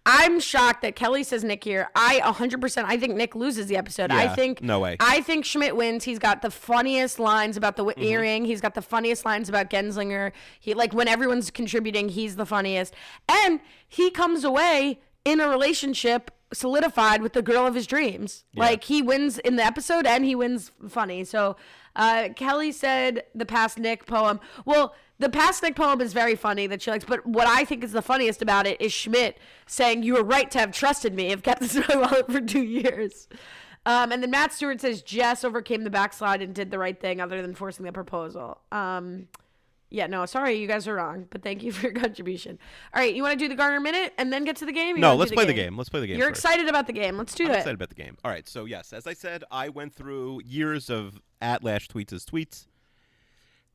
Speaker 3: I'm shocked that Kelly says Nick here. I 100%. I think Nick loses the episode. I
Speaker 2: Yeah,
Speaker 3: think
Speaker 2: no way.
Speaker 3: I think Schmidt wins. He's got the funniest lines about the w- earring. He's got the funniest lines about Genslinger. He like when everyone's contributing, he's the funniest, and he comes away in a relationship solidified with the girl of his dreams. Like he wins in the episode and he wins funny. So uh, Kelly said the past Nick poem. Well, the past Nick poem is very funny that she likes, but what I think is the funniest about it is Schmidt saying, "You were right to have trusted me. I've kept this in my wallet for two years." Um, and then Matt Stewart says Jess overcame the backslide and did the right thing, other than forcing the proposal. Um, yeah, no, sorry, you guys are wrong, but thank you for your contribution. All right, you want to do the Garner minute and then get to the game? You
Speaker 2: No,
Speaker 3: wanna do
Speaker 2: let's play the game. Let's play the game
Speaker 3: You're
Speaker 2: first.
Speaker 3: excited about the game. Let's do
Speaker 2: I'm
Speaker 3: it.
Speaker 2: excited about the game. All right, so yes, as I said, I went through years of at Lash tweets as tweets,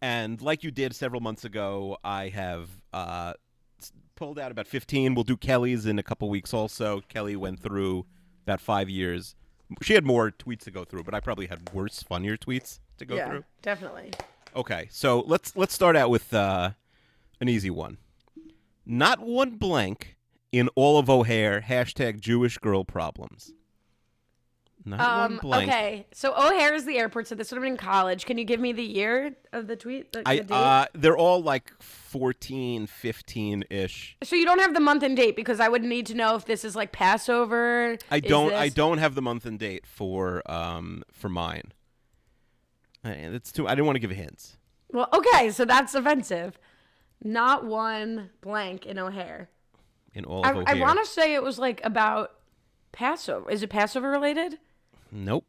Speaker 2: and like you did several months ago, I have uh, s- pulled out about 15. We'll do Kelly's in a couple weeks. Also, Kelly went through about five years. She had more tweets to go through, but I probably had worse, funnier tweets to go
Speaker 3: yeah,
Speaker 2: through.
Speaker 3: definitely.
Speaker 2: Okay, so let's let's start out with uh, an easy one. Not one blank in all of O'Hare hashtag Jewish girl problems. Not one
Speaker 3: Um,
Speaker 2: blank.
Speaker 3: okay, so O'Hare is the airport, so this would have been college. Can you give me the year of the tweet? The,
Speaker 2: I,
Speaker 3: the date?
Speaker 2: uh, they're all like 14, 15 ish.
Speaker 3: so you don't have the month and date because I would need to know if this is like Passover.
Speaker 2: I
Speaker 3: is
Speaker 2: don't. I
Speaker 3: this-
Speaker 2: don't have the month and date for um for mine. I- That's too. I didn't want to give hints.
Speaker 3: Well, okay, so that's offensive. Not one blank in O'Hare.
Speaker 2: In all
Speaker 3: I,
Speaker 2: of
Speaker 3: I
Speaker 2: O'Hare.
Speaker 3: want to say it was like about Passover. Is it Passover related?
Speaker 2: Nope.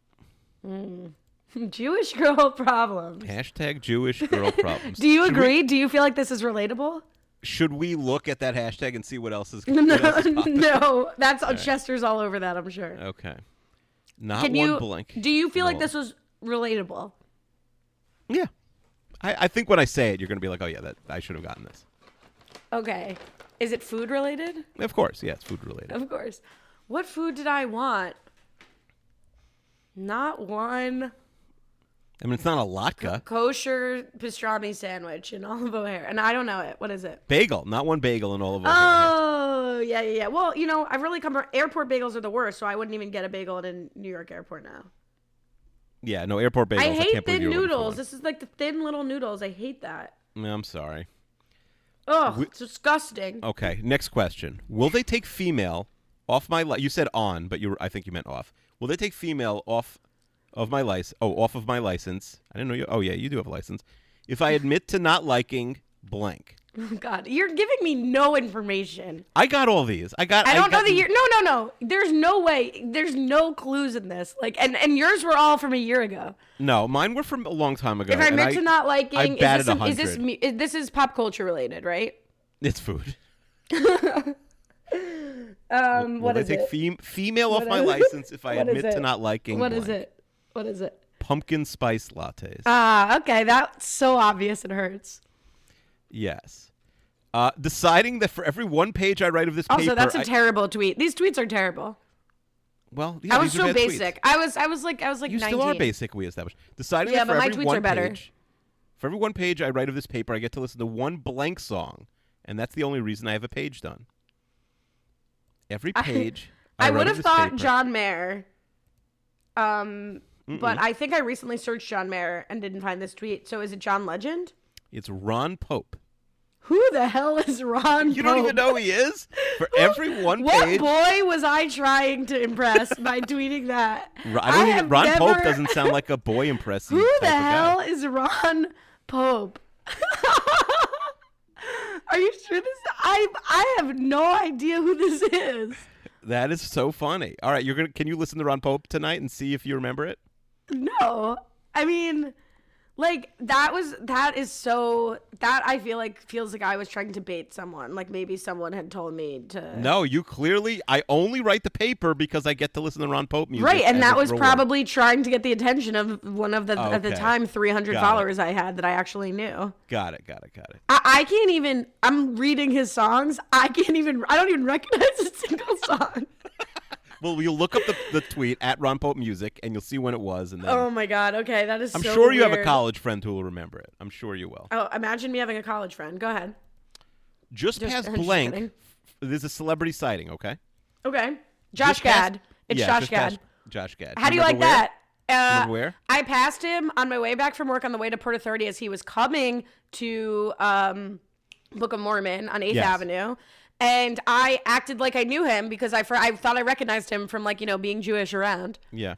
Speaker 3: Jewish girl problem.
Speaker 2: Hashtag Jewish girl problems.
Speaker 3: Do you
Speaker 2: Should we-
Speaker 3: agree? Do you feel like this is relatable?
Speaker 2: should we look at that hashtag and see what else is?
Speaker 3: No,
Speaker 2: what else is popping?
Speaker 3: no. That's Chester's all over that. I'm sure.
Speaker 2: Okay. Uh, Not
Speaker 3: Can
Speaker 2: one
Speaker 3: you?
Speaker 2: blank.
Speaker 3: Do you feel like
Speaker 2: No.
Speaker 3: this was relatable?
Speaker 2: Yeah. I, I think when I say it, you're going to be like, oh, yeah, that I should have gotten this.
Speaker 3: Okay. Is it food related?
Speaker 2: Of course. Yeah, it's food related.
Speaker 3: Of course. What food did I want? Not one
Speaker 2: I mean, it's not a latke.
Speaker 3: Kosher pastrami sandwich in olive O'Hare. And I don't know it. What is it?
Speaker 2: Bagel, not one bagel in all of O'Hare.
Speaker 3: Oh, yeah, yeah, yeah. Well, you know, I've really come. Airport bagels are the worst, so I wouldn't even get a bagel at a New York airport now.
Speaker 2: Yeah, no airport bagels.
Speaker 3: I
Speaker 2: I
Speaker 3: hate
Speaker 2: can't believe
Speaker 3: thin
Speaker 2: you were looking for
Speaker 3: noodles.
Speaker 2: one.
Speaker 3: This is like the thin little noodles. I hate that.
Speaker 2: No, I'm sorry.
Speaker 3: Ugh, it's disgusting.
Speaker 2: Okay, next question. Will they take female off my li You said on, but you were, I think you meant off. Will they take female off of my license? Oh, off of my license. I didn't know you. Oh, yeah, you do have a license. If I admit to not liking blank,
Speaker 3: Oh, God, you're giving me no information.
Speaker 2: I got all these. I got.
Speaker 3: I don't know
Speaker 2: got-
Speaker 3: the year. No, no, no. There's no way. There's no clues in this. Like, and and yours were all from a year ago.
Speaker 2: No, mine were from a long time ago.
Speaker 3: If I
Speaker 2: and
Speaker 3: meant to not liking,
Speaker 2: I
Speaker 3: is
Speaker 2: batted
Speaker 3: this, an- is this
Speaker 2: 100.
Speaker 3: mu- is, this is pop culture related, right?
Speaker 2: It's food.
Speaker 3: Um, what
Speaker 2: Will
Speaker 3: is
Speaker 2: they take
Speaker 3: it?
Speaker 2: fem- female off my
Speaker 3: is-
Speaker 2: license if I
Speaker 3: what is
Speaker 2: admit to
Speaker 3: it?
Speaker 2: not liking
Speaker 3: What
Speaker 2: blank?
Speaker 3: is it? What is it?
Speaker 2: Pumpkin spice lattes.
Speaker 3: Ah, okay, that's so obvious it hurts.
Speaker 2: yes. Uh, deciding that for every one page I write of this
Speaker 3: Also,
Speaker 2: paper,
Speaker 3: that's a
Speaker 2: I-
Speaker 3: terrible tweet. These tweets are terrible.
Speaker 2: well, yeah,
Speaker 3: I was
Speaker 2: these are
Speaker 3: so
Speaker 2: bad tweets.
Speaker 3: basic. I was, I was like, I was like
Speaker 2: You
Speaker 3: 19.
Speaker 2: still are basic. We established deciding
Speaker 3: Yeah,
Speaker 2: that for
Speaker 3: but my
Speaker 2: every
Speaker 3: tweets
Speaker 2: one
Speaker 3: are better.
Speaker 2: page, for every one page I write of this paper, I get to listen to one blank song, and that's the only reason I have a page done. Every page I,
Speaker 3: I
Speaker 2: write of
Speaker 3: would have
Speaker 2: this
Speaker 3: thought
Speaker 2: paper-
Speaker 3: John Mayer. Um, but I think I recently searched John Mayer and didn't find this tweet. So is it John Legend?
Speaker 2: it's Ron Pope.
Speaker 3: Who the hell is Ron?
Speaker 2: You don't even
Speaker 3: Pope?
Speaker 2: know who he is. For every one
Speaker 3: What
Speaker 2: page,
Speaker 3: boy was I trying to impress by tweeting that?
Speaker 2: Ro- I don't even,
Speaker 3: have
Speaker 2: Ron Pope
Speaker 3: never-
Speaker 2: doesn't sound like a boy impressive.
Speaker 3: Who
Speaker 2: type
Speaker 3: the
Speaker 2: of guy.
Speaker 3: hell is Ron Pope? Are you sure this? I I have no idea who this is.
Speaker 2: That is so funny. All right, you're gonna. Can you listen to Ron Pope tonight and see if you remember it?
Speaker 3: No, I mean, like that was that is so that I feel like feels like I was trying to bait someone. Like maybe someone had told me to.
Speaker 2: No, you clearly. I only write the paper because I get to listen to Ron Pope music.
Speaker 3: Right,
Speaker 2: as
Speaker 3: and that
Speaker 2: a
Speaker 3: was
Speaker 2: reward.
Speaker 3: probably trying to get the attention of one of the at the
Speaker 2: Okay.
Speaker 3: time 300
Speaker 2: Got it.
Speaker 3: followers I had that I actually knew.
Speaker 2: Got it. Got it. Got it.
Speaker 3: I, I can't even. I'm reading his songs. I can't even. I don't even recognize a single song.
Speaker 2: Well, you'll look up the, the tweet at Ron Pope music and you'll see when it was, and then
Speaker 3: oh my god. Okay, that is.
Speaker 2: I'm
Speaker 3: so
Speaker 2: sure you have a
Speaker 3: weird.
Speaker 2: college friend who will remember it. I'm sure you will.
Speaker 3: Oh, imagine me having a college friend. Go ahead.
Speaker 2: Just, past
Speaker 3: I'm just
Speaker 2: blank,
Speaker 3: kidding.
Speaker 2: f- there's a celebrity sighting. Okay.
Speaker 3: Okay, Josh
Speaker 2: Just past-
Speaker 3: Gad. It's
Speaker 2: yeah,
Speaker 3: Josh
Speaker 2: just
Speaker 3: Gad.
Speaker 2: past Josh Gad.
Speaker 3: How do you like
Speaker 2: Remember where?
Speaker 3: that? Uh,
Speaker 2: Remember where?
Speaker 3: I passed him on my way back from work on the way to Port Authority as he was coming to um, Book of Mormon on 8th
Speaker 2: Yes.
Speaker 3: Avenue. And I acted like I knew him because I, fr- I thought I recognized him from, like, you know, being Jewish around.
Speaker 2: Yeah.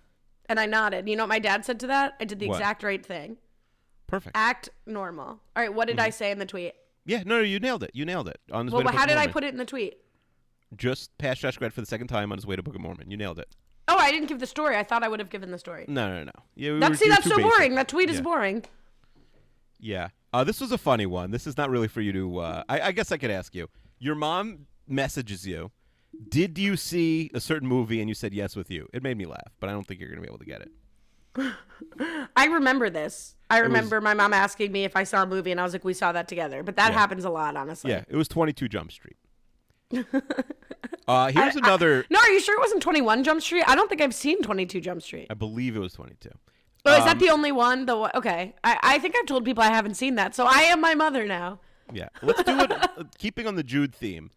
Speaker 3: And I nodded. You know what my dad said to that? I did the
Speaker 2: What?
Speaker 3: exact right thing.
Speaker 2: Perfect.
Speaker 3: Act normal. All right, what
Speaker 2: Mm-hmm.
Speaker 3: did I say in the tweet?
Speaker 2: Yeah, no, no, you nailed it. You nailed it. On his
Speaker 3: Well,
Speaker 2: way to Book
Speaker 3: how
Speaker 2: of
Speaker 3: did I
Speaker 2: Mormon.
Speaker 3: put it in the tweet?
Speaker 2: Just past Josh Gad for the second time on his way to Book of Mormon. You nailed it.
Speaker 3: Oh, I didn't give the story. I thought I would have given the story.
Speaker 2: No, no, no. Yeah, we were-
Speaker 3: That's, see,
Speaker 2: you were
Speaker 3: that's
Speaker 2: Mm, too
Speaker 3: so
Speaker 2: basic.
Speaker 3: boring. That tweet is
Speaker 2: Yeah.
Speaker 3: boring.
Speaker 2: Yeah. Uh, this was a funny one. This is not really for you to. Uh, I, I guess I could ask you. Your mom messages you. Did you see a certain movie and you said yes with you? It made me laugh, but I don't think you're going to be able to get it.
Speaker 3: I remember this. I remember my mom asking me if I saw a movie, and I was like, "We saw that together." But that happens a lot, honestly.
Speaker 2: Yeah, it was 22 Jump Street. uh, here's another. I,
Speaker 3: No, are you sure it wasn't Twenty One Jump Street? I don't think I've seen Twenty Two Jump Street.
Speaker 2: believe it was 22.
Speaker 3: Oh, is
Speaker 2: um,
Speaker 3: that the only one? The one? okay. I, I think I've told people I haven't seen that, so I am my mother now.
Speaker 2: Yeah. Let's do it. uh, keeping on the Jude theme.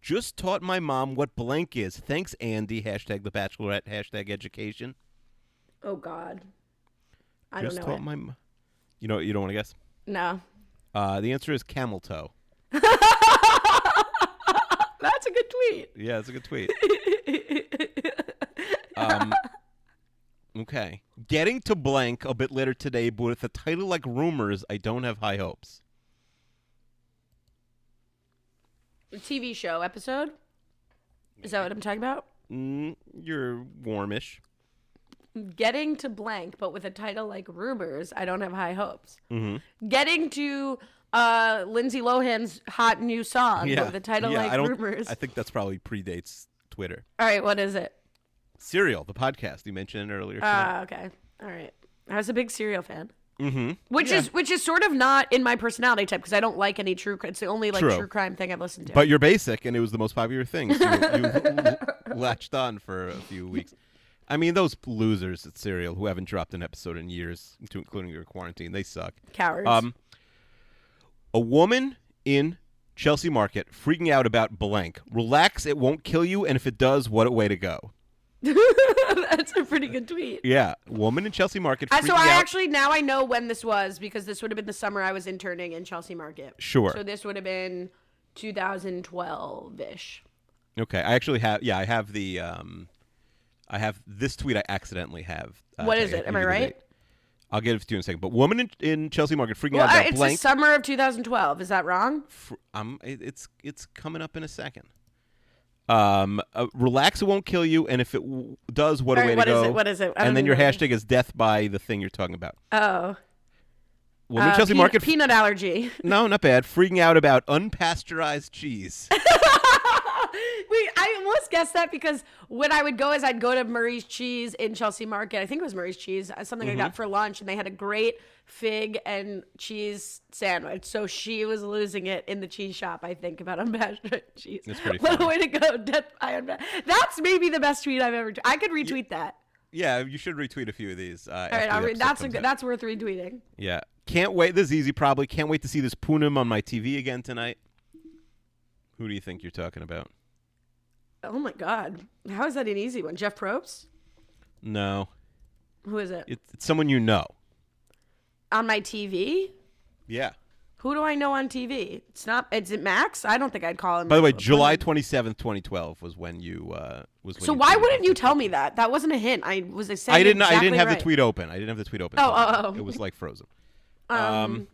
Speaker 2: Just taught my mom what blank is. Thanks, Andy. Hashtag the Bachelorette. Hashtag education.
Speaker 3: Oh God, I
Speaker 2: Just
Speaker 3: don't know.
Speaker 2: taught
Speaker 3: it.
Speaker 2: my. m- You know. You don't want to guess.
Speaker 3: No,
Speaker 2: Uh, the answer is camel toe.
Speaker 3: that's a good tweet.
Speaker 2: Yeah, that's a good tweet. um, okay. Getting to blank a bit later today, but with a title like Rumors, I don't have high hopes.
Speaker 3: The TV show episode. Is that what I'm talking about?
Speaker 2: Mm, you're warmish.
Speaker 3: Getting to blank, but with a title like Rumors, I don't have high hopes.
Speaker 2: Mm-hmm.
Speaker 3: Getting to uh, Lindsay Lohan's hot new song, but with a title
Speaker 2: Yeah,
Speaker 3: like
Speaker 2: I don't,
Speaker 3: Rumors.
Speaker 2: I think that's probably predates Twitter.
Speaker 3: All right, what is it?
Speaker 2: Serial, the podcast you mentioned earlier.
Speaker 3: Ah, okay. All right. I was a big serial fan.
Speaker 2: mm-hmm.
Speaker 3: Which is which is sort of not in my personality type because I don't like any true. cri- It's the only like
Speaker 2: True.
Speaker 3: true, crime thing I've listened to.
Speaker 2: But you're basic, and it was the most popular thing. So you, you latched on for a few weeks. I mean, those losers at Serial who haven't dropped an episode in years, to- including your quarantine, they suck.
Speaker 3: Cowards.
Speaker 2: Um, a woman in Chelsea Market freaking out about blank. Relax, it won't kill you, and if it does, what a way to go.
Speaker 3: That's a pretty good tweet.
Speaker 2: Yeah, woman in Chelsea Market.
Speaker 3: Uh,
Speaker 2: Freaking
Speaker 3: so I
Speaker 2: out.
Speaker 3: actually now I know when this was because this would have been the summer I was interning in Chelsea Market.
Speaker 2: Sure.
Speaker 3: So this would have been 2012 ish.
Speaker 2: Okay, I actually have. Yeah, I have the. Um, I have this tweet. I accidentally have. Uh,
Speaker 3: What is
Speaker 2: Tanya,
Speaker 3: it?
Speaker 2: if
Speaker 3: Am
Speaker 2: you
Speaker 3: I
Speaker 2: give me the
Speaker 3: right?
Speaker 2: date. I'll get it to you in a second. But woman in, in Chelsea Market freaking
Speaker 3: Well,
Speaker 2: out
Speaker 3: uh,
Speaker 2: about
Speaker 3: it's the
Speaker 2: blank.
Speaker 3: summer of 2012. Is that wrong?
Speaker 2: Fr- um, it, it's it's coming up in a second. Um, uh, relax, it won't kill you, and if it w- does, what
Speaker 3: All
Speaker 2: a
Speaker 3: right,
Speaker 2: way
Speaker 3: what
Speaker 2: to
Speaker 3: is
Speaker 2: go.
Speaker 3: it? What is it? I don't
Speaker 2: And then your
Speaker 3: remember.
Speaker 2: hashtag is death by the thing you're talking about.
Speaker 3: Oh.
Speaker 2: Woman in
Speaker 3: Uh,
Speaker 2: Chelsea
Speaker 3: pe-
Speaker 2: Market.
Speaker 3: peanut allergy.
Speaker 2: no, not bad. Freaking out about unpasteurized cheese.
Speaker 3: Wait, I almost guessed that because when I would go is I'd go to Murray's Cheese in Chelsea Market. I think it was Murray's Cheese, uh, something
Speaker 2: Mm-hmm.
Speaker 3: I got for lunch, and they had a great fig and cheese sandwich. So she was losing it in the cheese shop, I think, about unpasteurized cheese.
Speaker 2: That's pretty
Speaker 3: What a
Speaker 2: funny.
Speaker 3: way to go. Death by unpa- That's maybe the best tweet I've ever. I could retweat that.
Speaker 2: yeah, you should retweet a few of these. Uh,
Speaker 3: All right,
Speaker 2: after
Speaker 3: I'll
Speaker 2: the
Speaker 3: re-
Speaker 2: episode
Speaker 3: that's a
Speaker 2: comes
Speaker 3: good,
Speaker 2: out.
Speaker 3: that's worth retweeting.
Speaker 2: Yeah. Can't wait. This is easy, probably. Can't wait to see this Poonam on my TV again tonight. Who do you think you're talking about?
Speaker 3: Oh my god, how is that an easy one? Jeff Probst.
Speaker 2: No.
Speaker 3: Who is it?
Speaker 2: It's, it's someone you know.
Speaker 3: On my TV.
Speaker 2: Yeah.
Speaker 3: Who do I know on TV? It's not. Is it Max? I don't think I'd call him.
Speaker 2: By the way,
Speaker 3: Max.
Speaker 2: July 27th, 2012 was when you uh was when
Speaker 3: So
Speaker 2: you
Speaker 3: why
Speaker 2: tweeted
Speaker 3: wouldn't
Speaker 2: that.
Speaker 3: you tell me that? That wasn't a hint. I was saying.
Speaker 2: I didn't I
Speaker 3: Exactly
Speaker 2: didn't have
Speaker 3: right.
Speaker 2: the tweet open. I didn't have the tweet open.
Speaker 3: Oh, oh, oh.
Speaker 2: It was like frozen.
Speaker 3: Um,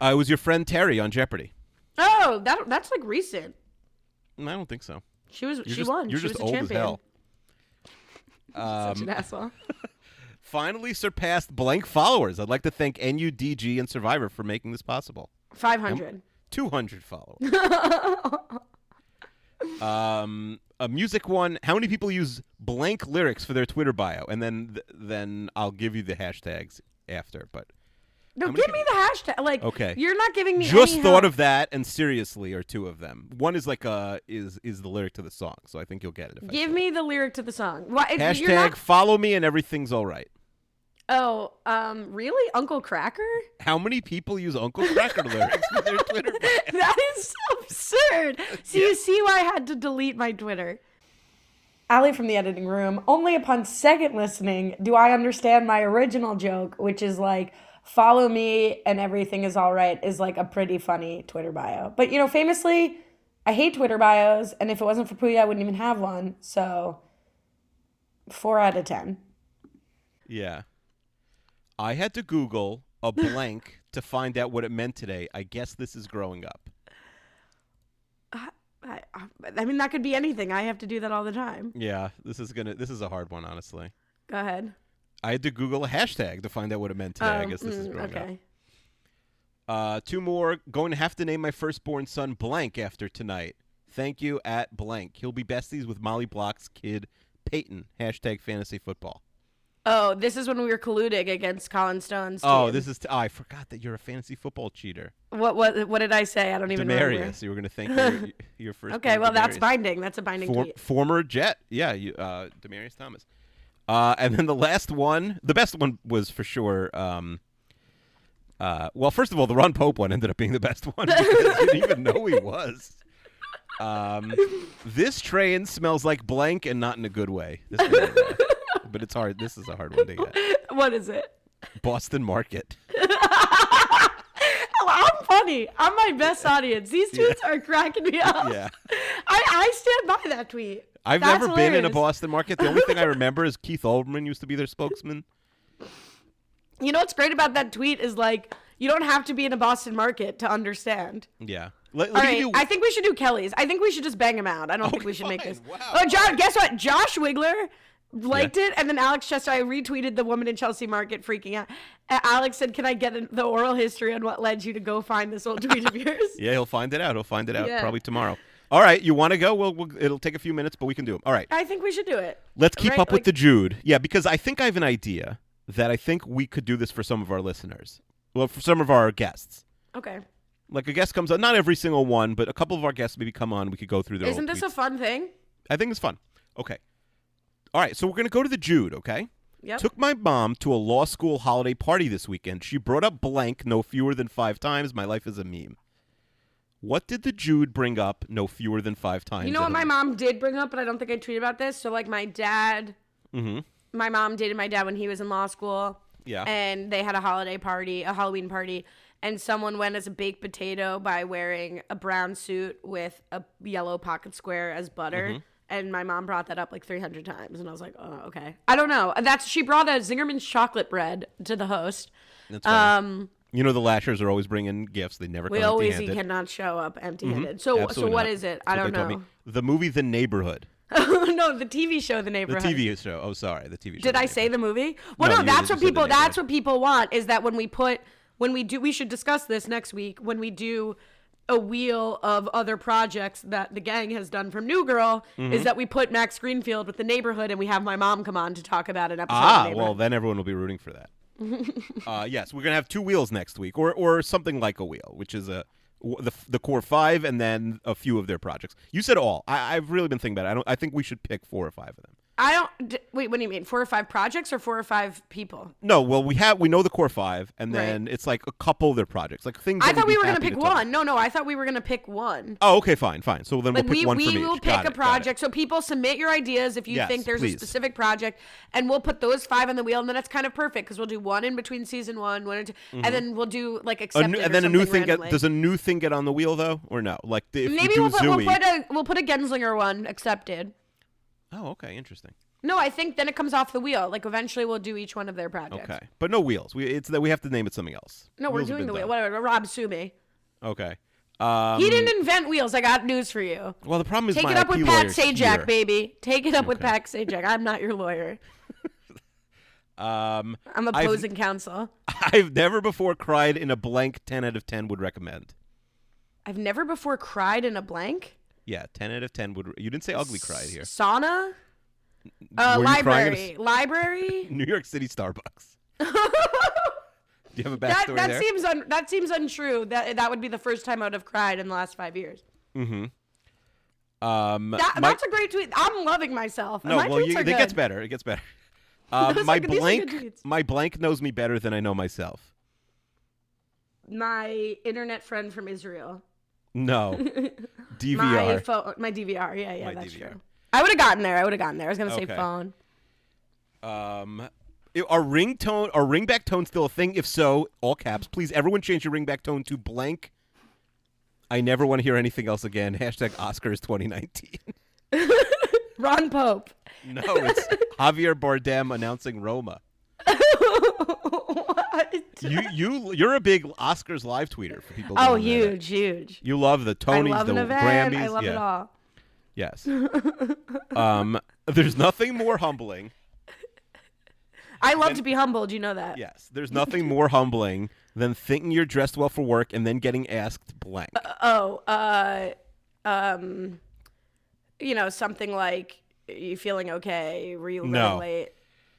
Speaker 2: Uh, it was your friend Terry on Jeopardy.
Speaker 3: oh, that that's like recent.
Speaker 2: Mm, I don't think so.
Speaker 3: She was.
Speaker 2: You're
Speaker 3: she
Speaker 2: just,
Speaker 3: won.
Speaker 2: You're
Speaker 3: she
Speaker 2: just
Speaker 3: was a
Speaker 2: old
Speaker 3: champion.
Speaker 2: as hell. Um,
Speaker 3: Such an asshole.
Speaker 2: Finally surpassed blank followers. I'd like to thank NUDG and Survivor for making this possible.
Speaker 3: Five hundred.
Speaker 2: 200 followers. um, a music one. How many people use blank lyrics for their Twitter bio? And then th- then I'll give you the hashtags after. But
Speaker 3: No,
Speaker 2: How many
Speaker 3: give me the hashtag. Like,
Speaker 2: Okay.
Speaker 3: you're not giving me.
Speaker 2: just
Speaker 3: any
Speaker 2: thought
Speaker 3: help.
Speaker 2: of that, and seriously, are two of them. One is like uh is is the lyric to the song, so I think you'll get it. If I
Speaker 3: Give
Speaker 2: say
Speaker 3: me the lyric to the song. Why?
Speaker 2: it.
Speaker 3: if
Speaker 2: hashtag
Speaker 3: You're not,
Speaker 2: follow me and everything's all right.
Speaker 3: oh, um, really, Uncle Cracker?
Speaker 2: How many people use Uncle Cracker lyrics for their Twitter? bio?
Speaker 3: that is so absurd. So you see why I had to delete my Twitter. Allie from the editing room. Only upon second listening do I understand my original joke, which is like, follow me and everything is all right, is like a pretty funny Twitter bio. But, you know, famously, I hate Twitter bios. And if it wasn't for Puya, I wouldn't even have one. So, four out of 10.
Speaker 2: Yeah. I had to Google a blank to find out what it meant today. I guess this is growing up.
Speaker 3: I, I- I mean, that could be anything. I have to do that all the time.
Speaker 2: Yeah, this is gonna this is a hard one, honestly.
Speaker 3: Go ahead.
Speaker 2: I had to Google a hashtag to find out what it meant today. I
Speaker 3: Oh,
Speaker 2: guess this is
Speaker 3: mm,
Speaker 2: growing
Speaker 3: okay.
Speaker 2: up. Uh, two more. Going to have to name my firstborn son blank after tonight. Thank you at blank. He'll be besties with Molly Block's kid Peyton. Hashtag fantasy football.
Speaker 3: Oh, this is when we were colluding against Colin Stone's.
Speaker 2: Oh,
Speaker 3: team.
Speaker 2: this is. T- oh, I forgot that you're a fantasy football cheater.
Speaker 3: What what what did I say? I don't even remember.
Speaker 2: Demarius, you were gonna thank your, your first.
Speaker 3: Okay, well that's binding. That's a binding
Speaker 2: For,
Speaker 3: tweet.
Speaker 2: former Jet, yeah, you, uh, Demarius Thomas, uh, and then the last one, the best one was for sure. Um, uh, well, first of all, the Ron Pope one ended up being the best one because you didn't even know he was. Um, this train smells like blank and not in a good way. This one, uh, but it's hard. This is a hard one to get.
Speaker 3: What is it?
Speaker 2: Boston Market.
Speaker 3: Oh, I'm funny. I'm my best audience. These tweets are cracking me up.
Speaker 2: Yeah.
Speaker 3: I, I stand by that tweet.
Speaker 2: I've
Speaker 3: That's
Speaker 2: never been in a
Speaker 3: hilarious.
Speaker 2: Boston market. The only thing I remember is Keith Olbermann used to be their spokesman.
Speaker 3: You know what's great about that tweet is like you don't have to be in a Boston market to understand.
Speaker 2: Yeah. Let,
Speaker 3: All
Speaker 2: let me
Speaker 3: right,
Speaker 2: do-
Speaker 3: I think we should do Kelly's. I think we should just bang them out. I don't think we should make
Speaker 2: fine.
Speaker 3: this.
Speaker 2: Wow.
Speaker 3: Oh, John, guess what? Josh Wiggler liked it, and then Alex Chester. I retweeted the woman in Chelsea Market freaking out. Uh, Alex said, "Can I get an- the oral history on what led you to go find this old tweet of yours?"
Speaker 2: Yeah, he'll find it out. He'll find it out
Speaker 3: Yeah.
Speaker 2: probably tomorrow. All right, you want to go? Well, we'll, it'll take a few minutes, but we can do them. All right,
Speaker 3: I think we should do it.
Speaker 2: let's keep
Speaker 3: Right,
Speaker 2: up with
Speaker 3: like-
Speaker 2: the Jude. Yeah, because I think I have an idea that I think we could do this for some of our listeners. Well, for some of our guests.
Speaker 3: Okay.
Speaker 2: Like a guest comes on, not every single one, but a couple of our guests maybe come on. We could go through their.
Speaker 3: Isn't
Speaker 2: old
Speaker 3: this
Speaker 2: tweets.
Speaker 3: a fun thing?
Speaker 2: I think it's fun. Okay, All right, so we're going to go to the Jude, okay?
Speaker 3: Yep.
Speaker 2: Took my mom to a law school holiday party this weekend. She brought up blank no fewer than five times. My life is a meme. What did the Jude bring up no fewer than five times?
Speaker 3: You know
Speaker 2: at
Speaker 3: what my
Speaker 2: home?
Speaker 3: mom did bring up, but I don't think I tweeted about this. So like my dad, my mom dated my dad when he was in law school.
Speaker 2: Mm-hmm. Yeah.
Speaker 3: And they had a holiday party, a Halloween party, and someone went as a baked potato by wearing a brown suit with a yellow pocket square as butter.
Speaker 2: Mm-hmm.
Speaker 3: And my mom brought that up like 300 times, and I was like, "Oh, okay." I don't know. That's she brought a Zingerman's chocolate bread to the host.
Speaker 2: That's funny. you know the Lashers are always bringing gifts. They never
Speaker 3: um, We
Speaker 2: come
Speaker 3: always you
Speaker 2: empty-handed. Mm-hmm.
Speaker 3: cannot show up empty-handed. So,
Speaker 2: Absolutely
Speaker 3: so what
Speaker 2: not.
Speaker 3: is it?
Speaker 2: That's
Speaker 3: I
Speaker 2: what
Speaker 3: don't
Speaker 2: they told
Speaker 3: know.
Speaker 2: me. The movie The Neighborhood.
Speaker 3: no, the TV show, The
Speaker 2: The
Speaker 3: Neighborhood.
Speaker 2: TV show. Oh, sorry, the TV show.
Speaker 3: Did
Speaker 2: The
Speaker 3: I say
Speaker 2: Neighborhood.
Speaker 3: the movie? Well,
Speaker 2: No,
Speaker 3: no,
Speaker 2: you
Speaker 3: that's
Speaker 2: just said
Speaker 3: what
Speaker 2: the
Speaker 3: people.
Speaker 2: name,
Speaker 3: That's
Speaker 2: right.
Speaker 3: what people want is that when we put when we do we should discuss this next week when we do a wheel of other projects that the gang has done from New Girl
Speaker 2: Mm-hmm.
Speaker 3: is that we put Max Greenfield with the neighborhood and we have my mom come on to talk about an episode. of
Speaker 2: Ah,
Speaker 3: the
Speaker 2: well,
Speaker 3: Neighborhood.
Speaker 2: then everyone will be rooting for that. uh, yes, we're gonna have two wheels next week, or or something like a wheel, which is a w- the the core five, and then a few of their projects. You said all. I, I've really been thinking about it. I don't. I think we should pick four or five of them.
Speaker 3: I don't d- wait. What do you mean? Four or five projects or four or five people?
Speaker 2: No, well, we have we know the core five, and
Speaker 3: Right.
Speaker 2: then it's like a couple of their projects, like things.
Speaker 3: I
Speaker 2: that
Speaker 3: thought
Speaker 2: we'd
Speaker 3: we
Speaker 2: be
Speaker 3: were gonna
Speaker 2: happy
Speaker 3: pick
Speaker 2: to talk-
Speaker 3: one. No, no, I thought we were gonna pick one.
Speaker 2: Oh, okay, fine, fine. So then
Speaker 3: But
Speaker 2: we'll pick
Speaker 3: we,
Speaker 2: one
Speaker 3: we
Speaker 2: for me.
Speaker 3: will pick a project. So people submit your ideas if you
Speaker 2: Yes,
Speaker 3: think there's
Speaker 2: please.
Speaker 3: a specific project, and we'll put those five on the wheel, and then that's kind of perfect because we'll do one in between season one, one, in two, and then we'll do like accepted
Speaker 2: Mm-hmm. A new,
Speaker 3: or
Speaker 2: and then a new
Speaker 3: something
Speaker 2: thing. Get,
Speaker 3: randomly.
Speaker 2: does a new thing get on the wheel though, or no? Like the, if we
Speaker 3: Maybe
Speaker 2: do
Speaker 3: we'll put, we'll
Speaker 2: Zooey-
Speaker 3: put a we'll put a Genslinger one accepted.
Speaker 2: oh, okay, interesting.
Speaker 3: No, I think then it comes off the wheel. Like eventually we'll do each one of their projects.
Speaker 2: Okay, but no wheels. We it's that we have to name it something else.
Speaker 3: No, we're
Speaker 2: Wheels have been
Speaker 3: doing the wheel.
Speaker 2: done.
Speaker 3: Whatever. Rob, sue me.
Speaker 2: Okay. Um,
Speaker 3: He didn't invent wheels. I got news for you.
Speaker 2: Well, the problem is
Speaker 3: Take
Speaker 2: my
Speaker 3: it up
Speaker 2: IP
Speaker 3: with Pat
Speaker 2: lawyer's
Speaker 3: Sajak,
Speaker 2: here.
Speaker 3: baby. Take it up with
Speaker 2: Okay.
Speaker 3: Pat Sajak. I'm not your lawyer.
Speaker 2: Um,
Speaker 3: I'm
Speaker 2: I've-
Speaker 3: opposing counsel.
Speaker 2: I've never before cried in a blank. Ten out of ten would recommend.
Speaker 3: I've never before cried in a blank.
Speaker 2: Yeah, ten out of ten would. You didn't say ugly cried here.
Speaker 3: Sauna? Uh,
Speaker 2: Were you crying in a
Speaker 3: library. Library?
Speaker 2: New York City Starbucks. Do you have a
Speaker 3: that
Speaker 2: backstory
Speaker 3: that
Speaker 2: there?
Speaker 3: seems un- that seems untrue. That that would be the first time I would have cried in the last five years.
Speaker 2: Mm-hmm. um,
Speaker 3: That,
Speaker 2: my-
Speaker 3: that's a great tweet. I'm loving myself.
Speaker 2: no,
Speaker 3: My
Speaker 2: well,
Speaker 3: tweets
Speaker 2: you,
Speaker 3: are
Speaker 2: it
Speaker 3: good.
Speaker 2: gets better. It gets better. Uh,
Speaker 3: Those are
Speaker 2: my
Speaker 3: good- these are good
Speaker 2: blank,
Speaker 3: tweets.
Speaker 2: my blank knows me better than I know myself.
Speaker 3: My internet friend from Israel.
Speaker 2: No, DVR.
Speaker 3: My phone. My DVR. Yeah, yeah,
Speaker 2: My
Speaker 3: that's
Speaker 2: DVR.
Speaker 3: true. I would have gotten there. I would have gotten there. I was gonna say
Speaker 2: Okay.
Speaker 3: phone.
Speaker 2: Um, i- are ringtone are ringback tone still a thing? If so, all caps, please. Everyone change your ringback tone to blank. I never want to hear anything else again. Hashtag Oscars 2019.
Speaker 3: Ron Pope.
Speaker 2: No, it's Javier Bardem announcing Roma.
Speaker 3: what?
Speaker 2: You you you're a big Oscars live tweeter for people. who don't know
Speaker 3: Oh,
Speaker 2: that.
Speaker 3: huge, huge.
Speaker 2: You love the
Speaker 3: I
Speaker 2: Tonys,
Speaker 3: love
Speaker 2: the
Speaker 3: an event.
Speaker 2: Grammys.
Speaker 3: I love
Speaker 2: yeah.
Speaker 3: it all.
Speaker 2: Yes. um, there's nothing more humbling.
Speaker 3: I love to be humbled. You know that.
Speaker 2: Yes, there's nothing more humbling than thinking you're dressed well for work and then getting asked blank.
Speaker 3: oh, uh, um, you know, something like you feeling okay? Were you running
Speaker 2: No.
Speaker 3: late?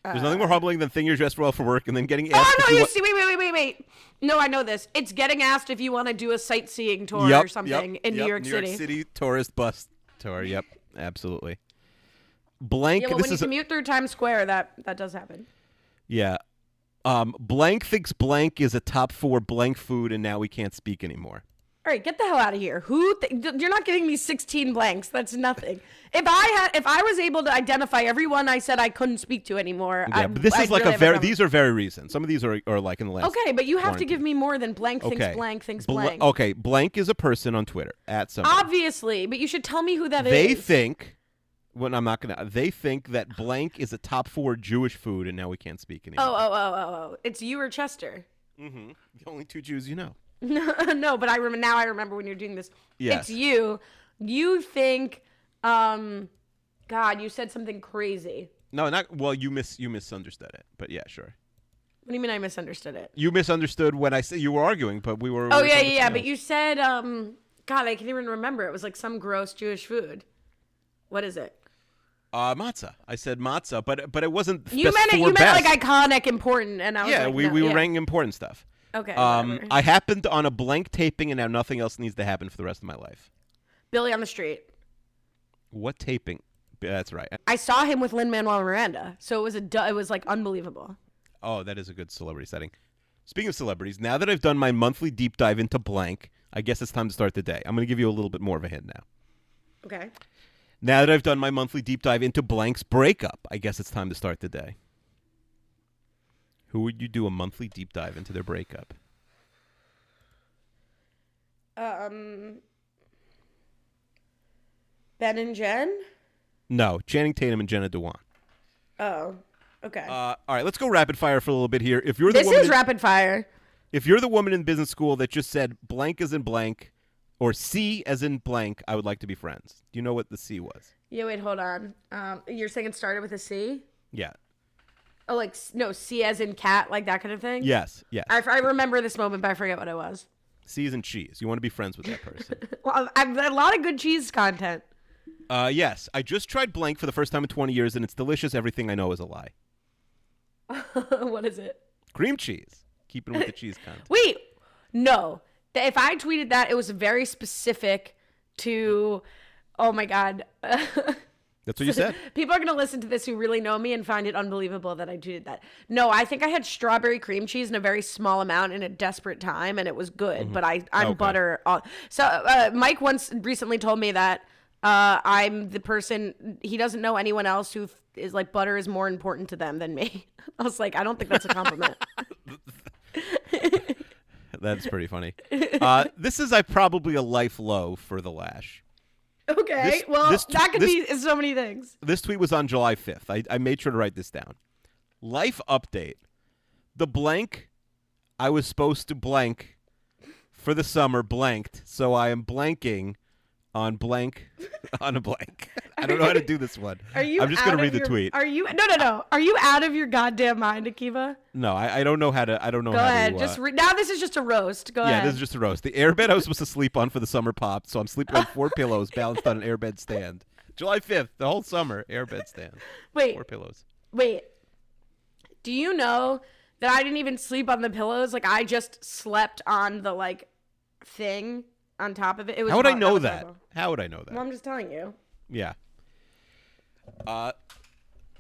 Speaker 2: There's nothing more humbling than thinking you're dressed well for work and then getting asked.
Speaker 3: Uh, Oh
Speaker 2: if
Speaker 3: no!
Speaker 2: you
Speaker 3: You
Speaker 2: want-
Speaker 3: see, wait, wait, wait, wait, wait. No, I know this. It's getting asked if you want to do a sightseeing tour
Speaker 2: Yep,
Speaker 3: or something
Speaker 2: yep,
Speaker 3: in
Speaker 2: yep,
Speaker 3: New York City.
Speaker 2: tourist bus tour. Yep, absolutely. Blank.
Speaker 3: Yeah, well,
Speaker 2: this
Speaker 3: when you
Speaker 2: is a-
Speaker 3: commute through Times Square, that that does happen.
Speaker 2: yeah. Um, blank thinks blank is a top four blank food, and now we can't speak anymore.
Speaker 3: All right, get the hell out of here. Who? Th- you're not giving me 16 blanks. That's nothing. If I had, if I was able to identify everyone I said I couldn't speak to anymore,
Speaker 2: Yeah,
Speaker 3: I,
Speaker 2: but this
Speaker 3: I'd
Speaker 2: is like
Speaker 3: really
Speaker 2: a
Speaker 3: have
Speaker 2: very.
Speaker 3: problem.
Speaker 2: These are very recent. Some of these are, are like in the last.
Speaker 3: Okay, but you have to
Speaker 2: quarantine.
Speaker 3: give me more than blank thinks
Speaker 2: Okay.
Speaker 3: blank thinks
Speaker 2: Bla-
Speaker 3: blank.
Speaker 2: Okay, blank is a person on Twitter at some.
Speaker 3: Obviously, but you should tell me who that is.
Speaker 2: they think. When I'm not gonna. They think that blank is a top four Jewish food, and now we can't speak anymore.
Speaker 3: Oh, oh, oh, oh, oh. It's you or Chester.
Speaker 2: Mm-hmm. The only two Jews you know.
Speaker 3: no, but I remember now. I remember when you're doing this.
Speaker 2: Yes.
Speaker 3: It's you. You think, um, God, you said something crazy.
Speaker 2: No, not well. You miss you misunderstood it, but yeah, sure.
Speaker 3: What do you mean I misunderstood it?
Speaker 2: You misunderstood when I said you were arguing, but we were.
Speaker 3: Oh
Speaker 2: we were
Speaker 3: yeah,
Speaker 2: talking-
Speaker 3: yeah, yeah. But you said, um, God, I can't even remember. It was like some gross Jewish food. What is it?
Speaker 2: uh, matzah. I said matzah, but but it wasn't.
Speaker 3: You
Speaker 2: best
Speaker 3: meant it.
Speaker 2: for
Speaker 3: You meant
Speaker 2: best.
Speaker 3: like iconic, important, and I was
Speaker 2: Yeah,
Speaker 3: like,
Speaker 2: we
Speaker 3: no,
Speaker 2: we were
Speaker 3: yeah.
Speaker 2: ranking important stuff.
Speaker 3: Okay.
Speaker 2: Um,
Speaker 3: whatever.
Speaker 2: I happened on a blank taping, and now nothing else needs to happen for the rest of my life.
Speaker 3: Billy on the street.
Speaker 2: What taping? That's right.
Speaker 3: I saw him with Lin Manuel Miranda, so it was a du- it was like unbelievable.
Speaker 2: Oh, that is a good celebrity setting. Speaking of celebrities, now that I've done my monthly deep dive into blank, I guess it's time to start the day. I'm going to give you a little bit more of a hint now.
Speaker 3: Okay.
Speaker 2: Now that I've done my monthly deep dive into blank's breakup, I guess it's time to start the day. Who would you do a monthly deep dive into their breakup?
Speaker 3: Um. Ben and Jen.
Speaker 2: No, Channing Tatum and Jenna Dewan.
Speaker 3: Oh. Okay.
Speaker 2: Uh, all right, let's go rapid fire for a little bit here. If you're the
Speaker 3: this
Speaker 2: woman
Speaker 3: is
Speaker 2: in-
Speaker 3: rapid fire.
Speaker 2: if you're the woman in business school that just said blank as in blank or C as in blank, I would like to be friends. Do you know what the C was?
Speaker 3: Yeah. Wait. Hold on. Um. You're saying it started with a C.
Speaker 2: Yeah.
Speaker 3: Oh, like s- no C as in cat, like that kind of thing.
Speaker 2: Yes. Yes.
Speaker 3: I, I remember this moment, but I forget what it was.
Speaker 2: C's and cheese. You want to be friends with that person.
Speaker 3: Well, I've a lot of good cheese content.
Speaker 2: uh, yes, I just tried blank for the first time in 20 years, and it's delicious. Everything I know is a lie.
Speaker 3: what is it?
Speaker 2: Cream cheese. Keeping with the cheese content.
Speaker 3: Wait, no. Th- If I tweeted that, it was very specific to. Oh my god.
Speaker 2: That's what you said.
Speaker 3: People are going to listen to this who really know me and find it unbelievable that I tweeted that. No, I think I had strawberry cream cheese in a very small amount in a desperate time, and it was good. But I, I'm
Speaker 2: Okay.
Speaker 3: butter. On. So uh, Mike once recently told me that uh, I'm the person. He doesn't know anyone else who f- is like butter is more important to them than me. I was like, I don't think that's a compliment.
Speaker 2: That's pretty funny. Uh, this is I probably a life low for the lash.
Speaker 3: okay,
Speaker 2: This-
Speaker 3: well
Speaker 2: this tw-
Speaker 3: that could
Speaker 2: this-
Speaker 3: be so many things.
Speaker 2: This tweet was on July 5th. I, I made sure to write this down. Life update. The blank I was supposed to blank for the summer blanked, so I am blanking on blank on a blank. I don't know how to do this one.
Speaker 3: Are you?
Speaker 2: I'm just
Speaker 3: out
Speaker 2: gonna
Speaker 3: of
Speaker 2: read the
Speaker 3: your-
Speaker 2: tweet.
Speaker 3: Are you? No, no, no. Are you out of your goddamn mind, Akiva?
Speaker 2: No, I, I don't know how to I don't know
Speaker 3: Go
Speaker 2: how
Speaker 3: ahead.
Speaker 2: to
Speaker 3: Just
Speaker 2: uh,
Speaker 3: re- now. This is just a roast. Go
Speaker 2: Yeah,
Speaker 3: ahead.
Speaker 2: this is just a roast. The airbed I was supposed to sleep on for the summer popped, so I'm sleeping on four pillows balanced on an airbed stand. July 5th, the whole summer, airbed stand.
Speaker 3: wait,
Speaker 2: Four pillows.
Speaker 3: wait. Do you know that I didn't even sleep on the pillows? Like I just slept on the like thing on top of it. It was
Speaker 2: How would I
Speaker 3: hor-
Speaker 2: know
Speaker 3: was
Speaker 2: that?
Speaker 3: horrible.
Speaker 2: How would I know that?
Speaker 3: Well, I'm just telling you.
Speaker 2: Yeah. Uh,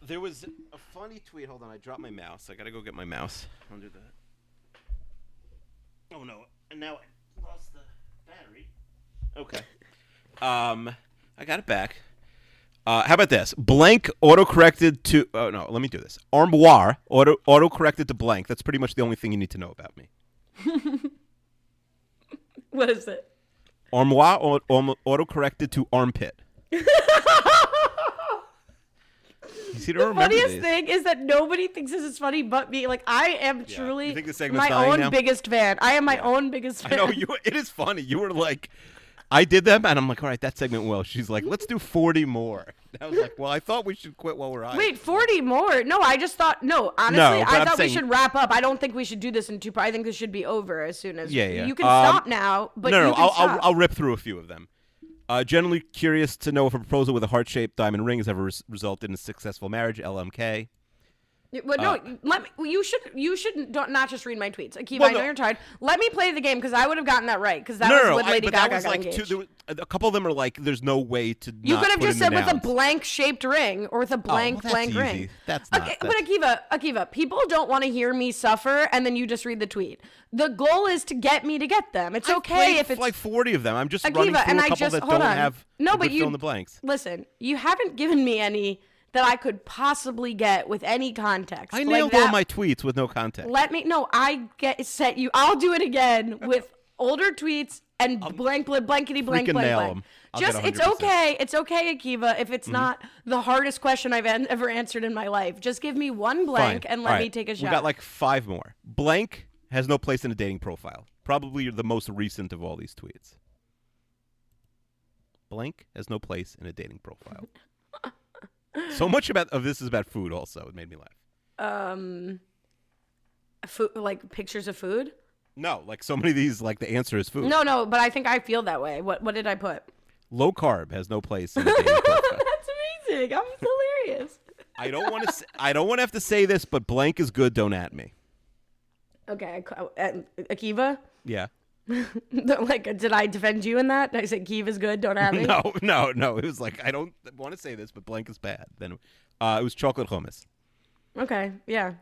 Speaker 2: there was a funny tweet. Hold on, I dropped my mouse. I gotta go get my mouse. Under the. Oh no! And now I lost the battery. Okay. um, I got it back. Uh, how about this? Blank autocorrected to. Oh no, let me do this. Armoire auto autocorrected to blank. That's pretty much the only thing you need to know about me.
Speaker 3: What is it?
Speaker 2: Armoire au- auto autocorrected to armpit. you see, I don't remember
Speaker 3: Funniest
Speaker 2: these.
Speaker 3: thing is that nobody thinks this is funny but me. Like I am truly
Speaker 2: You think this segment's
Speaker 3: my
Speaker 2: dying
Speaker 3: own
Speaker 2: now?
Speaker 3: biggest fan. I am my own biggest fan.
Speaker 2: I know you. It is funny. You were like, I did them, and I'm like, all right, that segment will. She's like, let's do 40 more. And I was like, well, I thought we should quit while we're on.
Speaker 3: Wait, 40 more? No, I just thought, no, honestly,
Speaker 2: No, but
Speaker 3: I
Speaker 2: I'm
Speaker 3: thought
Speaker 2: saying-
Speaker 3: we should wrap up. I don't think we should do this in two parts. I think this should be over as soon as.
Speaker 2: Yeah, yeah.
Speaker 3: You can
Speaker 2: Um,
Speaker 3: stop now, but
Speaker 2: no, no,
Speaker 3: you can
Speaker 2: I'll, I'll
Speaker 3: stop.
Speaker 2: I'll rip through a few of them. Uh, generally curious to know if a proposal with a heart-shaped diamond ring has ever res- resulted in a successful marriage. LMK.
Speaker 3: Well, no, let me. well, You should. You should don't, not just read my tweets, Akiva.
Speaker 2: uh, Well,
Speaker 3: I know
Speaker 2: no.
Speaker 3: you're tired. Let me play the game because I would have gotten that right because that
Speaker 2: no,
Speaker 3: was
Speaker 2: no, no,
Speaker 3: with
Speaker 2: I-
Speaker 3: Lady
Speaker 2: but
Speaker 3: Gaga
Speaker 2: that was
Speaker 3: got
Speaker 2: like
Speaker 3: engaged.
Speaker 2: two, there was- uh, a a couple of them are like, there's no way to.
Speaker 3: you
Speaker 2: not
Speaker 3: could have
Speaker 2: put
Speaker 3: just
Speaker 2: in
Speaker 3: said
Speaker 2: the
Speaker 3: with a
Speaker 2: nouns. Oh,
Speaker 3: blank shaped ring or with a blank
Speaker 2: well,
Speaker 3: blank
Speaker 2: that's
Speaker 3: ring.
Speaker 2: easy. That's not-
Speaker 3: Okay,
Speaker 2: that's-
Speaker 3: But Akiva, Akiva, people don't want to hear me suffer, and then you just read the tweet. The goal is to get me to get them. It's okay
Speaker 2: Played
Speaker 3: if it's
Speaker 2: like 40 of them. I'm just running
Speaker 3: Akiva,
Speaker 2: through
Speaker 3: and
Speaker 2: a
Speaker 3: I
Speaker 2: couple
Speaker 3: just
Speaker 2: that
Speaker 3: hold
Speaker 2: don't
Speaker 3: on.
Speaker 2: have
Speaker 3: no,
Speaker 2: a
Speaker 3: but
Speaker 2: good
Speaker 3: you
Speaker 2: fill in the blanks.
Speaker 3: Listen, you haven't given me any that I could possibly get with any context.
Speaker 2: I
Speaker 3: Like
Speaker 2: nailed all
Speaker 3: that-
Speaker 2: my tweets with no context.
Speaker 3: Let me. No, I get set you. I'll do it again with older tweets and blank, blank, blankety, blank,
Speaker 2: Um, freaking
Speaker 3: blank,
Speaker 2: nail
Speaker 3: blank.
Speaker 2: 'em. I'll get
Speaker 3: Just it's
Speaker 2: 100%.
Speaker 3: okay. It's okay, Akiva. If
Speaker 2: Mm-hmm.
Speaker 3: it's not the hardest question I've en- ever answered in my life, just give me one blank
Speaker 2: Fine.
Speaker 3: and let
Speaker 2: All
Speaker 3: me
Speaker 2: right.
Speaker 3: take a shot.
Speaker 2: We got like five more. Blank has no place in a dating profile. Probably the most recent of all these tweets. Blank has no place in a dating profile. so much about of this is about food. Also, it made me laugh.
Speaker 3: um, food, like pictures of food.
Speaker 2: No, like so many of these, like the answer is food.
Speaker 3: No, no, but I think I feel that way. What What did I put?
Speaker 2: Low carb has no place in a dating profile.
Speaker 3: That's amazing. I'm hilarious.
Speaker 2: I don't want to. I don't want to have to say this, but blank is good. Don't at me.
Speaker 3: Okay, I- uh, Akiva.
Speaker 2: Yeah.
Speaker 3: like, did I defend you in that? I said Kiev is good. Don't have it.
Speaker 2: No, no, no. It was like I don't want to say this, but blank is bad. Then uh, it was chocolate hummus.
Speaker 3: Okay. Yeah.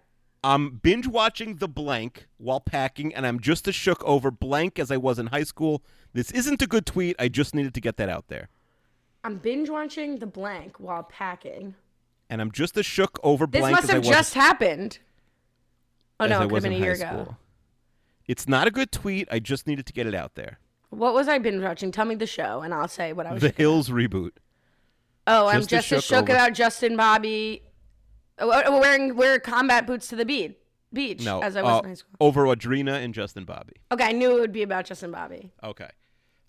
Speaker 2: I'm binge watching The Blank while packing, and I'm just as shook over Blank as I was in high school. This isn't a good tweet. I just needed to get that out there.
Speaker 3: I'm binge watching The Blank while packing.
Speaker 2: And I'm just as shook over
Speaker 3: This
Speaker 2: Blank
Speaker 3: must
Speaker 2: as I
Speaker 3: have
Speaker 2: was,
Speaker 3: just happened. Oh
Speaker 2: as
Speaker 3: no,
Speaker 2: I
Speaker 3: it could
Speaker 2: was
Speaker 3: have been a
Speaker 2: in
Speaker 3: year
Speaker 2: high
Speaker 3: ago.
Speaker 2: school. It's not a good tweet. I just needed to get it out there.
Speaker 3: What was I binge watching? Tell me the show, and I'll say what I was.
Speaker 2: The Hills reboot.
Speaker 3: oh, I'm
Speaker 2: just a
Speaker 3: just as
Speaker 2: shook
Speaker 3: shook
Speaker 2: over-
Speaker 3: about Justin Bobby oh, oh, wearing wear combat boots to the beach. Beach,
Speaker 2: No,
Speaker 3: as I was
Speaker 2: uh,
Speaker 3: in high school.
Speaker 2: over Audrina and Justin Bobby.
Speaker 3: Okay, I knew it would be about Justin Bobby.
Speaker 2: Okay.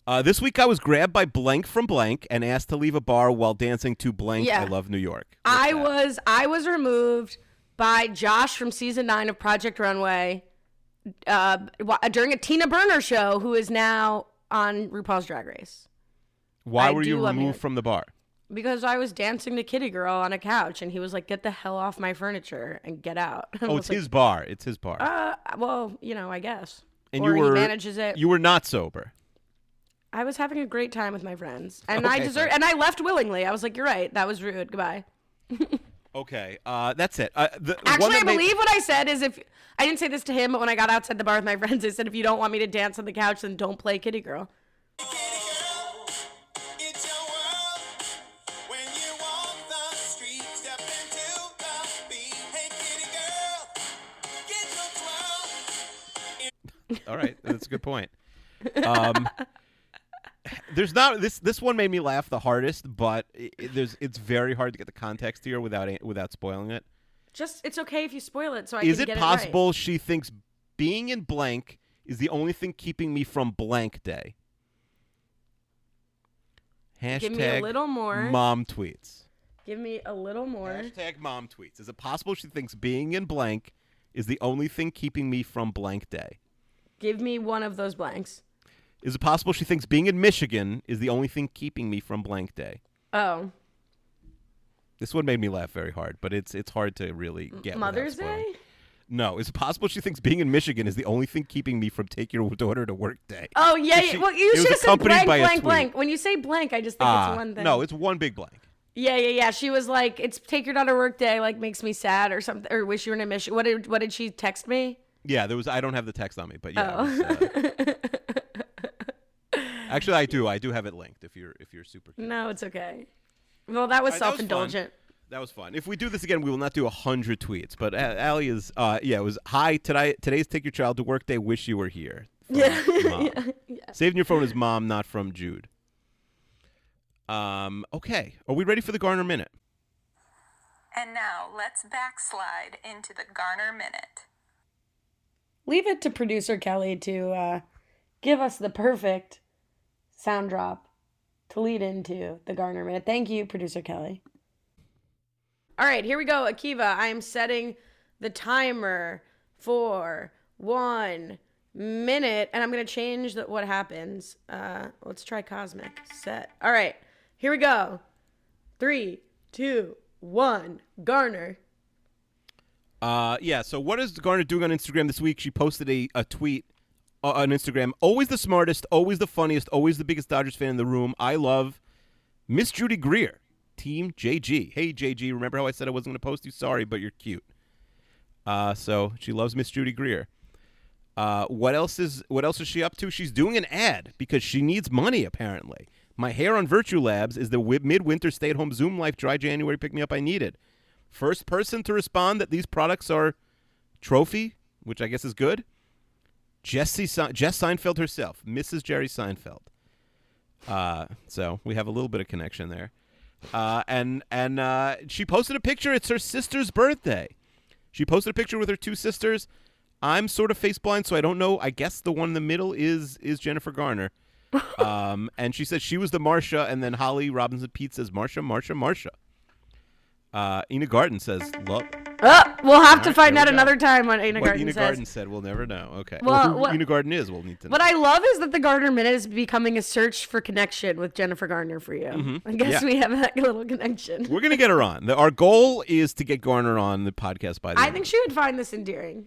Speaker 2: Uh, this week I was grabbed by blank from blank and asked to leave a bar while dancing to blank.
Speaker 3: Yeah.
Speaker 2: I love New York.
Speaker 3: I was I was removed by Josh from season nine of Project Runway uh, wa- during a Tina Burner show, who is now on RuPaul's Drag Race,
Speaker 2: Why
Speaker 3: I
Speaker 2: were
Speaker 3: do
Speaker 2: you
Speaker 3: love New
Speaker 2: removed
Speaker 3: York.
Speaker 2: from the bar?
Speaker 3: because I was dancing to Kitty Girl on a couch, and he was like, "Get the hell off my furniture and get out." I
Speaker 2: Oh,
Speaker 3: was
Speaker 2: it's
Speaker 3: like,
Speaker 2: his bar. It's his bar.
Speaker 3: Uh, well, you know, I guess.
Speaker 2: and
Speaker 3: or
Speaker 2: you were
Speaker 3: he manages it.
Speaker 2: You were not sober.
Speaker 3: I was having a great time with my friends, and I
Speaker 2: Okay,
Speaker 3: deserve.
Speaker 2: fair.
Speaker 3: And I left willingly. I was like, "You're right. That was rude. Goodbye."
Speaker 2: Okay. Uh, that's it. Uh, the, the one
Speaker 3: Actually,
Speaker 2: that
Speaker 3: I
Speaker 2: made-
Speaker 3: believe what I said is if I didn't say this to him, but when I got outside the bar with my friends, I said, if you don't want me to dance on the couch, then don't play Kitty Girl.
Speaker 4: It's your world when you walk the street. Step into the beat. Hey, kitty girl, get your twirl.
Speaker 2: All right, that's a good point. Um, there's not this. This one made me laugh the hardest, but i i- there's it's very hard to get the context here without a- without spoiling it.
Speaker 3: Just it's okay if you spoil it, so I
Speaker 2: is
Speaker 3: can
Speaker 2: it
Speaker 3: get
Speaker 2: possible she thinks being in blank is the only thing keeping me from blank day? Hashtag
Speaker 3: Give me a little more.
Speaker 2: mom tweets.
Speaker 3: right. Give me a little more.
Speaker 2: Hashtag mom tweets. Is it possible she thinks being in blank is the only thing keeping me from blank day?
Speaker 3: Give me one of those blanks.
Speaker 2: Is it possible she thinks being in Michigan is the only thing keeping me from blank day?
Speaker 3: Oh,
Speaker 2: This one made me laugh very hard, but it's it's hard to really get. without
Speaker 3: Mother's
Speaker 2: spoiling.
Speaker 3: Day.
Speaker 2: No, is it possible she thinks being in Michigan is the only thing keeping me from take your daughter to work day?
Speaker 3: Oh yeah,
Speaker 2: She-
Speaker 3: yeah. well
Speaker 2: it
Speaker 3: you
Speaker 2: was
Speaker 3: should have said
Speaker 2: accompanied
Speaker 3: blank,
Speaker 2: by a
Speaker 3: blank,
Speaker 2: tweet.
Speaker 3: blank. When you say blank, I just think
Speaker 2: Ah,
Speaker 3: it's one thing.
Speaker 2: No, it's one big blank.
Speaker 3: Yeah, yeah, yeah. She was like, "It's take your daughter work day." Like makes me sad or something, or wish you were in a mission. What did What did she text me?
Speaker 2: Yeah, there was. I don't have the text on me, but yeah.
Speaker 3: Oh.
Speaker 2: it was, uh, actually, I do. I do have it linked. If you're if you're super. Curious.
Speaker 3: No, it's okay. Well, that was
Speaker 2: All right, that was
Speaker 3: self indulgent.
Speaker 2: fun. That was fun. If we do this again, we will not do a hundred tweets. But A- Allie is, uh, yeah, it was hi today. Today's take your child to work day. Wish you were here. from Mom. Saving your phone is mom, not from Jude. Um. Okay. Are we ready for the Garner minute?
Speaker 5: And now let's backslide into the Garner Minute.
Speaker 3: Leave it to producer Kelly to uh, give us the perfect sound drop to lead into the Garner Minute. Thank you, producer Kelly. All right, here we go, Akiva. I am setting the timer for one minute, and I'm gonna change the, what happens. Uh, let's try cosmic set. All right, here we go. Three, two, one. Garner.
Speaker 2: Uh, yeah. So what is Garner doing on Instagram this week? She posted a, a tweet uh, on Instagram. Always the smartest, always the funniest, always the biggest Dodgers fan in the room. I love Miss Judy Greer, Team JG. Hey JG, remember how I said I wasn't going to post you? Sorry, but you're cute. Uh, so she loves Miss Judy Greer. Uh, what else is what else is she up to? She's doing an ad because she needs money apparently. My hair on Virtue Labs is the wi- midwinter stay-at-home Zoom life dry January pick me up I needed. First person to respond that these products are trophy, which I guess is good. Jesse Se- Jess Seinfeld herself, Mrs. Jerry Seinfeld. Uh, so we have a little bit of connection there. Uh, and and uh, she posted a picture. It's her sister's birthday. She posted a picture with her two sisters. I'm sort of face blind, so I don't know. I guess the one in the middle is is Jennifer Garner. um, and she said she was the Marsha, and then Holly Robinson Pete says Marsha, Marsha, Marsha. Uh, Ina Garden says love.
Speaker 3: Oh, we'll have to
Speaker 2: Alright,
Speaker 3: find
Speaker 2: there
Speaker 3: out
Speaker 2: we go.
Speaker 3: another time what Ina
Speaker 2: What
Speaker 3: Garten
Speaker 2: Ina
Speaker 3: says.
Speaker 2: Garden said, we'll never know. Okay.
Speaker 3: Well,
Speaker 2: who
Speaker 3: what-
Speaker 2: Ina Garden is, we'll need to know.
Speaker 3: What I love is that the Gardner Minute is becoming a search for connection with Jennifer Gardner for you. I guess
Speaker 2: Mm-hmm. Yeah.
Speaker 3: we have that little connection.
Speaker 2: We're gonna get her on. The- our goal is to get Garner on the podcast by the.
Speaker 3: I
Speaker 2: end.
Speaker 3: think she would find this endearing.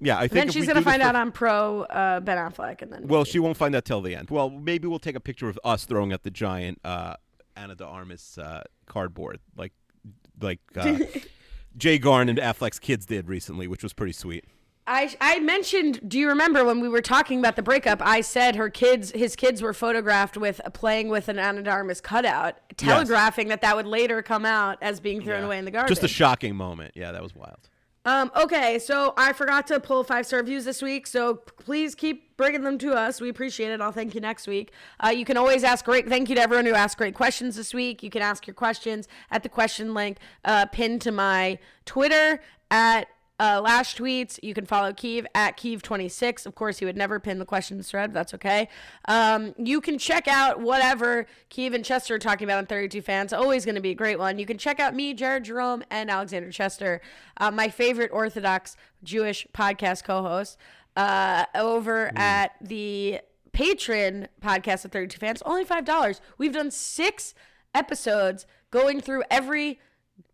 Speaker 2: Yeah, I think.
Speaker 3: Then
Speaker 2: if
Speaker 3: she's
Speaker 2: we
Speaker 3: gonna
Speaker 2: do this
Speaker 3: find
Speaker 2: for-
Speaker 3: out I'm pro uh, Ben Affleck, and then
Speaker 2: Well, she won't find out till the end. Well, maybe we'll take a picture of us throwing at the giant uh, Anna de Armas uh, cardboard, like like uh, Jay Garn and Affleck's kids did recently, which was pretty sweet.
Speaker 3: I I mentioned. Do you remember when we were talking about the breakup? I said her kids, his kids, were photographed with playing with an Anadarmus cutout, telegraphing that that would later come out as being thrown
Speaker 2: Yeah.
Speaker 3: away in the garbage.
Speaker 2: Just a shocking moment. Yeah, that was wild.
Speaker 3: Um, okay, so I forgot to pull five star reviews this week, so p- please keep bringing them to us. We appreciate it. I'll thank you next week. Uh, you can always ask great. Thank you to everyone who asked great questions this week. You can ask your questions at the question link uh, pinned to my Twitter at uh, Lash Tweets. You can follow Keeve at Keeve26. Of course, he would never pin the questions thread. but That's okay. Um, you can check out whatever Keeve and Chester are talking about on 32 Fans. Always going to be a great one. You can check out me, Jared Jerome, and Alexander Chester, uh, my favorite Orthodox Jewish podcast co host, uh, over at the patron podcast of 32 Fans. Only $5. We've done six episodes going through every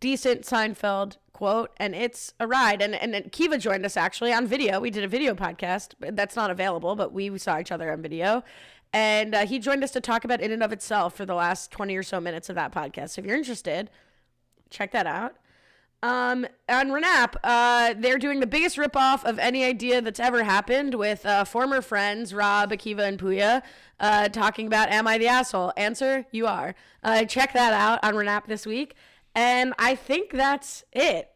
Speaker 3: decent Seinfeld quote, and it's a ride. And and, and Kiva joined us actually on video. We did a video podcast but that's not available, but we saw each other on video. And uh, he joined us to talk about In and of Itself for the last twenty or so minutes of that podcast. So if you're interested, check that out. Um, on Renap, uh, they're doing the biggest ripoff of any idea that's ever happened with uh, former friends Rob, Akiva, and Puya uh, talking about "Am I the asshole?" Answer: You are. Uh, check that out on Renap this week, and I think that's it.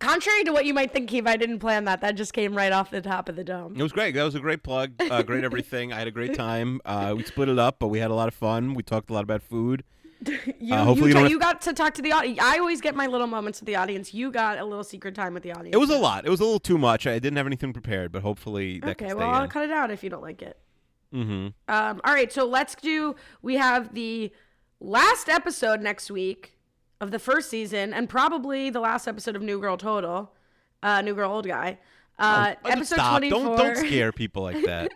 Speaker 3: Contrary to what you might think, Akiva, I didn't plan that. That just came right off the top of the dome.
Speaker 2: It was great. That was a great plug. Uh, great everything. I had a great time. Uh, we split it up, but we had a lot of fun. We talked a lot about food.
Speaker 3: You,
Speaker 2: uh, hopefully you
Speaker 3: you, ta-
Speaker 2: don't-
Speaker 3: you got to talk to the audience. I always get my little moments with the audience. You got a little secret time with the audience.
Speaker 2: It was a lot. It was a little too much. I didn't have anything prepared, but hopefully that
Speaker 3: okay.
Speaker 2: can stay
Speaker 3: Well, I'll
Speaker 2: in.
Speaker 3: cut it out if you don't like it.
Speaker 2: mm-hmm.
Speaker 3: Um, all right, so let's do. We have the last episode next week of the first season, and probably the last episode of New Girl Total, uh, New Girl Old Guy. Uh,
Speaker 2: Oh,
Speaker 3: episode
Speaker 2: stop.
Speaker 3: twenty
Speaker 2: Don't
Speaker 3: four.
Speaker 2: don't scare people like that.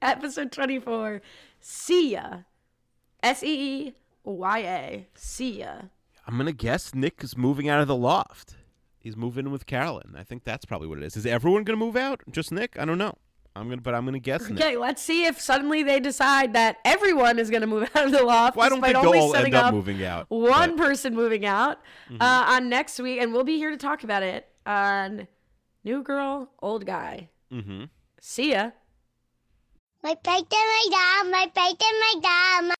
Speaker 3: episode twenty four. See ya. S e e y a. See ya.
Speaker 2: I'm gonna guess Nick is moving out of the loft. He's moving in with Carolyn. I think that's probably what it is. Is everyone gonna move out? Just Nick? I don't know. I'm gonna, but I'm gonna guess Nick.
Speaker 3: Okay, let's see if suddenly they decide that everyone is going to move out of the loft.
Speaker 2: Well, I don't
Speaker 3: despite
Speaker 2: think they'll
Speaker 3: only
Speaker 2: all
Speaker 3: setting
Speaker 2: end up moving out,
Speaker 3: One
Speaker 2: but- Mm-hmm.
Speaker 3: person moving out uh, on next week, and we'll be here to talk about it on New Girl, Old Guy.
Speaker 2: Mm-hmm.
Speaker 3: See ya.
Speaker 6: My plate and my dad, my plate and my dad.